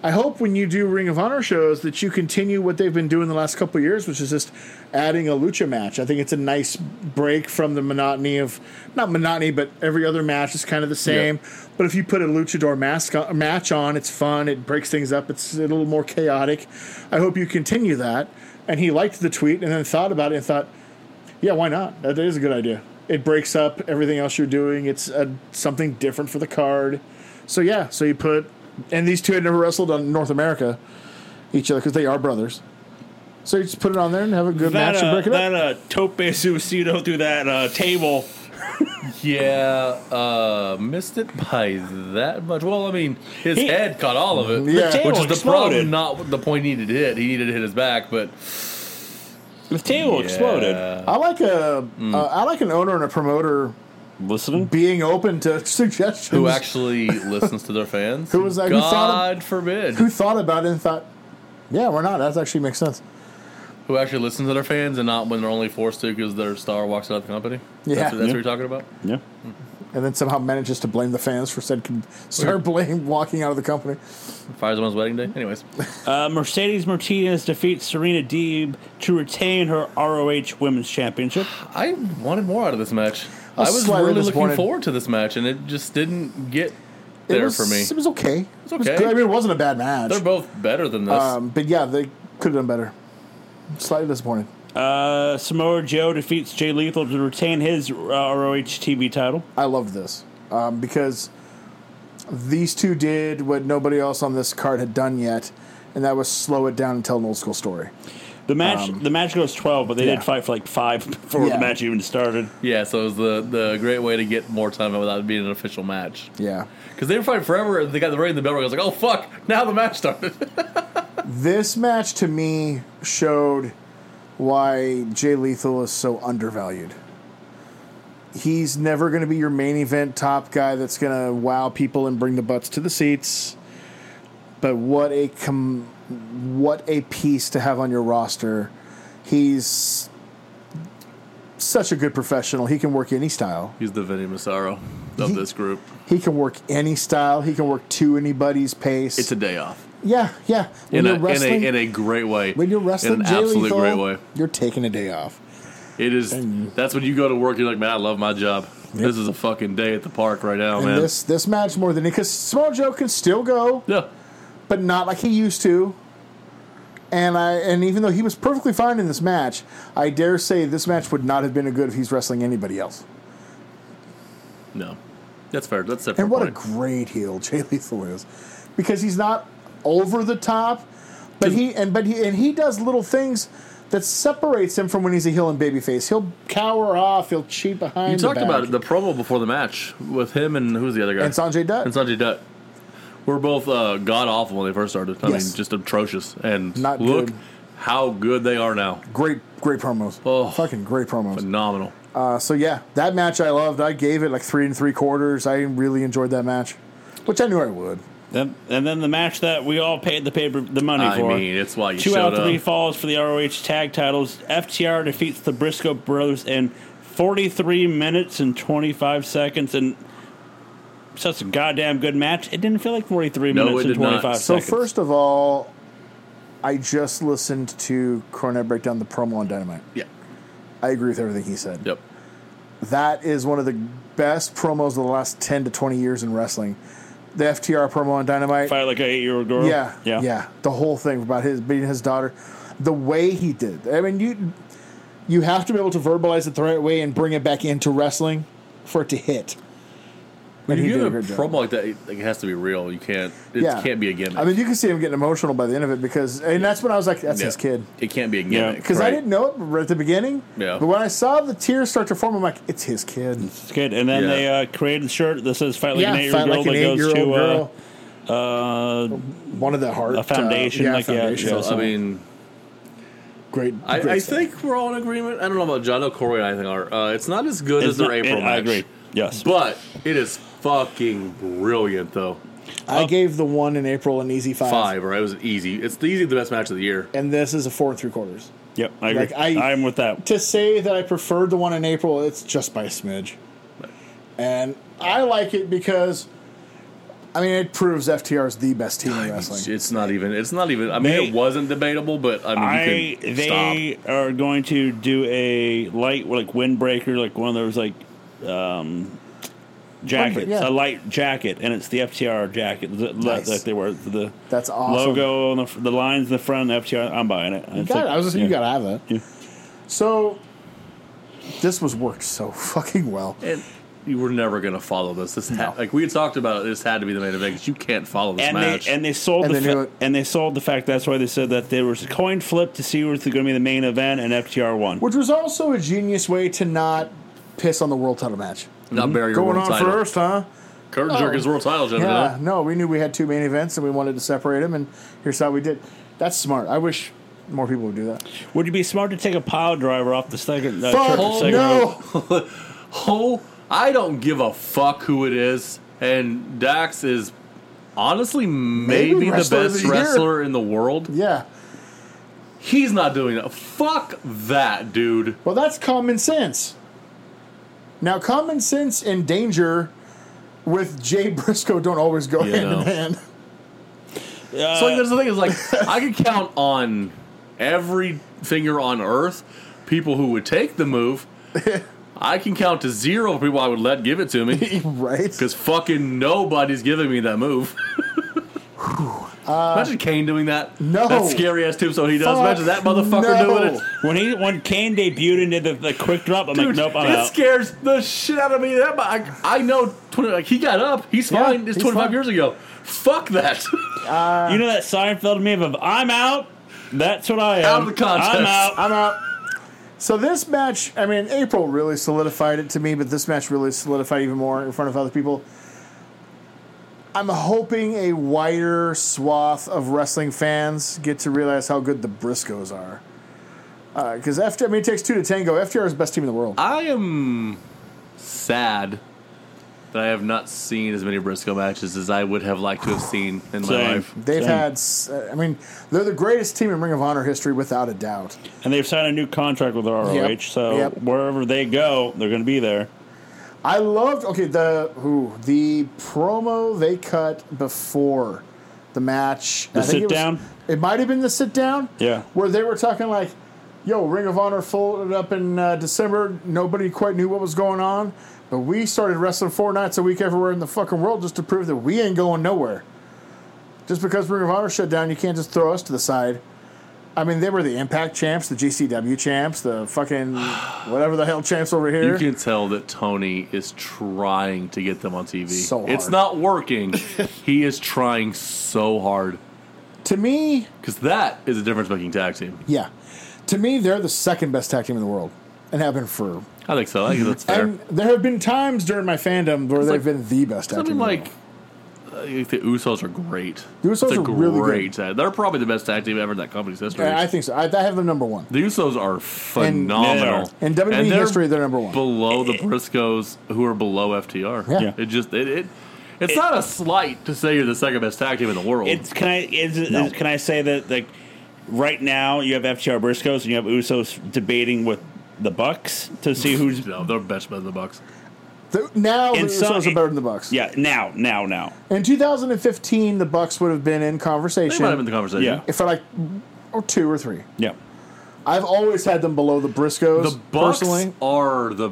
Speaker 2: I hope when you do Ring of Honor shows that you continue what they've been doing the last couple of years, which is just adding a lucha match. I think it's a nice break from the monotony of not monotony, but every other match is kind of the same. But if you put a luchador mask on, match on, it's fun. It breaks things up. It's a little more chaotic. I hope you continue that." And he liked the tweet and then thought about it and thought, yeah, why not? That is a good idea. It breaks up everything else you're doing. It's uh something different for the card. So yeah, so you put and these two had never wrestled on North America each other because they are brothers. So you just put it on there and have a good
Speaker 3: That,
Speaker 2: match and
Speaker 3: uh,
Speaker 2: break it
Speaker 3: that
Speaker 2: up.
Speaker 3: uh, tope suicido through that uh, table.
Speaker 1: Yeah, uh, missed it by that much. Well, I mean, his
Speaker 3: He-
Speaker 1: head caught all of it,
Speaker 2: Yeah.
Speaker 1: which is the
Speaker 3: exploded.
Speaker 1: problem. Not the point he needed to hit. He needed to hit his back, but
Speaker 3: The table exploded.
Speaker 1: Yeah.
Speaker 2: I like a uh, I like an owner and a promoter
Speaker 3: Listening?
Speaker 2: being open to (laughs) suggestions.
Speaker 1: Who actually listens to their fans?
Speaker 2: Who was like, who
Speaker 1: God
Speaker 2: thought of-
Speaker 1: forbid.
Speaker 2: who thought about it and thought, yeah, why not? That actually makes sense.
Speaker 1: who actually listens to their fans and not when they're only forced to because their star walks out of the company.
Speaker 2: Yeah.
Speaker 1: that's, what, that's
Speaker 3: Yeah.
Speaker 1: what you're talking about.
Speaker 3: Yeah.
Speaker 2: And then somehow manages to blame the fans for said con- start (laughs) blame walking out of the company.
Speaker 1: Fires on his wedding day. Anyways,
Speaker 3: Uh, Mercedes Martinez defeats Serena Deeb to retain her ROH Women's Championship.
Speaker 1: I wanted more out of this match. I
Speaker 2: I was
Speaker 1: was
Speaker 2: slightly
Speaker 1: really looking
Speaker 2: disappointed.
Speaker 1: forward to this match, and it just didn't get
Speaker 2: It
Speaker 1: there
Speaker 2: was-
Speaker 1: for me.
Speaker 2: It was okay. It was
Speaker 1: okay.
Speaker 2: good. I mean, it wasn't a bad match.
Speaker 1: They're both better than this.
Speaker 2: Um, but yeah, they could have done better. slightly disappointed.
Speaker 3: Uh, Samoa Joe defeats Jay Lethal to retain his uh, ROH TV title.
Speaker 2: I loved this um, because these two did what nobody else on this card had done yet, and that was slow it down and tell an old school story.
Speaker 3: The match
Speaker 1: Um,
Speaker 3: the match goes twelve, but they
Speaker 2: yeah.
Speaker 3: did fight for like five (laughs) before
Speaker 2: Yeah.
Speaker 3: the match even started.
Speaker 1: Yeah, so it was the, the great way to get more time without it being an official match.
Speaker 2: Yeah.
Speaker 1: Because they were fighting forever, and they got the ring in the bell. I was like, oh, fuck, now the match started. (laughs)
Speaker 2: This match to me showed why Jay Lethal is so undervalued. He's never going to be your main event top guy that's going to wow people and bring the butts to the seats. But what a com- what a piece to have on your roster. He's such a good professional. He can work any style.
Speaker 1: He's the Vinny Massaro of this group.
Speaker 2: He can work any style. He can work to anybody's pace.
Speaker 1: It's a day off.
Speaker 2: yeah, yeah.
Speaker 1: In
Speaker 2: When
Speaker 1: a,
Speaker 2: you're
Speaker 1: in, a,
Speaker 2: wrestling,
Speaker 1: in a great way.
Speaker 2: when you're wrestling,
Speaker 1: in an
Speaker 2: Jay
Speaker 1: absolute
Speaker 2: Lethal,
Speaker 1: great way.
Speaker 2: You're taking a day off.
Speaker 1: It is. That's when you go to work. You're like, man, I love my job. This is a fucking day at the park right now,
Speaker 2: And
Speaker 1: man.
Speaker 2: this this match more than because Small Joe can still go,
Speaker 1: yeah,
Speaker 2: but not like he used to. And I and even though he was perfectly fine in this match, I dare say this match would not have been a good if he's wrestling anybody else.
Speaker 1: no, that's fair. That's a fair.
Speaker 2: And what a
Speaker 1: point.
Speaker 2: great heel Jay Lethal is, because he's not over the top, but he and but he and he does little things that separates him from when he's a heel and babyface. He'll cower off. He'll cheat behind.
Speaker 1: you
Speaker 2: the
Speaker 1: talked about
Speaker 2: back.
Speaker 1: it, the promo before the match with him and who's the other guy?
Speaker 2: and Sanjay Dutt.
Speaker 1: and Sanjay Dutt. We're both uh, god awful when they first started. I
Speaker 2: Yes.
Speaker 1: mean, just atrocious. And
Speaker 2: Not
Speaker 1: look
Speaker 2: good.
Speaker 1: how good they are now.
Speaker 2: great, great promos.
Speaker 1: Oh.
Speaker 2: fucking great promos.
Speaker 1: Phenomenal.
Speaker 2: Uh, so yeah, that match I loved. I gave it like three and three quarters. I really enjoyed that match, which I knew I would.
Speaker 3: Then, and then the match that we all paid the paper the money
Speaker 1: I
Speaker 3: for.
Speaker 1: mean, it's why you
Speaker 3: Two
Speaker 1: showed
Speaker 3: out of three
Speaker 1: up.
Speaker 3: falls for the ROH tag titles. FTR defeats the Briscoe brothers in 43 minutes and 25 seconds, and such a goddamn good match. It didn't feel like 43
Speaker 1: No,
Speaker 3: minutes
Speaker 1: it
Speaker 3: and
Speaker 1: did not.
Speaker 3: 25
Speaker 2: So
Speaker 3: seconds.
Speaker 2: first of all, I just listened to Cornette break down the promo on Dynamite.
Speaker 1: Yeah.
Speaker 2: I agree with everything he said.
Speaker 1: Yep.
Speaker 2: That is one of the best promos of the last ten to twenty years in wrestling. The FTR promo on Dynamite.
Speaker 3: fight like an eight-year-old girl.
Speaker 2: Yeah,
Speaker 3: yeah,
Speaker 2: yeah, The whole thing about his beating his daughter, the way he did. I mean, you you have to be able to verbalize it the right way and bring it back into wrestling for it to hit.
Speaker 1: When
Speaker 2: And
Speaker 1: you
Speaker 2: he did
Speaker 1: give
Speaker 2: a
Speaker 1: a
Speaker 2: good job.
Speaker 1: promo like that, it, like, it has to be real. You can't. It can't be a gimmick.
Speaker 2: I mean, you can see him getting emotional by the end of it because, and that's when I was like, "That's
Speaker 1: Yeah.
Speaker 2: his kid,"
Speaker 1: It can't be a
Speaker 3: Yeah.
Speaker 1: gimmick.
Speaker 2: because I
Speaker 1: right?
Speaker 2: didn't know it right at the beginning.
Speaker 1: Yeah.
Speaker 2: But when I saw the tears start to form, I'm like, "It's his kid."
Speaker 3: it's good. And then
Speaker 1: Yeah.
Speaker 3: they uh, created a shirt that says "Fight like an eight-year-old
Speaker 2: fight
Speaker 3: girl" that goes to
Speaker 2: girl.
Speaker 3: uh,
Speaker 2: one of the heart
Speaker 3: a foundation,
Speaker 2: uh, yeah,
Speaker 3: like, yeah,
Speaker 2: foundation.
Speaker 3: yeah,
Speaker 1: So, I mean,
Speaker 2: great.
Speaker 1: I,
Speaker 2: great
Speaker 1: I
Speaker 2: stuff.
Speaker 1: think we're all in agreement. I don't know about John. I know Corey and I think are. Uh, it's not as good as
Speaker 3: It's
Speaker 1: their
Speaker 3: not-
Speaker 1: April
Speaker 3: it-
Speaker 1: match.
Speaker 3: I agree. Yes.
Speaker 1: But it is fucking brilliant, though.
Speaker 2: I gave the one in April an easy five,
Speaker 1: Five, right? It was easy. It's the easy the best match of the year.
Speaker 2: and this is a four and three quarters.
Speaker 3: Yep, I agree.
Speaker 2: Like, I-
Speaker 3: I'm with that.
Speaker 2: To say that I preferred the one in April, it's just by a smidge, and I like it because, I mean, it proves FTR is the best team in
Speaker 1: It's,
Speaker 2: wrestling.
Speaker 1: it's not even. It's not even. I mean,
Speaker 3: They-
Speaker 1: it wasn't debatable, but I mean,
Speaker 3: I
Speaker 1: you can
Speaker 3: they are going to do a light like windbreaker, like one of those like um, jackets,
Speaker 2: yeah.
Speaker 3: a light jacket, and it's the FTR jacket that
Speaker 2: Nice.
Speaker 3: like they were the
Speaker 2: That's awesome.
Speaker 3: logo on the, the lines in the front. of FTR, I'm buying it.
Speaker 2: You got it. I was just you got to have that.
Speaker 3: Yeah.
Speaker 2: So, this was worked so (laughs) fucking well.
Speaker 1: stop. And you were never gonna follow this. This had, like we had talked about. it, This had to be the main event. 'cause You can't follow this
Speaker 3: And
Speaker 1: match.
Speaker 3: they and they sold
Speaker 2: And
Speaker 3: the
Speaker 2: they knew it.
Speaker 3: fa- and they sold the fact. That's why they said that there was a coin flip to see who's going to be the main event, and FTR won.
Speaker 2: Which was also a genius way to not piss on the world title match.
Speaker 1: not bury your
Speaker 2: Going
Speaker 1: world
Speaker 2: on
Speaker 1: title.
Speaker 2: first, huh?
Speaker 1: Curtain
Speaker 2: Oh.
Speaker 1: jerk is world title. Jennifer.
Speaker 2: Yeah, no, we knew we had two main events and we wanted to separate them, and here's how we did. That's smart. I wish more people would do that.
Speaker 3: Would you be smart to take a pile driver off the second? Uh,
Speaker 2: Fuck
Speaker 3: triple segment?
Speaker 2: no!
Speaker 1: Oh, I don't give a fuck who it is. And Dax is honestly maybe, the best
Speaker 2: wrestler of the year.
Speaker 1: wrestler in the world.
Speaker 2: Yeah.
Speaker 1: He's not doing it. Fuck that, dude.
Speaker 2: Well, that's common sense. Now, common sense and danger with Jay Briscoe don't always go
Speaker 1: You
Speaker 2: hand
Speaker 1: know.
Speaker 2: in hand. (laughs)
Speaker 1: so
Speaker 3: Uh,
Speaker 1: like, that's the thing is like I could count on every finger on earth people who would take the
Speaker 2: (laughs)
Speaker 1: move. I can count to zero people I would let give
Speaker 2: (laughs)
Speaker 1: it to me (laughs)
Speaker 2: right?
Speaker 1: because fucking nobody's giving me that move. Imagine Kane doing that.
Speaker 2: Uh, no.
Speaker 1: that scary ass tombstone he does.
Speaker 2: Fuck
Speaker 1: Imagine that motherfucker
Speaker 2: no.
Speaker 1: doing it.
Speaker 3: When he when Kane debuted and did the, the quick drop, I'm
Speaker 1: Dude,
Speaker 3: like, nope, I'm
Speaker 1: it
Speaker 3: out.
Speaker 1: scares the shit out of me. That mu- I, I know. 20, like he got up. He's
Speaker 2: Yeah,
Speaker 1: fine. It's
Speaker 2: he's
Speaker 1: 25
Speaker 2: fine.
Speaker 1: years ago. Fuck that. (laughs)
Speaker 3: you know that Seinfeld meme of I'm out. That's what I am.
Speaker 1: Out of the contest.
Speaker 3: I'm out.
Speaker 2: I'm out. So this match, I mean, April really solidified it to me, but this match really solidified even more in front of other people. I'm hoping a wider swath of wrestling fans get to realize how good the Briscoes are. Uh, Because FTR, I mean, it takes two to tango. FTR is the best team in the world.
Speaker 1: I am sad that I have not seen as many Briscoe matches as I would have liked to have seen in my
Speaker 3: Same.
Speaker 1: life.
Speaker 2: They've
Speaker 3: Same.
Speaker 2: had, s- uh, I mean, they're the greatest team in Ring of Honor history without a doubt.
Speaker 3: And they've signed a new contract with ROH,
Speaker 2: Yep.
Speaker 3: so
Speaker 2: Yep.
Speaker 3: wherever they go, they're going to be there.
Speaker 2: I loved okay the ooh, the promo they cut before the match. The
Speaker 3: sit down?
Speaker 2: It might have been the sit down.
Speaker 3: Yeah.
Speaker 2: where they were talking like, "Yo, Ring of Honor folded up in uh, December. Nobody quite knew what was going on, but we started wrestling four nights a week everywhere in the fucking world just to prove that we ain't going nowhere. Just because Ring of Honor shut down, you can't just throw us to the side." I mean, they were the Impact champs, the GCW champs, the fucking (sighs) whatever the hell champs over here.
Speaker 1: You can tell that Tony is trying to get them on TV.
Speaker 2: So hard.
Speaker 1: It's not
Speaker 2: (laughs)
Speaker 1: working. he is trying so hard
Speaker 2: to me,
Speaker 1: because that is a difference making tag team.
Speaker 2: Yeah. To me, they're the second best tag team in the world and have been for.
Speaker 1: I think so. I think that's fair.
Speaker 2: And there have been times during my fandom where they've
Speaker 1: like-
Speaker 2: been the best tag
Speaker 1: Something
Speaker 2: team.
Speaker 1: like I think the Usos are great.
Speaker 2: The Usos
Speaker 1: It's a
Speaker 2: are really
Speaker 1: great tag. They're probably the best tag team ever in that company's history.
Speaker 2: I think so. I, I have them number one.
Speaker 1: the Usos are phenomenal.
Speaker 2: In WWE
Speaker 1: they're
Speaker 2: E history, they're number one.
Speaker 1: below the Briscoes, who are below FTR.
Speaker 2: Yeah. Yeah.
Speaker 1: It just it, it it's not a slight to say you're the second best tag team in the world.
Speaker 3: It's can I is, is- can I say that like right now you have FTR Briscoes and you have Usos debating with the Bucks to see
Speaker 1: (laughs)
Speaker 3: who's
Speaker 1: no, they're best better than the Bucks.
Speaker 2: The- now the
Speaker 3: And so-
Speaker 2: Usos are better than the Bucks.
Speaker 3: yeah now now now
Speaker 2: In 2015, the Bucks would have been in
Speaker 1: They
Speaker 2: conversation
Speaker 1: might have been the conversation.
Speaker 3: Yeah.
Speaker 2: if I like or two or three.
Speaker 3: yeah
Speaker 2: I've always had them below the Briscoes.
Speaker 1: The Bucks
Speaker 2: personally,
Speaker 1: are the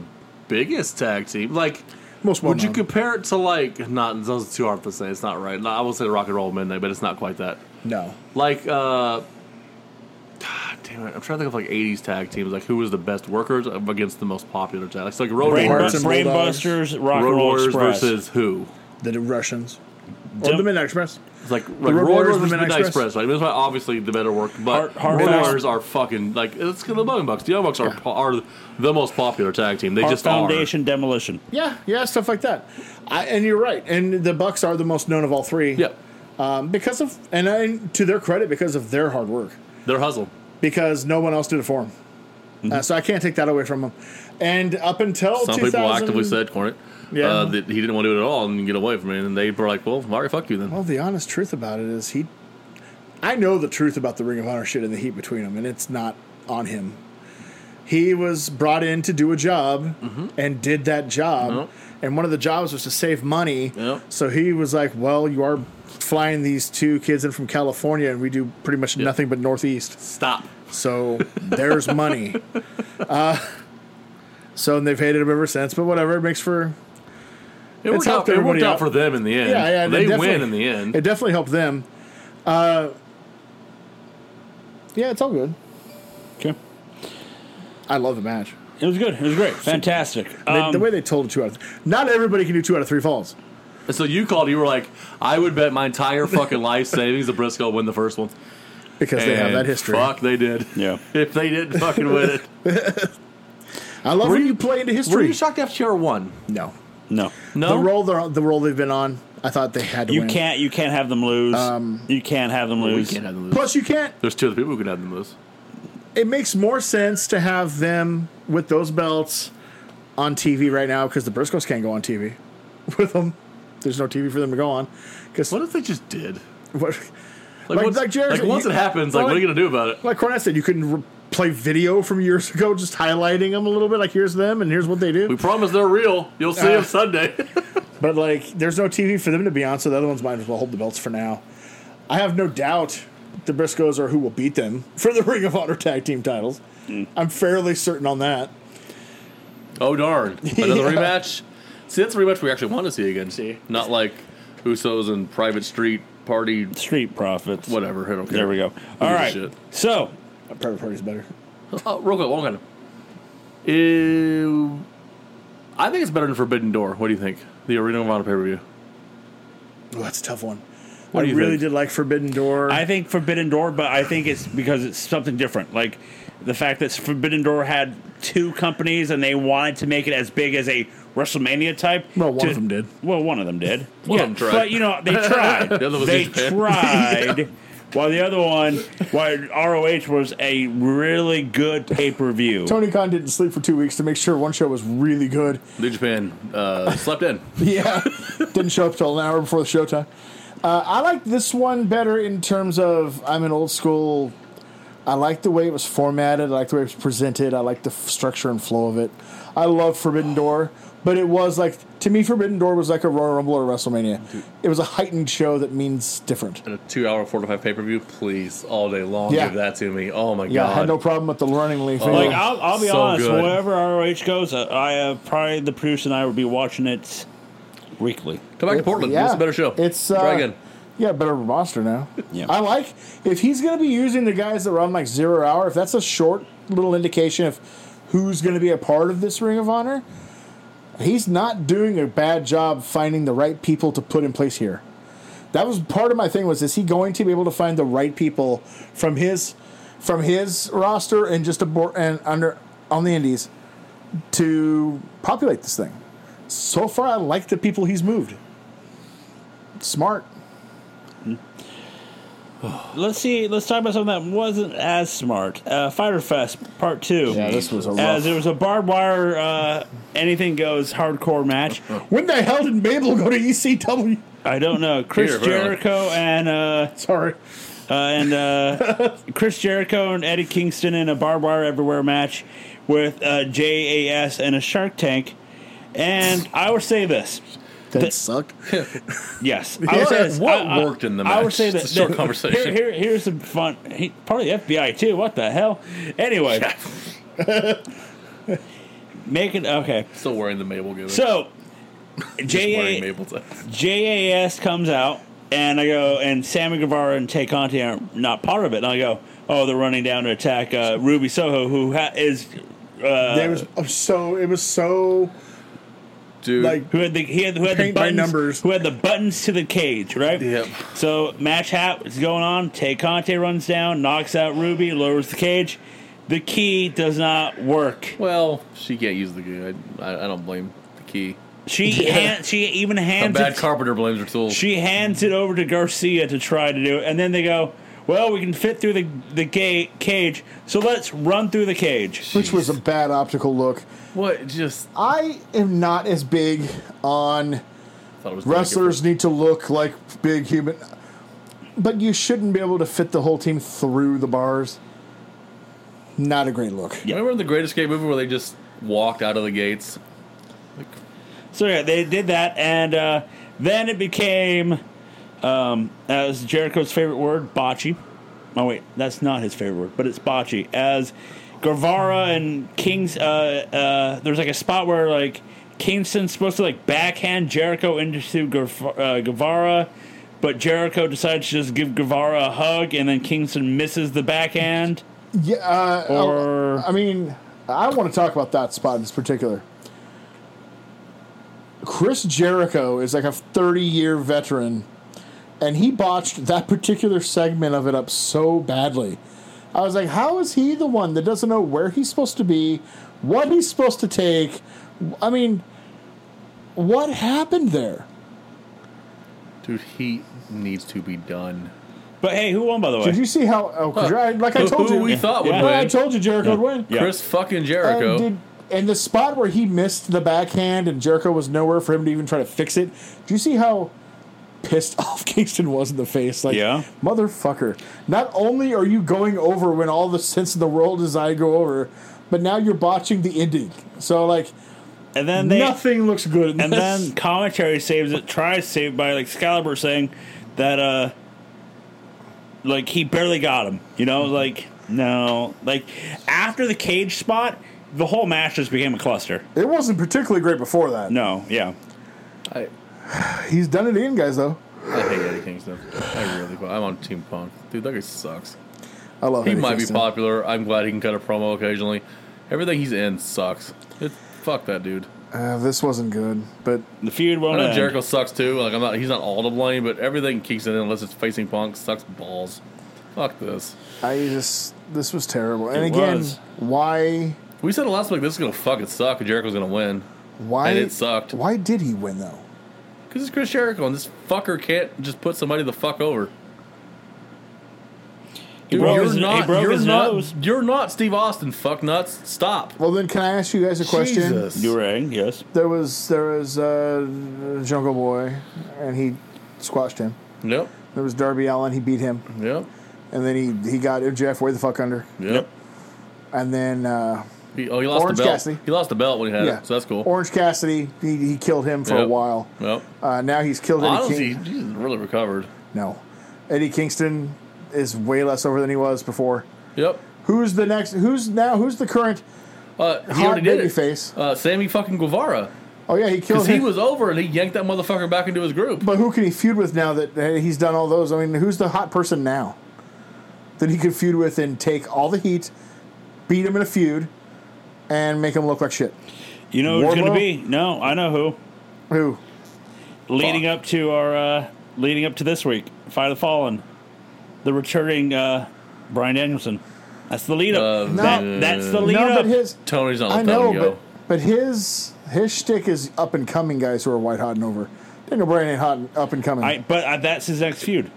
Speaker 1: biggest tag team. Like,
Speaker 2: most
Speaker 1: would you
Speaker 2: well-known.
Speaker 1: compare it to like? Not those too hard to say. It's not right. I will say the Rock and Roll Midnight, but it's not quite that.
Speaker 2: no.
Speaker 1: Like, uh, God damn it, I'm trying to think of like '80s tag teams. Like, who was the best workers against the most popular tag? It's like Road
Speaker 3: Brain,
Speaker 2: Warriors
Speaker 1: Warriors,
Speaker 2: and
Speaker 3: Brain
Speaker 2: Bulldogs.
Speaker 3: Busters Rock
Speaker 1: Road
Speaker 3: and Roll
Speaker 1: Warriors
Speaker 3: Express
Speaker 1: versus who?
Speaker 2: The Russians.
Speaker 3: Dem-
Speaker 2: Midnight Express.
Speaker 1: It's like, like
Speaker 2: Road
Speaker 1: Road
Speaker 2: Warriors
Speaker 1: Warriors
Speaker 2: and
Speaker 1: versus
Speaker 2: Midnight
Speaker 1: Midnight
Speaker 2: Express.
Speaker 1: Express. Right? I mean, it's obviously the better work, but
Speaker 3: Hard-
Speaker 1: Road
Speaker 3: Hardbound-
Speaker 1: Warriors are fucking like it's the Bowling Bucks. The Young Bucks are are the most popular tag team. They
Speaker 3: Our
Speaker 1: just are.
Speaker 3: Foundation Demolition
Speaker 2: Yeah, yeah, stuff like that. I, and you're right. And the Bucks are the most known of all three.
Speaker 1: Yeah,
Speaker 2: um, because of and, I, to their credit, because of their hard work,
Speaker 1: they're hustle.
Speaker 2: because no one else did it for them. Uh, so I can't take that away from them. And up until
Speaker 1: Mm-hmm. Some people
Speaker 2: 2000
Speaker 1: actively said Cornet
Speaker 2: Yeah.
Speaker 1: uh, that he didn't want to do it at all and get away from it, and they were like, "Well, Mario, fuck you then."
Speaker 2: Well, the honest truth about it is he. I know the truth about the Ring of Honor shit and the heat between them, and it's not on him. He was brought in to do a job and did that job.
Speaker 1: Mm-hmm. Yep.
Speaker 2: And one of the jobs was to save money.
Speaker 1: Yep.
Speaker 2: So he was like, Well, you are flying these two kids in from California, and we do pretty much nothing but Northeast.
Speaker 1: Stop.
Speaker 2: So there's money.
Speaker 1: (laughs)
Speaker 2: Uh, so and they've hated him ever since, but whatever. It makes for
Speaker 1: It worked,
Speaker 2: helped
Speaker 1: out, it
Speaker 2: everybody
Speaker 1: worked
Speaker 2: out.
Speaker 1: out for them in the end.
Speaker 2: Yeah, yeah,
Speaker 1: they
Speaker 2: definitely-
Speaker 1: win in the end.
Speaker 2: it definitely helped them. Uh, yeah, it's all good.
Speaker 3: okay
Speaker 2: I love the match.
Speaker 3: it was good it was great fantastic
Speaker 2: They-
Speaker 3: um,
Speaker 2: the way they told it two out of not everybody can do two out of three falls.
Speaker 1: so you called. You were like, "I would bet my entire fucking life savings the Briscoe win the first one."
Speaker 2: Because they have
Speaker 1: And
Speaker 2: that history.
Speaker 1: Fuck, they did.
Speaker 3: Yeah.
Speaker 1: (laughs) if they didn't fucking win it,
Speaker 2: I love when you play into
Speaker 1: were
Speaker 2: history.
Speaker 1: you shocked FTR won?
Speaker 2: no.
Speaker 3: no
Speaker 1: No.
Speaker 2: The role they're on, the role they've been on, I thought they had to
Speaker 3: you
Speaker 2: win.
Speaker 3: can't you can't have them lose you can't have them
Speaker 1: we
Speaker 3: lose
Speaker 1: can't have them lose.
Speaker 2: Plus, you can't.
Speaker 1: There's two other people who can have them lose.
Speaker 2: It makes more sense to have them with those belts on TV right now because the Briscoes can't go on TV (laughs) with them. There's no TV for them to go on. Because
Speaker 1: What if they just did?
Speaker 2: what,
Speaker 1: Like,
Speaker 2: Like-
Speaker 1: once,
Speaker 2: like Jared
Speaker 1: like,
Speaker 2: said,
Speaker 1: once
Speaker 2: you-
Speaker 1: it happens, like,
Speaker 2: well,
Speaker 1: what are you
Speaker 2: like-
Speaker 1: gonna do about it?
Speaker 2: like Cornette said, you can re- play video from years ago, just highlighting them a little bit. Like here's them, and here's what they do.
Speaker 1: We promise they're real. You'll see
Speaker 2: Uh,
Speaker 1: them Sunday.
Speaker 2: But like, there's no TV for them to be on, so the other ones might as well hold the belts for now. I have no doubt the Briscoes are who will beat them for the (laughs) Ring of Honor tag team titles.
Speaker 1: Mm.
Speaker 2: I'm fairly certain on that.
Speaker 1: (laughs) oh darn! (laughs) Another
Speaker 2: Yeah.
Speaker 1: rematch. See, that's a rematch we actually want to see again. See, not like Usos and Private Street party,
Speaker 3: Street Profits.
Speaker 1: whatever. I don't care.
Speaker 3: There we go. All
Speaker 1: a
Speaker 3: right.
Speaker 1: shit. (laughs)
Speaker 3: So,
Speaker 2: Private Party's better.
Speaker 1: Oh, real quick, one kind of. Ew. I think it's better than Forbidden Door. What do you think? The Arena of Honor pay per view.
Speaker 2: Oh, that's a tough one.
Speaker 1: What
Speaker 2: I
Speaker 1: do you
Speaker 2: really
Speaker 1: think?
Speaker 2: did like Forbidden Door.
Speaker 3: I think Forbidden Door, but I think it's because it's something different. Like the fact that Forbidden Door had two companies and they wanted to make it as big as a WrestleMania type.
Speaker 2: Well, one
Speaker 3: to-
Speaker 2: of them did.
Speaker 3: Well, one of them did.
Speaker 1: One
Speaker 3: yeah,
Speaker 1: of them tried.
Speaker 3: but you know
Speaker 1: (laughs)
Speaker 3: they tried.
Speaker 1: The other was
Speaker 3: they
Speaker 1: in Japan.
Speaker 3: tried. While the other one, while ROH was a really good pay per view.
Speaker 2: Tony Khan didn't sleep for two weeks to make sure one show was really good.
Speaker 1: New Japan uh, (laughs) slept in.
Speaker 2: Yeah, (laughs) didn't show up till an hour before the showtime. Uh, I like this one better in terms of I'm an old school. I like the way it was formatted. I like the way it was presented. I like the f- structure and flow of it. I love Forbidden Door, but it was like to me, Forbidden Door was like a Royal Rumble or WrestleMania. It was a heightened show that means different.
Speaker 1: And a two hour, four to five pay per view, please, all day long.
Speaker 2: Yeah.
Speaker 1: Give that to me. Oh my
Speaker 2: Yeah,
Speaker 1: God.
Speaker 2: I had no problem with the running leaf.
Speaker 3: Like I'll, I'll be
Speaker 1: So
Speaker 3: honest,
Speaker 1: good.
Speaker 3: wherever ROH goes, uh, I uh, probably the producer and I would be watching it weekly.
Speaker 1: Come back to Portland. It's a better show.
Speaker 2: It's uh,
Speaker 1: Try again.
Speaker 2: Yeah, better roster now.
Speaker 3: Yeah.
Speaker 2: I like if he's going to be using the guys that were on like zero hour. If that's a short little indication of who's going to be a part of this Ring of Honor, he's not doing a bad job finding the right people to put in place here. That was part of my thing was is he going to be able to find the right people from his from his roster and just abor- and under on the indies to populate this thing. So far, I like the people he's moved. Smart.
Speaker 3: Let's see. Let's talk about something that wasn't as smart. Uh, Fighter Fest Part Two.
Speaker 2: Yeah, this was a
Speaker 3: As
Speaker 2: rough.
Speaker 3: it was a barbed wire, uh, anything goes hardcore match.
Speaker 2: when the hell did Mabel go to E ECW?
Speaker 3: I don't know. Chris
Speaker 1: Here, really.
Speaker 3: Jericho and uh,
Speaker 2: Sorry.
Speaker 3: uh,
Speaker 2: (laughs)
Speaker 3: and uh, Chris Jericho and Eddie Kingston in a barbed wire everywhere match with uh, JAS and a Shark Tank. And I would say this.
Speaker 2: That sucked.
Speaker 3: Yes.
Speaker 1: Yeah.
Speaker 3: I would say this.
Speaker 1: What
Speaker 3: I- I-
Speaker 1: worked in the
Speaker 3: I would
Speaker 1: match?
Speaker 3: say that.
Speaker 1: It's a short
Speaker 3: that-
Speaker 1: conversation.
Speaker 3: Here, here, here's some fun. He, probably FBI too. What the hell? Anyway. (laughs) Make it okay.
Speaker 1: Still wearing the Mabel gimmick.
Speaker 3: So,
Speaker 1: Just wearing
Speaker 3: J
Speaker 1: Mabel's
Speaker 3: A S comes out, and I go, and Sammy Guevara and Tay Conti are not part of it. And I go, oh, they're running down to attack uh, Ruby Soho, who ha- is uh,
Speaker 2: There was I'm so it was so
Speaker 1: Dude.
Speaker 2: like
Speaker 3: who had the he had, who had the
Speaker 2: Paint by
Speaker 3: buttons,
Speaker 2: numbers.
Speaker 3: who had the buttons to the cage, right?
Speaker 1: Yep.
Speaker 3: So match hat is going on. Tay Conte runs down, knocks out Ruby, lowers the cage. The key does not work.
Speaker 1: well, she can't use the key. I, I, I don't blame the key.
Speaker 3: She hand, she even
Speaker 1: A
Speaker 3: hands
Speaker 1: bad
Speaker 3: it,
Speaker 1: carpenter blames her tools.
Speaker 3: she hands it over to Garcia to try to do it, and then they go, "Well, we can fit through the the gate cage, so let's run through the cage."
Speaker 2: which was a bad optical look.
Speaker 1: what? Just. I
Speaker 2: I am not as big on
Speaker 1: thought it was
Speaker 2: wrestlers need to look like big human but you shouldn't be able to fit the whole team through the bars. Not a great look.
Speaker 1: Remember in the Great Escape movie where they just walked out of the gates? Like,
Speaker 3: So yeah, they did that, and uh, then it became, um, as Jericho's favorite word, botchy. Oh wait, that's not his favorite word, but it's botchy. As Guevara and Kings, uh, uh, there's like a spot where like Kingston's supposed to like backhand Jericho into Guev- uh, Guevara, but Jericho decides to just give Guevara a hug, and then Kingston misses the backhand.
Speaker 2: Yeah, uh,
Speaker 3: Or-
Speaker 2: I mean, I want to talk about that spot in this particular. Chris Jericho is like a 30 year veteran, and he botched that particular segment of it up so badly. I was like, how is he the one that doesn't know where he's supposed to be, what he's supposed to take? I mean, what happened there?
Speaker 1: dude, he needs to be done.
Speaker 3: But hey, who won by the way?
Speaker 2: Did you see how? Oh, 'cause I- like I
Speaker 1: Who-
Speaker 2: told
Speaker 1: who
Speaker 2: you,
Speaker 1: we thought would
Speaker 2: Well, I
Speaker 1: win.
Speaker 2: told you Jericho would win.
Speaker 3: Yeah.
Speaker 1: Chris fucking
Speaker 2: And
Speaker 1: Jericho.
Speaker 2: did- and the spot where he missed the backhand and Jericho was nowhere for him to even try to fix it. Do you see how pissed (laughs) off Kingston was in the face? Like,
Speaker 3: Yeah.
Speaker 2: motherfucker. Not only are you going over when all the sense in the world is I go over, but now you're botching the ending. So like
Speaker 3: and then they
Speaker 2: nothing looks good. In
Speaker 3: And
Speaker 2: this.
Speaker 3: then commentary saves it, tries to save it by like Excalibur saying that uh like he barely got him. You know,
Speaker 1: Mm-hmm.
Speaker 3: like no. Like after the cage spot, the whole match just became a cluster.
Speaker 2: it wasn't particularly great before that.
Speaker 3: No, yeah.
Speaker 1: I,
Speaker 2: He's done it again, guys. Though
Speaker 1: I hate Eddie Kingston. Rusev. I really, I'm on Team Punk, dude. That guy sucks.
Speaker 2: I love
Speaker 1: He
Speaker 2: Eddie
Speaker 1: might be
Speaker 2: Kingston.
Speaker 1: popular. I'm glad he can cut a promo occasionally. Everything he's in sucks. It's, fuck that dude.
Speaker 2: Uh, this wasn't good, but
Speaker 3: The feud
Speaker 1: I
Speaker 3: won't
Speaker 1: know
Speaker 3: end.
Speaker 1: Jericho sucks too. Like I'm not, he's not all to blame, but everything Kingston in, unless it's facing Punk, sucks balls. Fuck this.
Speaker 2: I just this was terrible. And
Speaker 1: It
Speaker 2: again,
Speaker 1: was.
Speaker 2: why
Speaker 1: We said last week this is gonna fucking suck. and Jericho's gonna win
Speaker 2: why
Speaker 1: And it sucked.
Speaker 2: Why did he win though?
Speaker 1: because it's Chris Jericho, and this fucker can't just put somebody the fuck over.
Speaker 3: He
Speaker 1: Dude,
Speaker 3: broke
Speaker 1: you're
Speaker 3: his,
Speaker 1: not.
Speaker 3: he broke
Speaker 1: you're
Speaker 3: his
Speaker 1: not.
Speaker 3: nose.
Speaker 1: You're not Steve Austin. Fuck nuts. Stop.
Speaker 2: Well, then can I ask you guys a question?
Speaker 1: Jesus.
Speaker 3: You're right. Yes.
Speaker 2: There was there was uh, Jungle Boy, and he squashed him.
Speaker 1: Yep.
Speaker 2: There was Darby Allen, he beat him,
Speaker 1: Yep.
Speaker 2: and then he he got Jeff way the fuck under,
Speaker 1: Yep.
Speaker 3: Yep.
Speaker 2: and then uh,
Speaker 1: He, oh, he lost
Speaker 2: Orange
Speaker 1: the belt.
Speaker 2: Cassidy.
Speaker 1: He lost the belt when he had
Speaker 2: yeah,
Speaker 1: it, so that's cool.
Speaker 2: Orange Cassidy, he, he killed him for a
Speaker 1: Yep.
Speaker 2: while.
Speaker 1: Yep.
Speaker 2: Uh, now he's killed Eddie
Speaker 1: Honestly,
Speaker 2: King.
Speaker 1: he's really recovered.
Speaker 2: No, Eddie Kingston is way less over than he was before.
Speaker 1: Yep.
Speaker 2: Who's the next? Who's now? Who's the current?
Speaker 1: Uh, he
Speaker 2: Hot
Speaker 1: already did it.
Speaker 2: babyface.
Speaker 1: Uh, Sammy fucking Guevara.
Speaker 2: Oh yeah, he killed
Speaker 1: Because he
Speaker 2: him.
Speaker 1: was over and he yanked that motherfucker back into his group.
Speaker 2: But who can he feud with now that uh, he's done all those? I mean, who's the hot person now that he could feud with and take all the heat, beat him in a feud, and make him look like shit?
Speaker 3: You know who it's going
Speaker 2: Wardlow?
Speaker 3: to be? No, I know who.
Speaker 2: Who?
Speaker 3: leading up to our uh, leading up to this week, Fight of the Fallen, the returning uh, Brian Danielson. That's the lead up.
Speaker 1: Uh,
Speaker 3: that,
Speaker 1: No.
Speaker 3: that's the lead
Speaker 2: No,
Speaker 3: up.
Speaker 2: but his.
Speaker 1: Tony's not
Speaker 2: I
Speaker 1: letting
Speaker 2: know,
Speaker 1: him go.
Speaker 2: but but his his shtick is up and coming guys who are white hot and over. Daniel Bryan ain't hot and up and coming.
Speaker 3: I, but uh, that's his next feud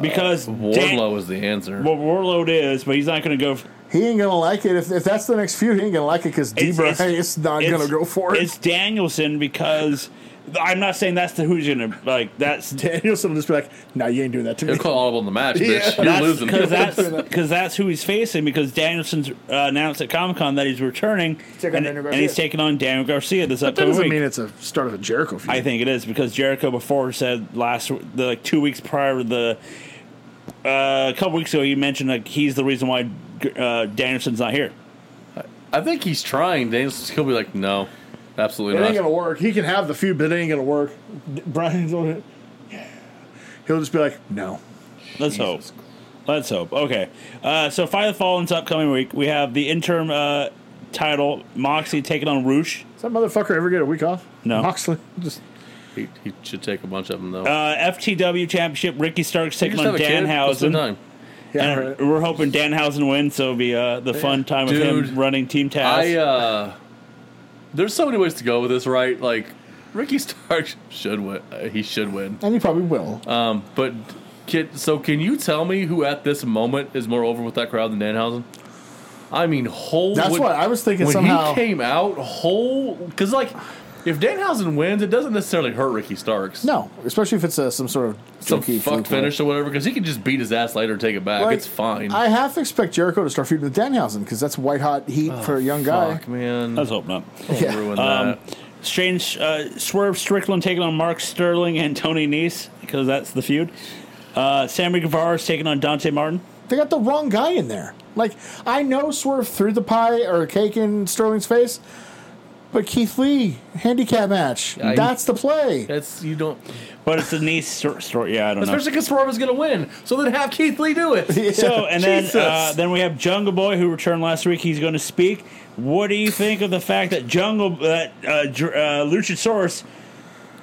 Speaker 3: because Dan-
Speaker 1: Wardlow Uh, is the answer.
Speaker 3: well, Warlord is, but he's not going to go. f-
Speaker 2: he ain't gonna like it if, if that's the next feud. He ain't gonna like it because D.
Speaker 3: it's-
Speaker 2: Bryan
Speaker 3: it's-
Speaker 2: is not
Speaker 3: it's-
Speaker 2: gonna go for it. (laughs)
Speaker 3: It's Danielson because I'm not saying that's the who's going to like. That's
Speaker 2: Danielson will just be like, "No, you ain't doing that to me."
Speaker 1: He'll call audible in the match, bitch. You're
Speaker 3: That's
Speaker 1: losing.
Speaker 3: because that's because that's who he's facing. Because Danielson's uh, announced at Comic Con that he's returning,
Speaker 2: taking
Speaker 3: and,
Speaker 2: Daniel
Speaker 3: and he's
Speaker 2: Garcia.
Speaker 3: taking on Daniel Garcia this
Speaker 2: That
Speaker 3: upcoming
Speaker 2: doesn't
Speaker 3: week.
Speaker 2: mean it's a start of a Jericho feud.
Speaker 3: I think it is because Jericho before said last the like two weeks prior to the uh, a couple weeks ago he mentioned like he's the reason why uh, Danielson's not here.
Speaker 1: I think he's trying. Danielson's he'll be like, no, absolutely
Speaker 2: It ain't
Speaker 1: not.
Speaker 2: gonna work. He can have the feud, but it ain't gonna work. D- Brian's on it. He'll just be like, no.
Speaker 3: Let's hope. Let's hope. Okay, uh, so Fight of the Fallen's upcoming week we have the interim uh, title Moxie taking on Roosh.
Speaker 2: Does that motherfucker ever get a week off?
Speaker 3: No.
Speaker 2: Moxley. Just
Speaker 1: He, he should take a bunch of them though.
Speaker 3: Uh, FTW Championship Ricky Starks
Speaker 1: You
Speaker 3: taking
Speaker 1: just have
Speaker 3: on
Speaker 1: a kid. What's the
Speaker 3: Danhausen.
Speaker 1: time?
Speaker 2: yeah.
Speaker 3: And
Speaker 2: right.
Speaker 3: we're hoping Danhausen wins, so it'll be uh, the fun time of
Speaker 1: Dude,
Speaker 3: him running Team Taz.
Speaker 1: I uh, there's so many ways to go with this, right? Like Ricky Stark (laughs) should win. Uh, he should win.
Speaker 2: And he probably will.
Speaker 3: Uh,
Speaker 1: Um, but can, so can you tell me who at this moment is more over with that crowd than Danhausen? I mean, whole.
Speaker 2: That's
Speaker 1: when-
Speaker 2: what I was thinking
Speaker 1: When
Speaker 2: somehow.
Speaker 1: he came out, whole because like if Danhausen wins, it doesn't necessarily hurt Ricky Starks.
Speaker 2: no, especially if it's uh, some sort of
Speaker 1: Some
Speaker 2: jokey
Speaker 1: fucked
Speaker 2: fluke,
Speaker 1: finish or whatever, because he can just beat his ass later and take it back.
Speaker 2: right? Like,
Speaker 1: it's fine.
Speaker 2: I half expect Jericho to start feuding with Danhausen because that's white hot heat
Speaker 3: Oh,
Speaker 2: for a young guy.
Speaker 1: Fuck, man.
Speaker 3: Let's hope not.
Speaker 1: Don't
Speaker 2: Yeah.
Speaker 1: ruin
Speaker 3: Um,
Speaker 1: that.
Speaker 3: Strange uh, Swerve Strickland taking on Mark Sterling and Tony Nese because that's the feud. Uh, Sammy Guevara's taking on Dante Martin.
Speaker 2: They got the wrong guy in there. Like I know Swerve threw the pie or cake in Sterling's face, but Keith Lee handicap match.
Speaker 1: I-
Speaker 2: that's the play.
Speaker 1: That's you don't,
Speaker 3: But it's a Nese st- story. Yeah, I don't know.
Speaker 1: especially because Swerve is going to win. So then have Keith Lee do
Speaker 2: (laughs)
Speaker 1: it.
Speaker 3: (laughs) so and then
Speaker 1: Jesus.
Speaker 3: uh, then we have Jungle Boy who returned last week. He's going to speak. What do you think of the fact that Jungle that uh, Dr- uh, Luchasaurus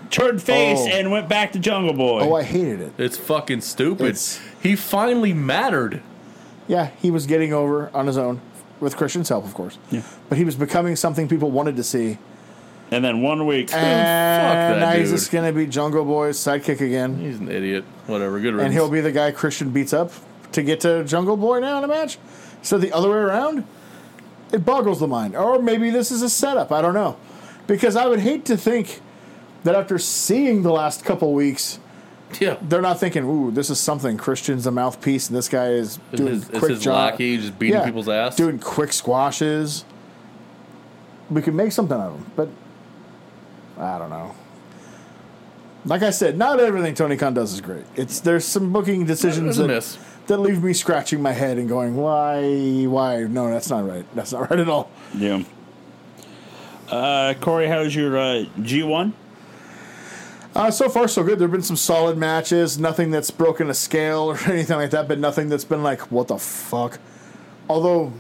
Speaker 3: turned face
Speaker 2: Oh.
Speaker 3: and went back to Jungle Boy?
Speaker 2: Oh, I hated it.
Speaker 1: It's fucking stupid.
Speaker 2: It's-
Speaker 1: he finally mattered.
Speaker 2: Yeah, he was getting over on his own with Christian's help, of course.
Speaker 3: Yeah.
Speaker 2: But he was becoming something people wanted to see.
Speaker 3: and then one week.
Speaker 2: And
Speaker 1: that
Speaker 2: now he's
Speaker 1: dude.
Speaker 2: just going to be Jungle Boy's sidekick again.
Speaker 1: He's an idiot. Whatever. Good riddance.
Speaker 2: And he'll be the guy Christian beats up to get to Jungle Boy now in a match. So the other way around, it boggles the mind. Or maybe this is a setup. I don't know. Because I would hate to think that after seeing the last couple weeks,
Speaker 1: yeah.
Speaker 2: they're not thinking, ooh, this is something. Christian's the mouthpiece, and this guy is
Speaker 1: It's
Speaker 2: doing
Speaker 1: his, it's
Speaker 2: quick
Speaker 1: his
Speaker 2: jo-
Speaker 1: lackey just beating people's ass.
Speaker 2: Doing quick squashes. We could make something out of them, but I don't know. Like I said, not everything Tony Khan does is great. It's there's some booking decisions
Speaker 1: There's a
Speaker 2: that,
Speaker 1: miss.
Speaker 2: that leave me scratching my head and going, why, why? No, that's not right. That's not right at all.
Speaker 3: Yeah. Uh, Corey, how's your uh, G1?
Speaker 2: Uh, so far, so good. There have been some solid matches. Nothing that's broken a scale or (laughs) anything like that, but nothing that's been like, what the fuck? Although,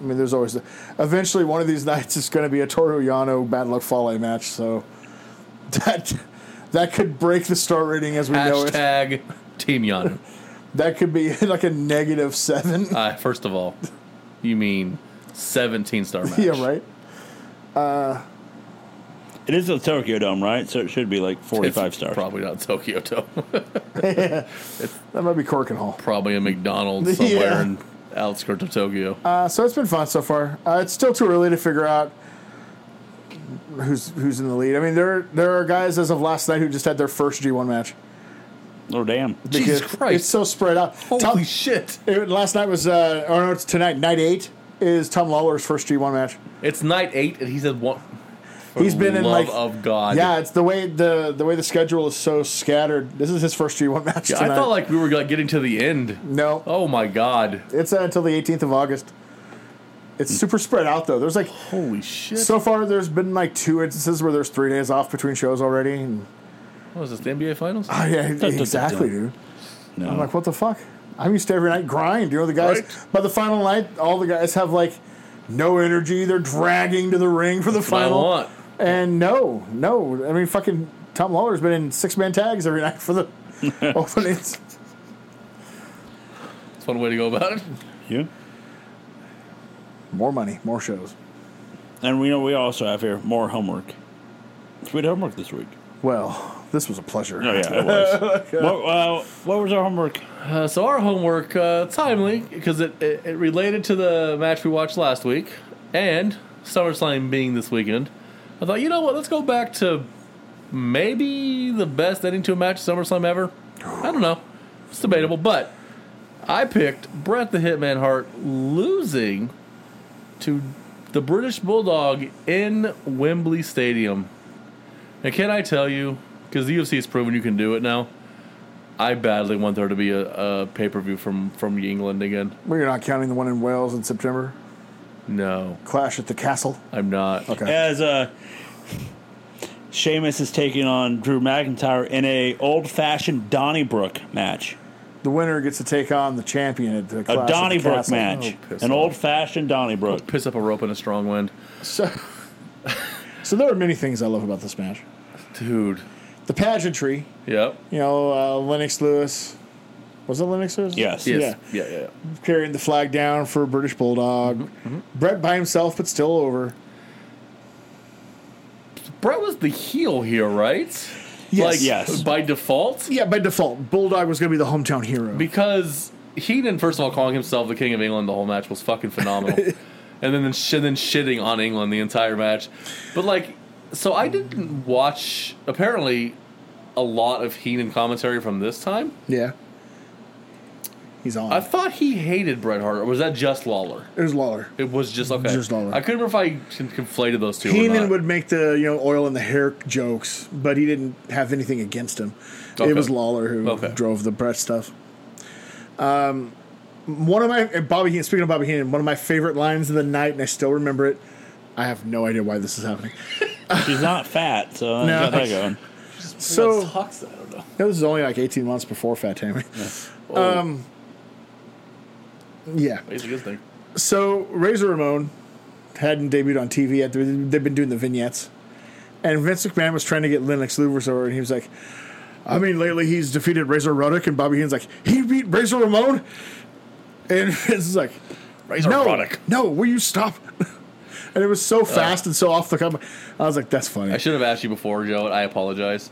Speaker 2: I mean, there's always. Eventually, one of these (laughs) nights is going to be a Toru Yano Bad Luck Fale match, so (laughs) that that could break the star rating as we know it.
Speaker 1: Hashtag Team Yano.
Speaker 2: That could be (laughs) like a negative seven.
Speaker 1: Uh, first of all, you mean 17 star match.
Speaker 2: (laughs) (laughs) yeah, right?
Speaker 3: It is the Tokyo Dome, right? So it should be like
Speaker 1: It's
Speaker 3: 45 stars.
Speaker 1: Probably not Tokyo Dome.
Speaker 2: That might be Cork and Hall.
Speaker 1: (laughs) probably a McDonald's somewhere
Speaker 2: Yeah.
Speaker 1: in outskirts of Tokyo.
Speaker 2: Uh, so it's been fun so far. Uh, it's still too early to figure out who's who's in the lead. I mean, there there are guys as of last night who just had their first G1 match.
Speaker 3: Oh, damn.
Speaker 1: Jesus
Speaker 2: Because
Speaker 1: Christ.
Speaker 2: It's so spread out.
Speaker 1: Holy
Speaker 2: Tom-
Speaker 1: shit!
Speaker 2: it- last night was, uh, or no, it's tonight, night eight is Tom Lawler's first G1 match.
Speaker 1: It's night eight, and he said one. For
Speaker 2: He's been in
Speaker 1: love
Speaker 2: like
Speaker 1: of God.
Speaker 2: Yeah, it's the way the the way the schedule is so scattered. This is his first G1 (laughs) match.
Speaker 1: Yeah, I
Speaker 2: tonight.
Speaker 1: thought like we were like getting to the end.
Speaker 2: no,
Speaker 1: Oh my God!
Speaker 2: it's uh, until the 18th of August.
Speaker 1: Mm.
Speaker 2: It's super spread out though. There's like
Speaker 1: Holy shit!
Speaker 2: so far there's been like two instances where there's three days off between shows already. And, (laughs)
Speaker 1: what was this? The NBA Finals?
Speaker 2: oh yeah,
Speaker 3: dun,
Speaker 2: exactly,
Speaker 3: dun.
Speaker 2: dude.
Speaker 3: No.
Speaker 2: I'm like, what the fuck? I'm used to every night grind. You know, the guys
Speaker 1: Right.
Speaker 2: by the final night, all the guys have like no energy. They're dragging to the ring for the
Speaker 1: what I
Speaker 2: final.
Speaker 1: want.
Speaker 2: And no, no. I mean, fucking Tom Lawler's been in six man tags every (laughs) night
Speaker 1: (laughs)
Speaker 2: for the openings.
Speaker 1: That's one way to go about it.
Speaker 3: You?
Speaker 2: More money, more shows.
Speaker 3: And we know we also have here more homework. So we had homework this week.
Speaker 2: Well, this was a pleasure.
Speaker 3: Oh, yeah, it (laughs) was. what, uh, what was our homework?
Speaker 1: Uh, so our homework, uh, timely, because it, it, it related to the match we watched last week, and SummerSlam being this weekend. I thought, you know what? Let's go back to maybe the best ending to a match at SummerSlam ever. I don't know. It's debatable, but I picked Bret the Hitman Hart losing to the British Bulldog in Wembley Stadium. And can I tell you, because the UFC has proven you can do it now, I badly want there to be a, a pay per view from, from England again.
Speaker 2: Well, you're not counting the one in Wales in September.
Speaker 1: No,
Speaker 2: Clash at the Castle.
Speaker 1: I'm not.
Speaker 2: Okay.
Speaker 3: As uh, Sheamus is taking on Drew McIntyre in a old fashioned Donnybrook match.
Speaker 2: The winner gets to take on the champion at the Clash
Speaker 3: A
Speaker 2: at the
Speaker 3: Donnybrook
Speaker 2: Castle.
Speaker 3: match.
Speaker 1: Oh, piss
Speaker 3: An
Speaker 1: off.
Speaker 3: old fashioned Donnybrook.
Speaker 1: Piss up a rope in a strong wind.
Speaker 2: So, so there are many things I love about this match.
Speaker 1: Dude.
Speaker 2: The pageantry,
Speaker 1: Yep.
Speaker 2: you know, uh, Lennox Lewis. Was it Lennox Lewis?
Speaker 3: Yes.
Speaker 1: Yes. Yeah, yeah, yeah.
Speaker 2: Carrying the flag down for British Bulldog.
Speaker 3: Mm-hmm,
Speaker 2: Brett by himself, but still over.
Speaker 1: Brett was the heel here, right?
Speaker 2: Yes.
Speaker 1: Like,
Speaker 3: Yes.
Speaker 1: By default?
Speaker 2: Yeah, by default, Bulldog was going to be the hometown hero.
Speaker 1: Because Heenan, first of all, calling himself the King of England the whole match was fucking phenomenal. and then, then, sh- then shitting on England the entire match. But, like, so I didn't watch, apparently, a lot of Heenan commentary from this time.
Speaker 2: yeah. He's on.
Speaker 1: I thought he hated Bret Hart, or was that just Lawler?
Speaker 2: it was Lawler.
Speaker 1: It was just okay.
Speaker 2: Just Lawler.
Speaker 1: I couldn't remember if I con- conflated those two. or
Speaker 2: Heenan
Speaker 1: not.
Speaker 2: would make the you know oil and the hair jokes, but he didn't have anything against him.
Speaker 1: Okay.
Speaker 2: It was Lawler who
Speaker 1: Okay.
Speaker 2: drove the Brett stuff. Um, one of my and Bobby Heenan. Speaking of Bobby Heenan, one of my favorite lines of the night, and I still remember it. I have no idea why this is happening.
Speaker 3: She's not fat, so I
Speaker 2: No.
Speaker 3: got that (laughs) going.
Speaker 2: So
Speaker 1: That sucks, I don't know.
Speaker 2: No, this is only like eighteen months before Fat Tammy.
Speaker 1: Well,
Speaker 2: Um, Yeah.
Speaker 1: Oh, it's a good thing.
Speaker 2: So Razor Ramon hadn't debuted on TV yet. They've been doing the vignettes, and Vince McMahon was trying to get Lennox Lewis over, and he was like, "I mean, lately he's defeated Razor Ruddock, and Bobby Heenan's like, he beat Razor Ramon," and (laughs) Vince is like,
Speaker 1: Razor
Speaker 2: "No,
Speaker 1: Ruddock.
Speaker 2: no, will you stop?" (laughs) and it was so fast and so off the cuff. I was like, "That's funny."
Speaker 1: I should have asked you before, Joe. and I apologize.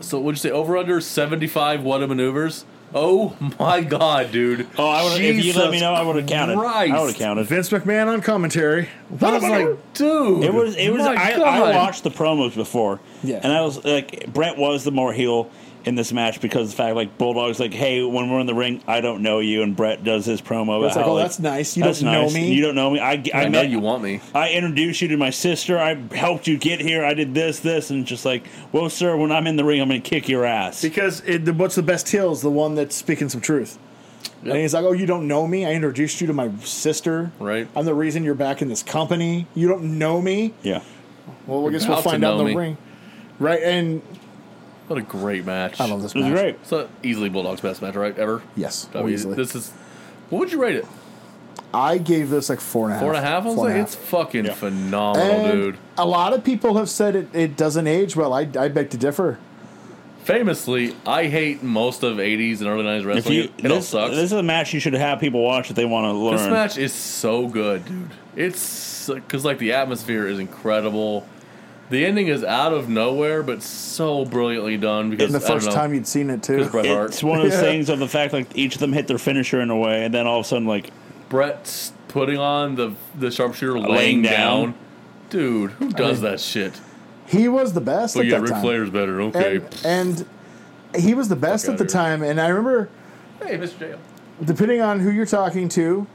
Speaker 1: So, would you say over under seventy five? What a maneuvers! Oh my god, dude!
Speaker 3: Oh, I would if you let me know, I would have counted. I
Speaker 1: Christ.
Speaker 3: would have counted.
Speaker 2: Vince McMahon on commentary.
Speaker 1: I was like, dude,
Speaker 3: It was. It was.
Speaker 1: my
Speaker 3: I,
Speaker 1: God.
Speaker 3: I watched the promos before.
Speaker 2: Yeah.
Speaker 3: And I was like, Brent was the more heel in this match because of the fact like Bulldog's like, hey, when we're in the ring, I don't know you, and Brett does his promo. About
Speaker 2: It's like,
Speaker 3: how,
Speaker 2: "Oh, that's nice. You
Speaker 3: that's
Speaker 2: don't know me."
Speaker 3: You don't know me. I, I,
Speaker 1: I know
Speaker 3: met
Speaker 1: you want me.
Speaker 3: I introduced you to my sister. I helped you get here. I did this, this, and just like, well, sir, when I'm in the ring, I'm gonna kick your ass.
Speaker 2: Because it, the, what's the best heel is the one that's speaking some truth. And he's like, "Oh, you don't know me. I introduced you to my sister.
Speaker 1: Right.
Speaker 2: I'm the reason you're back in this company. You don't know me.
Speaker 3: yeah.
Speaker 2: Well, I guess
Speaker 1: About
Speaker 2: we'll
Speaker 1: to
Speaker 2: find out
Speaker 1: know
Speaker 2: in the
Speaker 1: me.
Speaker 2: ring." right? And
Speaker 1: What a great match.
Speaker 2: I love this
Speaker 3: It was
Speaker 2: match.
Speaker 3: great.
Speaker 1: So easily Bulldog's best match, right? Ever?
Speaker 2: Yes,
Speaker 1: I mean,
Speaker 2: easily.
Speaker 1: Oh, This is. What would you rate it?
Speaker 2: I gave this like four and a half.
Speaker 1: Four and a half. I was
Speaker 2: Four
Speaker 1: like,
Speaker 2: and a
Speaker 1: it's fucking
Speaker 3: Yeah.
Speaker 1: phenomenal,
Speaker 2: And
Speaker 1: dude.
Speaker 2: A lot of people have said it, it doesn't age well. I, I beg to differ.
Speaker 1: Famously, I hate most of '80s and early '90s
Speaker 3: If
Speaker 1: wrestling.
Speaker 3: you,
Speaker 1: it all
Speaker 3: this,
Speaker 1: sucks.
Speaker 3: this is a match you should have people watch if they want to learn.
Speaker 1: This match is so good, dude. It's because like the atmosphere is incredible. The ending is out of nowhere, but so brilliantly done because
Speaker 2: And the
Speaker 1: I don't
Speaker 2: first
Speaker 1: know,
Speaker 2: time you'd seen it too.
Speaker 1: It's Bret Hart.
Speaker 3: It's one of those
Speaker 2: (laughs) Yeah.
Speaker 3: things of the fact like each of them hit their finisher in a way, and then all of a sudden like
Speaker 1: Brett's putting on the the sharpshooter laying, down.
Speaker 3: down.
Speaker 1: Dude, who does that shit?
Speaker 2: He was the best
Speaker 1: But
Speaker 2: at
Speaker 1: yeah,
Speaker 2: that
Speaker 1: Ric
Speaker 2: time.
Speaker 1: Flair's better. Okay.
Speaker 2: And, and he was the best
Speaker 1: Fuck
Speaker 2: at the
Speaker 1: outta here.
Speaker 2: time. And I remember,
Speaker 1: hey, Mr. J.
Speaker 2: depending on who you're talking to,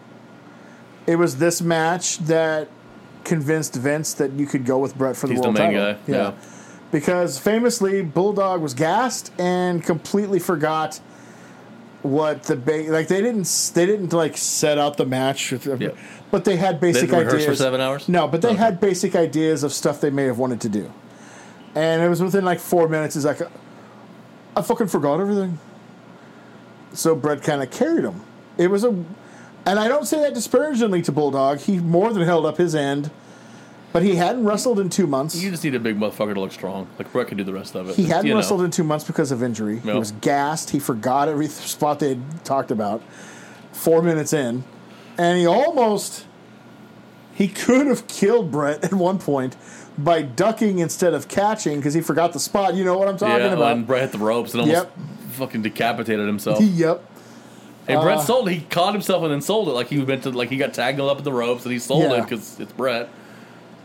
Speaker 2: it was this match that convinced Vince that you could go with Brett for the
Speaker 1: He's the
Speaker 2: world
Speaker 1: main
Speaker 2: title.
Speaker 1: guy. Yeah.
Speaker 2: because famously Bulldog was gassed and completely forgot what the ba- like they didn't s- they didn't like set out the match with
Speaker 1: Yeah.
Speaker 2: but they had basic
Speaker 1: They had to rehearse
Speaker 2: ideas
Speaker 1: for seven hours?
Speaker 2: No, but they
Speaker 1: Okay.
Speaker 2: had basic ideas of stuff they may have wanted to do. And it was within like 4 minutes it's like I fucking forgot everything. So Brett kind of carried him. It was a and I don't say that disparagingly to Bulldog. He more than held up his end. But he hadn't wrestled in 2 months.
Speaker 1: You just need a big motherfucker to look strong. Like Brett can do the rest of it.
Speaker 2: He hadn't
Speaker 1: you know.
Speaker 2: wrestled in two months because of injury. He
Speaker 1: Yep.
Speaker 2: was gassed. He forgot every th- spot they had talked about. Four minutes in, and he almost he could have killed Brett (laughs) at one point by ducking instead of catching because he forgot the spot. You know what I'm talking
Speaker 1: yeah,
Speaker 2: about?
Speaker 1: and Brett hit the ropes and almost
Speaker 2: Yep.
Speaker 1: fucking decapitated himself.
Speaker 2: yep.
Speaker 1: And
Speaker 2: uh,
Speaker 1: Brett sold it. He caught himself and then sold it. Like he meant to. Like he got tangled up at the ropes and he sold it
Speaker 2: Yeah.
Speaker 1: 'cause it because it's Brett.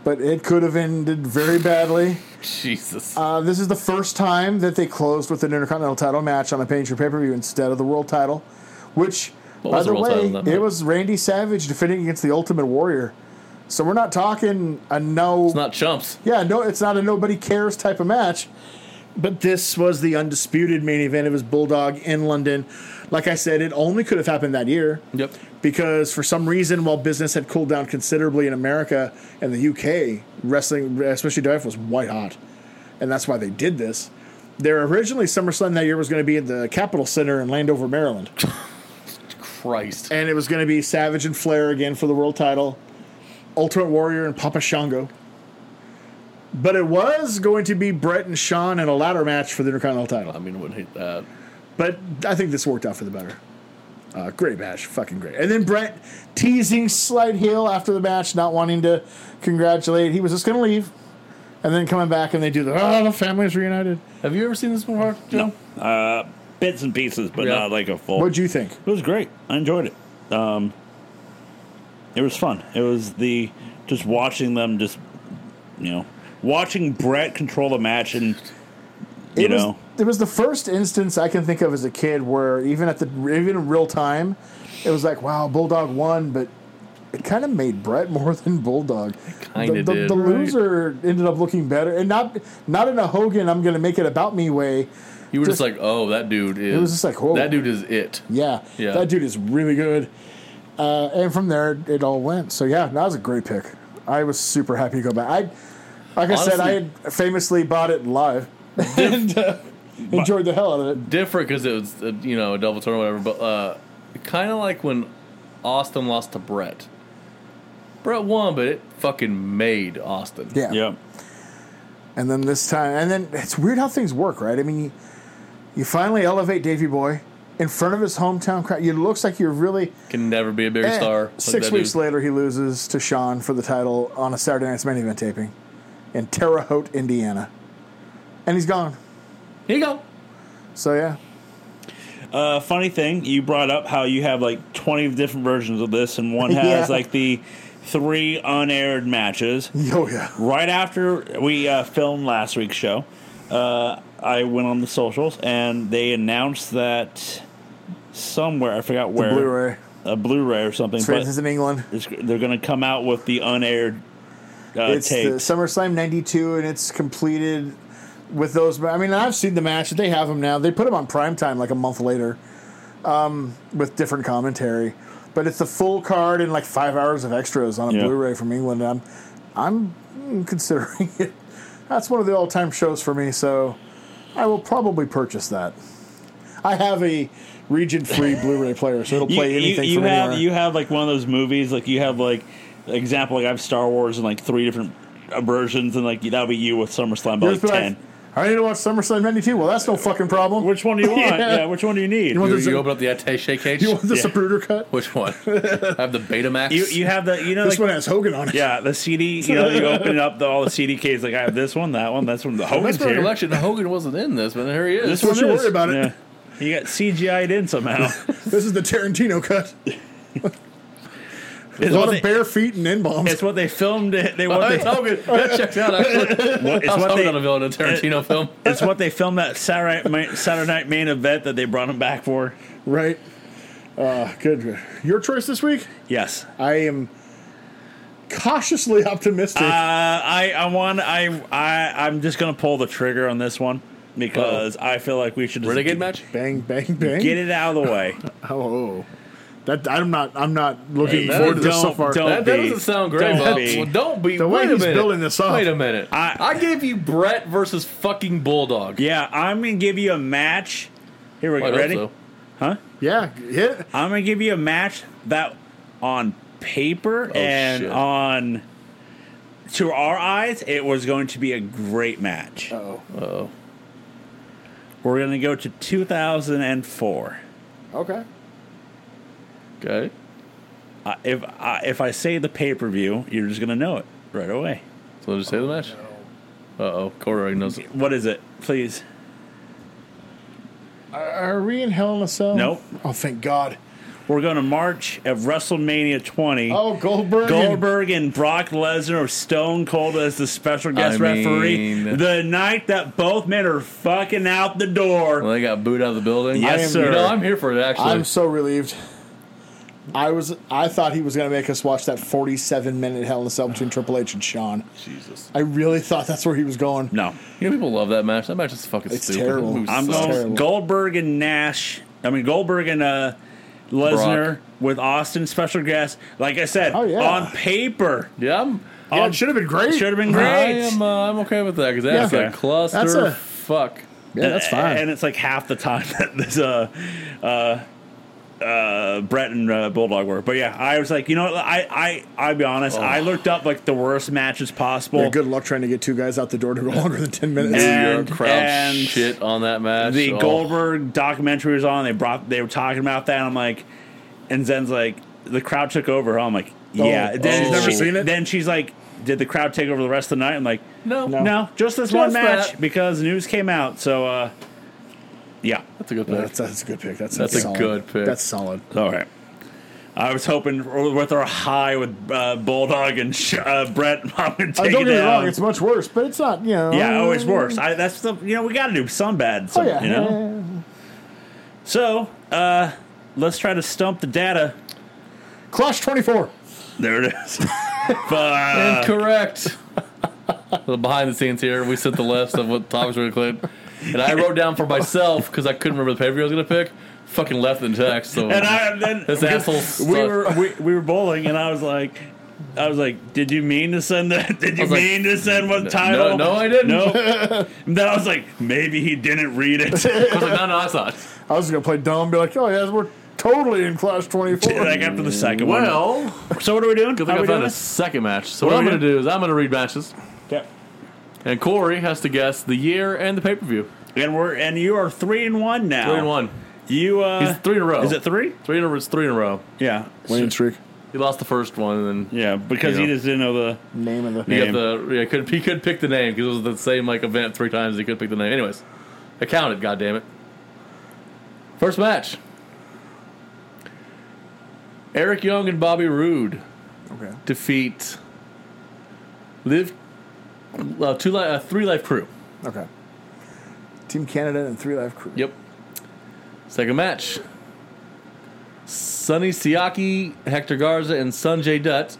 Speaker 2: But it could have ended very badly.
Speaker 1: Jesus.
Speaker 2: Uh, this is the first time that they closed with an Intercontinental title match on a pay per view instead of the world title, which,
Speaker 1: What
Speaker 2: by
Speaker 1: was
Speaker 2: the
Speaker 1: the world title
Speaker 2: way,
Speaker 1: in that
Speaker 2: it
Speaker 1: match?
Speaker 2: was Randy Savage defending against the Ultimate Warrior. So we're not talking a no.
Speaker 1: it's not chumps.
Speaker 2: yeah, no, it's not a nobody cares type of match. But this was the undisputed main event. It was Bulldog in London. Like I said, it only could have happened that year
Speaker 1: Yep.
Speaker 2: because for some reason, while business had cooled down considerably in America and the UK, wrestling, especially WWF, was white hot, and that's why they did this. Their originally SummerSlam that year was going to be at the Capitol Center in Landover, Maryland,
Speaker 1: Christ.
Speaker 2: and it was going to be Savage and Flair again for the world title, Ultimate Warrior and Papa Shango. But it was going to be Brett and Shawn in a ladder match for the Intercontinental title.
Speaker 1: I mean, I wouldn't hate that.
Speaker 2: But I think this worked out for the better. Uh, great match, fucking great. And then Brett teasing slight heel after the match, not wanting to congratulate. He was just gonna leave, and then coming back, and they do the oh the family's reunited.
Speaker 1: Have you ever seen this before, Joe?
Speaker 3: uh, bits and pieces, but
Speaker 1: Yeah.
Speaker 3: not like a full.
Speaker 2: What'd you think?
Speaker 3: It was great. I enjoyed it. Um, it was fun. It was the just watching them just you know watching Brett control the match and you
Speaker 2: it
Speaker 3: know
Speaker 2: was, it was the first instance I can think of as a kid where even at the even in real time, it was like wow Bulldog won, but it kind of made Brett (laughs) more than Bulldog.
Speaker 1: kinda
Speaker 2: the, the,
Speaker 1: did.
Speaker 2: the
Speaker 1: Right.
Speaker 2: loser ended up looking better, and not not in a Hogan I'm gonna make it about me way.
Speaker 1: You were just,
Speaker 2: Just-
Speaker 1: like, oh, that dude is.
Speaker 2: was just like, whoa.
Speaker 1: That dude is
Speaker 2: (laughs)
Speaker 1: it.
Speaker 2: Yeah,
Speaker 1: Yeah.
Speaker 2: that dude is really good. Uh, and from there, it all went. So yeah, that was a great pick. I was super happy to go back. I, like I said, I
Speaker 1: Honestly-
Speaker 2: had famously bought it live and uh, enjoyed the hell out of it.
Speaker 1: Different because it was, uh, you know, a double turn or whatever, but uh, kind of like when Austin lost to Brett. Brett won, but it fucking made Austin.
Speaker 2: Yeah.
Speaker 3: yeah.
Speaker 2: And then this time, and then it's weird how things work, right? I mean, you, you finally elevate Davy Boy in front of his hometown crowd. It looks like you're really.
Speaker 1: Can never be a bigger
Speaker 2: Eh,
Speaker 1: star. like
Speaker 2: Six
Speaker 1: that
Speaker 2: weeks
Speaker 1: dude.
Speaker 2: later, he loses to Sean for the title on a Saturday night's main event taping in Terre Haute, Indiana, and he's gone.
Speaker 1: Here you go.
Speaker 2: So yeah, (laughs)
Speaker 3: Uh, funny thing, you brought up how you have like 20 different versions of this, and one
Speaker 2: (laughs)
Speaker 3: has
Speaker 2: Yeah.
Speaker 3: like the three unaired matches.
Speaker 2: oh yeah.
Speaker 3: Right after we uh, filmed last week's show, uh, I went on the socials and they announced that somewhere, I forgot where,
Speaker 2: Blu-ray.
Speaker 3: a Blu ray or something, but
Speaker 2: It's in England.
Speaker 3: it's, they're going to come out with the unaired uh,
Speaker 2: It's the
Speaker 3: tapes.
Speaker 2: SummerSlam '92, and it's completed with those. I mean, I've seen the match. They have them now. They put them on primetime like a month later, um, with different commentary. But it's the full card and like five hours of extras on a
Speaker 3: Yeah.
Speaker 2: Blu-ray from England. I'm, I'm considering (laughs) it. That's one of the all time shows for me, so I will probably purchase that. I have a region
Speaker 3: (laughs)
Speaker 2: free Blu ray player, so it'll
Speaker 3: You,
Speaker 2: play
Speaker 3: you,
Speaker 2: anything
Speaker 3: you
Speaker 2: from
Speaker 3: have
Speaker 2: anywhere.
Speaker 3: you have like one of those movies like you have like example like I have Star Wars and like three different uh, versions and like that'll be you with SummerSlam by
Speaker 2: Just
Speaker 3: like
Speaker 2: be like,
Speaker 3: ten.
Speaker 2: I need to watch SummerSlam 92. Well, that's no fucking problem.
Speaker 3: Which one
Speaker 2: (laughs)
Speaker 3: do you want?
Speaker 2: Yeah.
Speaker 3: yeah. which one do you need?
Speaker 2: You want
Speaker 3: You,
Speaker 1: You,
Speaker 2: the- There's
Speaker 1: you
Speaker 2: a-
Speaker 1: open up the attaché
Speaker 3: (laughs)
Speaker 1: case.
Speaker 2: you want the
Speaker 3: Yeah.
Speaker 2: Zapruder cut?
Speaker 1: Which
Speaker 3: (laughs)
Speaker 1: one? I have the Betamax.
Speaker 3: you, have the you know
Speaker 2: This
Speaker 3: like,
Speaker 2: one has Hogan on it.
Speaker 3: yeah the CD you know you open it up the, all the CD cases like I have this one that one that's one the Hogan's
Speaker 1: That's my
Speaker 3: here.
Speaker 1: recollection. Hogan wasn't in this, but here he is. (laughs)
Speaker 3: This
Speaker 2: Don't
Speaker 3: one
Speaker 2: you
Speaker 3: is.
Speaker 2: worry about it.
Speaker 3: Yeah. You got CGI'd in somehow.
Speaker 2: This is the Tarantino
Speaker 3: (laughs)
Speaker 2: cut.
Speaker 3: It's
Speaker 2: A lot
Speaker 3: what,
Speaker 2: of
Speaker 3: they,
Speaker 2: bare feet and N bombs.
Speaker 3: it's what they filmed. it- They
Speaker 1: Oh,
Speaker 3: what they,
Speaker 1: that's Hogan. That
Speaker 3: (laughs)
Speaker 1: checks out. Actually,
Speaker 3: what- it's
Speaker 1: I was
Speaker 3: what
Speaker 1: hoping
Speaker 3: they
Speaker 1: on a villain in a Tarantino
Speaker 3: (laughs)
Speaker 1: film.
Speaker 3: it's what they filmed that Saturday night, Saturday night main event that they brought him back for.
Speaker 2: Right. Uh, good. Your choice this week?
Speaker 3: Yes,
Speaker 2: I am cautiously optimistic.
Speaker 3: uh, I I want I I I'm just gonna pull the trigger on this one because I feel like we should just
Speaker 1: Renegade
Speaker 3: get,
Speaker 1: match.
Speaker 2: bang, bang, bang.
Speaker 3: get it out of the way.
Speaker 2: Oh, that I'm not. I'm not looking
Speaker 1: Hey,
Speaker 2: forward to this
Speaker 3: don't-
Speaker 2: so far.
Speaker 3: don't-
Speaker 1: That, that
Speaker 3: be.
Speaker 1: doesn't sound great,
Speaker 3: Don't
Speaker 1: Bob.
Speaker 3: be.
Speaker 1: Well, don't be.
Speaker 2: The way
Speaker 1: Wait a
Speaker 2: he's
Speaker 1: minute.
Speaker 2: building this up.
Speaker 1: Wait a minute.
Speaker 3: I-
Speaker 1: I, gave you Brett versus fucking Bulldog.
Speaker 3: yeah, I'm gonna give you a match. Here we
Speaker 1: I
Speaker 3: go.
Speaker 1: hope
Speaker 3: Ready?
Speaker 1: so.
Speaker 2: Yeah, hit.
Speaker 3: I'm gonna give you a match that on paper and
Speaker 1: Oh, shit.
Speaker 3: on to our eyes, it was going to be a great match.
Speaker 1: Uh.
Speaker 2: Oh,
Speaker 3: We're gonna go to 2004.
Speaker 2: okay.
Speaker 1: Okay.
Speaker 3: Uh, if I, if I say the pay per view, you're just gonna know it right away.
Speaker 1: So just say the match. Uh oh, Corey already knows. it.
Speaker 3: What is it? Please.
Speaker 2: Are we in Hell in a Cell?
Speaker 3: Nope.
Speaker 2: Oh, thank God.
Speaker 3: We're going to March of WrestleMania 20.
Speaker 2: Oh, Goldberg. and-
Speaker 3: Goldberg and Brock Lesnar of Stone Cold as the special guest
Speaker 1: I
Speaker 3: referee.
Speaker 1: mean-
Speaker 3: The night that both men are fucking out the door.
Speaker 1: Well, they got booed out of the building.
Speaker 3: Yes,
Speaker 1: I am-
Speaker 3: sir.
Speaker 1: You know, I'm here for it. Actually,
Speaker 2: I'm so relieved. I was. I thought he was going to make us watch that 47 minute Hell in a Cell between Triple H and Shawn.
Speaker 1: Jesus.
Speaker 2: I really thought that's where he was going.
Speaker 3: no,
Speaker 1: You know, people love that match. That match is fucking
Speaker 2: It's
Speaker 1: stupid.
Speaker 2: terrible.
Speaker 1: That movie
Speaker 3: I'm
Speaker 1: sucks.
Speaker 3: going
Speaker 2: terrible.
Speaker 3: Goldberg and Nash. I mean Goldberg and uh, Lesnar
Speaker 1: Brock.
Speaker 3: with Austin special guest. Like I said,
Speaker 2: Oh, yeah.
Speaker 3: on paper,
Speaker 1: Yeah, I'm.
Speaker 2: Yeah, Oh, it should have been great.
Speaker 3: should have been
Speaker 1: I
Speaker 3: great.
Speaker 1: am. Uh, I'm okay with that because that's
Speaker 2: Yeah.
Speaker 1: a cluster
Speaker 2: That's a-
Speaker 1: fuck.
Speaker 2: Yeah, that's
Speaker 3: A-
Speaker 2: fine.
Speaker 3: And it's like half the time (laughs) that this uh uh uh Brett and uh, Bulldog were. But yeah, I was like, you know, what, I I I'll be
Speaker 2: Oh.
Speaker 3: honest, I looked up like the worst matches possible.
Speaker 2: Yeah, good luck trying to get two guys out the door to go longer than 10 minutes.
Speaker 3: Yeah.
Speaker 1: New
Speaker 3: And-
Speaker 1: York crowd
Speaker 3: and
Speaker 1: shit on that match.
Speaker 3: The
Speaker 1: Oh.
Speaker 3: Goldberg documentary was on. They brought they were talking about that. And I'm like, and Zen's like, the crowd took over. I'm like, yeah.
Speaker 2: Oh,
Speaker 3: then
Speaker 1: she's never
Speaker 3: she-
Speaker 2: seen it?
Speaker 3: Then she's like, did the crowd take over the rest of the night? I'm like,
Speaker 1: No,
Speaker 3: no, just this one match
Speaker 1: that.
Speaker 3: because news came out. So uh yeah,
Speaker 1: that's a good pick.
Speaker 2: That's, that's a good pick. That's,
Speaker 1: That's a
Speaker 2: solid.
Speaker 1: good pick.
Speaker 2: That's solid.
Speaker 3: All right. I was hoping with our high with uh, Bulldog and Sh- uh, Brett, (laughs) I'm gonna
Speaker 2: Uh,
Speaker 3: take
Speaker 2: don't
Speaker 3: it
Speaker 2: get me
Speaker 3: down.
Speaker 2: wrong, it's much worse, but it's not, you know.
Speaker 3: yeah, always worse. I, that's the you know we got to do some bad,
Speaker 2: Oh,
Speaker 3: some,
Speaker 2: yeah.
Speaker 3: you know. So uh, let's try to stump the data.
Speaker 2: Clash 24.
Speaker 3: There it is. (laughs) um, Fuck.
Speaker 1: Incorrect. a little behind (laughs) the scenes here. We sent the list of what topics we're going to clip. And I wrote down for myself because I couldn't remember the paper I was going to pick. Fucking left in text. So
Speaker 3: and I then
Speaker 1: This asshole
Speaker 3: We
Speaker 1: sucked.
Speaker 3: were we, we were bowling, and I was like. I was like, "Did you mean to send that? (laughs) Did you
Speaker 1: was like,
Speaker 3: mean to send what
Speaker 1: no,
Speaker 3: title?"
Speaker 1: no, I didn't.
Speaker 3: No.
Speaker 1: (laughs)
Speaker 3: And then I was like, "Maybe he didn't read it." (laughs)
Speaker 1: I was like, no, no, that's not.
Speaker 2: I was going to play dumb and be like, oh, yeah, we're totally in Clash 24.
Speaker 3: like after the second one.
Speaker 1: Well,
Speaker 3: So what are we doing?
Speaker 1: good
Speaker 3: How
Speaker 1: thing I
Speaker 3: we doing
Speaker 1: found a
Speaker 3: this?
Speaker 1: second match. So
Speaker 3: What
Speaker 1: what,
Speaker 3: are
Speaker 1: I'm
Speaker 3: we
Speaker 1: going to
Speaker 3: doing?
Speaker 1: do is I'm going to read matches, and Corey has to guess the year and the pay per view.
Speaker 3: And we're and you are three and one now.
Speaker 1: Three and one.
Speaker 3: You uh,
Speaker 1: He's three oh. in a row.
Speaker 3: Oh. Is it three?
Speaker 1: Three in a, it's three in a row.
Speaker 3: Yeah,
Speaker 2: Winning streak.
Speaker 1: He lost the first one, and then
Speaker 3: yeah. Because
Speaker 1: You
Speaker 3: he
Speaker 1: know.
Speaker 3: just didn't know the.
Speaker 2: Name of the.
Speaker 1: he
Speaker 3: Name.
Speaker 1: got the yeah, could he could pick the name because it was the same like event three times. He could pick the name. Anyways, I counted. God damn it. First match. Eric Young and Bobby Roode
Speaker 2: Okay.
Speaker 1: defeat Live uh, two li- uh, three life crew.
Speaker 2: Okay. Team Canada and Three Live Crew.
Speaker 1: Yep. Second match. Sonny Siaki, Hector Garza, and Sanjay Dutt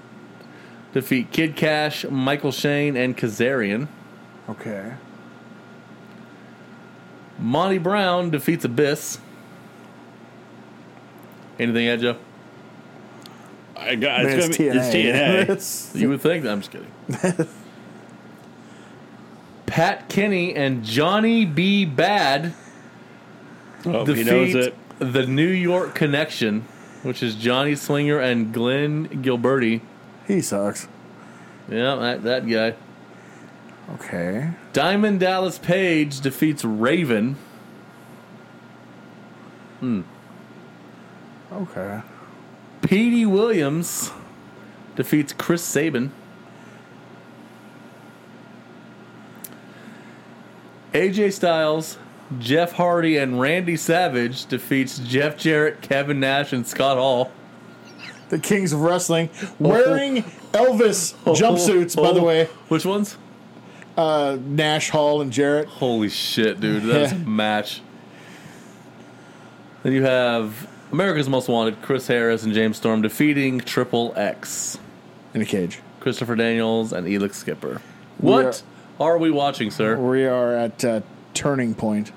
Speaker 1: defeat Kid Cash, Michael Shane, and Kazarian.
Speaker 2: Okay.
Speaker 1: Monty Brown defeats Abyss. Anything, Ed Joe?
Speaker 3: I got,
Speaker 2: Man,
Speaker 3: it's, gonna be, it's TNA.
Speaker 2: (laughs) It's-
Speaker 3: (laughs)
Speaker 1: You would think. I'm just kidding. Pat Kenny and Johnny B. Bad
Speaker 3: Oh, he
Speaker 1: defeat
Speaker 3: knows it.
Speaker 1: the New York Connection, which is Johnny Swinger and Glenn Gilberti.
Speaker 2: He sucks.
Speaker 1: Yeah, that, that guy.
Speaker 2: Okay.
Speaker 1: Diamond Dallas Page defeats Raven.
Speaker 2: Okay.
Speaker 1: Petey Williams defeats Chris Sabin. AJ Styles, Jeff Hardy, and Randy Savage defeats Jeff Jarrett, Kevin Nash, and Scott Hall.
Speaker 2: The Kings of Wrestling wearing Elvis jumpsuits, by
Speaker 1: (laughs)
Speaker 2: the way.
Speaker 1: Oh, Which ones?
Speaker 2: Uh, Nash Hall and Jarrett.
Speaker 1: Holy shit, dude. That's
Speaker 2: (laughs)
Speaker 1: a
Speaker 2: Yeah.
Speaker 1: match. Then you have America's Most Wanted, Chris Harris and James Storm defeating Triple X.
Speaker 2: In a cage.
Speaker 1: Christopher Daniels and Elix Skipper. What are we watching, sir?
Speaker 2: We are at uh, Turning Point,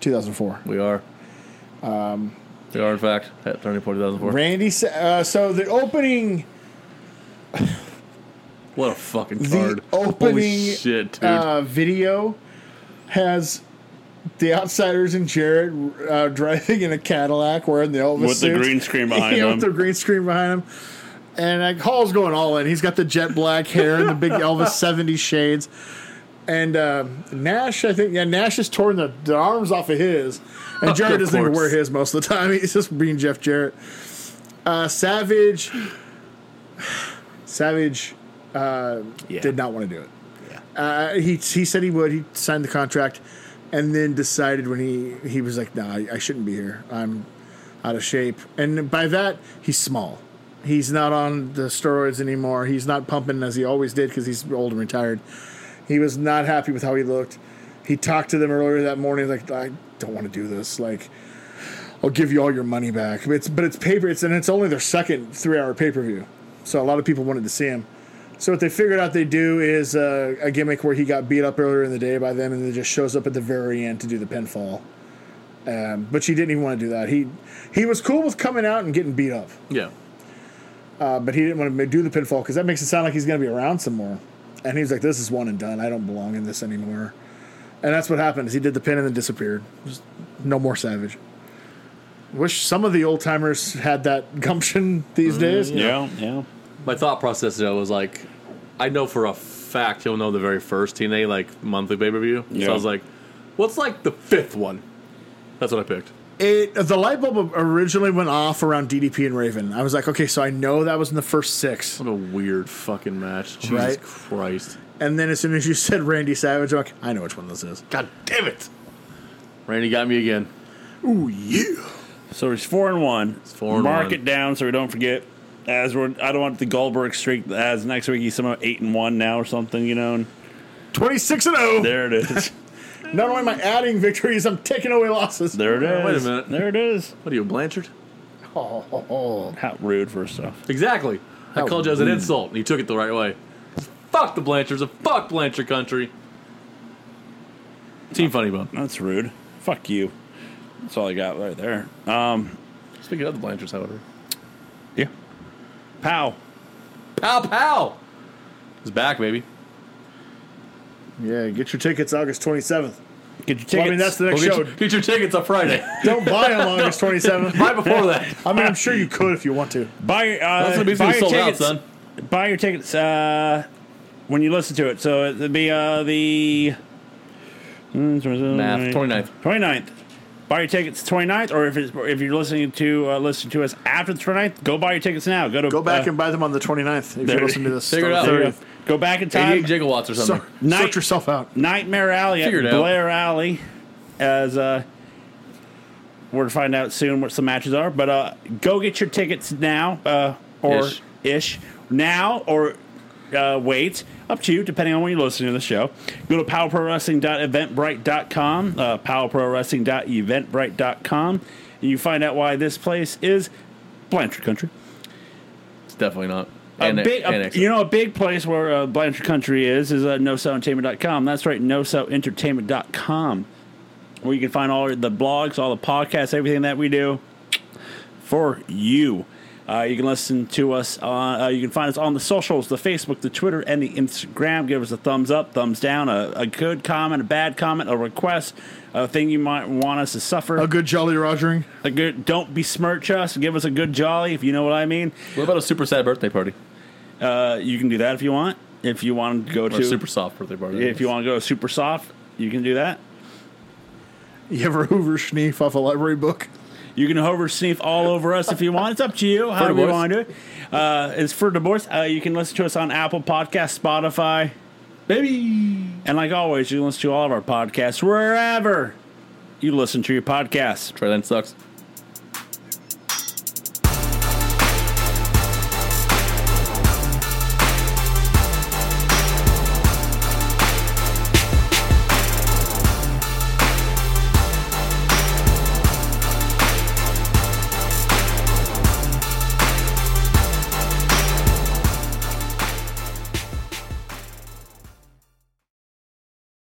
Speaker 2: 2004.
Speaker 1: We are. Um,
Speaker 2: Um,
Speaker 1: we are, in fact, at 34 2004.
Speaker 2: Randy. Sa- Uh, so the opening,
Speaker 1: what a fucking
Speaker 2: the
Speaker 1: card.
Speaker 2: opening,
Speaker 1: Holy shit, dude.
Speaker 2: uh, video has the outsiders and Jarrett uh, driving in a Cadillac wearing the Elvis
Speaker 3: With the
Speaker 2: suits.
Speaker 3: green screen
Speaker 2: (laughs)
Speaker 3: behind
Speaker 2: yeah,
Speaker 3: him.
Speaker 2: with the green screen behind him. And like, Hall's going all in. He's got the jet black hair and the big Elvis 70 shades. And uh, Nash, I think, yeah, Nash has torn the, the arms off of his. And Jarrett
Speaker 1: Of
Speaker 2: doesn't even
Speaker 1: course.
Speaker 2: wear his most of the time. (laughs) He's just being Jeff Jarrett. Uh, Savage. Savage uh,
Speaker 1: yeah.
Speaker 2: did not want to do it. Uh, he he said he would. He signed the contract, and then decided when he he was like, "No, I, I shouldn't be here. I'm out of shape." And by that, he's small. He's not on the steroids anymore. He's not pumping as he always did because he's old and retired. He was not happy with how he looked. He talked to them earlier that morning, like, "I don't want to do this." Like. I'll give you all your money back. It's but it's paper. It's and it's only their second three-hour pay-per-view, so a lot of people wanted to see him. So what they figured out they do is uh, a gimmick where he got beat up earlier in the day by them, and then just shows up at the very end to do the pinfall. Um, but she didn't even want to do that. He he was cool with coming out and getting beat up,
Speaker 1: yeah.
Speaker 2: uh, but he didn't want to do the pinfall because that makes it sound like he's going to be around some more. And he was like, "This is one and done. I don't belong in this anymore." And that's what happened. Is he did the pin and then disappeared. Just no more Savage. Wish some of the old timers had that (laughs) gumption these days.
Speaker 3: Yeah, yeah.
Speaker 1: My thought process, though, was like, I know for a fact he'll know the very first TNA, like, monthly pay per view.
Speaker 3: Yeah.
Speaker 1: So I was like, what's like the fifth one? That's what I picked.
Speaker 2: It the light bulb originally went off around DDP and Raven. I was like, okay, so I know that was in the first six,
Speaker 1: What a weird fucking match. Jesus
Speaker 2: Right?
Speaker 1: Christ.
Speaker 2: and then as soon as you (laughs) said Randy Savage, I'm like, I know which one this is.
Speaker 1: God damn it. Randy got me again.
Speaker 2: Ooh yeah,
Speaker 3: So it's four and one.
Speaker 1: four and
Speaker 3: Mark
Speaker 1: one.
Speaker 3: it down so we don't forget. As we're, I don't want the Goldberg streak. As next week he's somehow eight and one now or something. You know, and
Speaker 2: twenty six and zero.
Speaker 3: there it is.
Speaker 2: Not only am I adding victories, I'm taking away losses.
Speaker 3: There it is.
Speaker 1: Wait a minute.
Speaker 3: There it is.
Speaker 1: What are you, Blanchard?
Speaker 2: Oh, oh, oh.
Speaker 3: How rude, first off.
Speaker 1: Exactly. I
Speaker 2: How
Speaker 1: called you as an insult, and you took it the right way. Fuck the Blanchards and fuck Blanchard country. Team Funny Bone.
Speaker 3: That's rude. Fuck you. That's all I got right there. Um,
Speaker 1: Speaking of the Blanchards, however.
Speaker 3: Yeah. Pow.
Speaker 1: Pow pow! He's back, baby.
Speaker 2: Yeah, get your tickets August twenty seventh.
Speaker 3: Get your tickets.
Speaker 2: Well, I mean, that's the
Speaker 1: Well,
Speaker 2: next
Speaker 1: get,
Speaker 2: show.
Speaker 1: your, get your tickets on Friday.
Speaker 2: Don't buy them August twenty seventh.
Speaker 1: (laughs) right before that.
Speaker 2: I mean, I'm sure you could if you want to.
Speaker 3: buy your, uh,
Speaker 1: That's gonna be
Speaker 3: buy your
Speaker 1: sold out,
Speaker 3: tickets.
Speaker 1: son.
Speaker 3: Buy your tickets uh, when you listen to it. So it'd be uh, the Mm, uh,
Speaker 1: Math, 29th.
Speaker 3: 29th. Buy your tickets 29th, or if it's, if you're listening to uh, listen to us after the 29th, go buy your tickets now. Go to
Speaker 2: Go back
Speaker 3: uh,
Speaker 2: and buy them on the 29th if you
Speaker 3: there-
Speaker 2: listen to this.
Speaker 1: figure it
Speaker 2: on
Speaker 1: out.
Speaker 2: the
Speaker 3: there you
Speaker 2: 30th.
Speaker 3: go. Go back in
Speaker 1: 88
Speaker 3: time.
Speaker 1: gigawatts or something.
Speaker 2: Sort-
Speaker 3: Night-
Speaker 2: Sort yourself out.
Speaker 3: Nightmare Alley at
Speaker 1: Figure it out.
Speaker 3: Blair Alley, as uh, we're to find out soon what some matches are. But uh, go get your tickets now, uh, or
Speaker 1: Ish.
Speaker 3: ish. now, or uh, wait up to you, depending on when you're listening to the show. Go to powerprowrestling.eventbrite.com, uh, powerprowrestling.eventbrite.com, and you find out why this place is Blanchard Country
Speaker 1: It's definitely not.
Speaker 3: a
Speaker 1: Annex-
Speaker 3: big, a-
Speaker 1: annex.
Speaker 3: you know, a big place where uh, Blanchard Country is is uh, nocellentertainment.com. That's right, nocellentertainment.com, where you can find all the blogs, all the podcasts, everything that we do for you. Uh, you can listen to us. On, uh, you can find us on the socials: the Facebook, the Twitter, and the Instagram. Give us a thumbs up, thumbs down, a, a good comment, a bad comment, a request, a thing you might want us to suffer.
Speaker 2: A good Jolly Rogering.
Speaker 3: a good, don't besmirch us. Give us a good jolly, if you know what I mean.
Speaker 4: What about a super sad birthday party?
Speaker 3: Uh, you can do that if you want. If you want to go
Speaker 4: Or a
Speaker 3: to
Speaker 4: super soft birthday party?
Speaker 3: if you want to go to super soft, you can do that.
Speaker 2: You ever Hoover Schneef off a library book?
Speaker 3: You can hover sneef all over us if you want. It's up to you. How do you
Speaker 4: divorce.
Speaker 3: want to do it? Uh, it's for divorce. Uh, you can listen to us on Apple Podcasts, Spotify,
Speaker 4: baby.
Speaker 3: and like always, you can listen to all of our podcasts wherever you listen to your podcasts.
Speaker 4: Trey Lance sucks.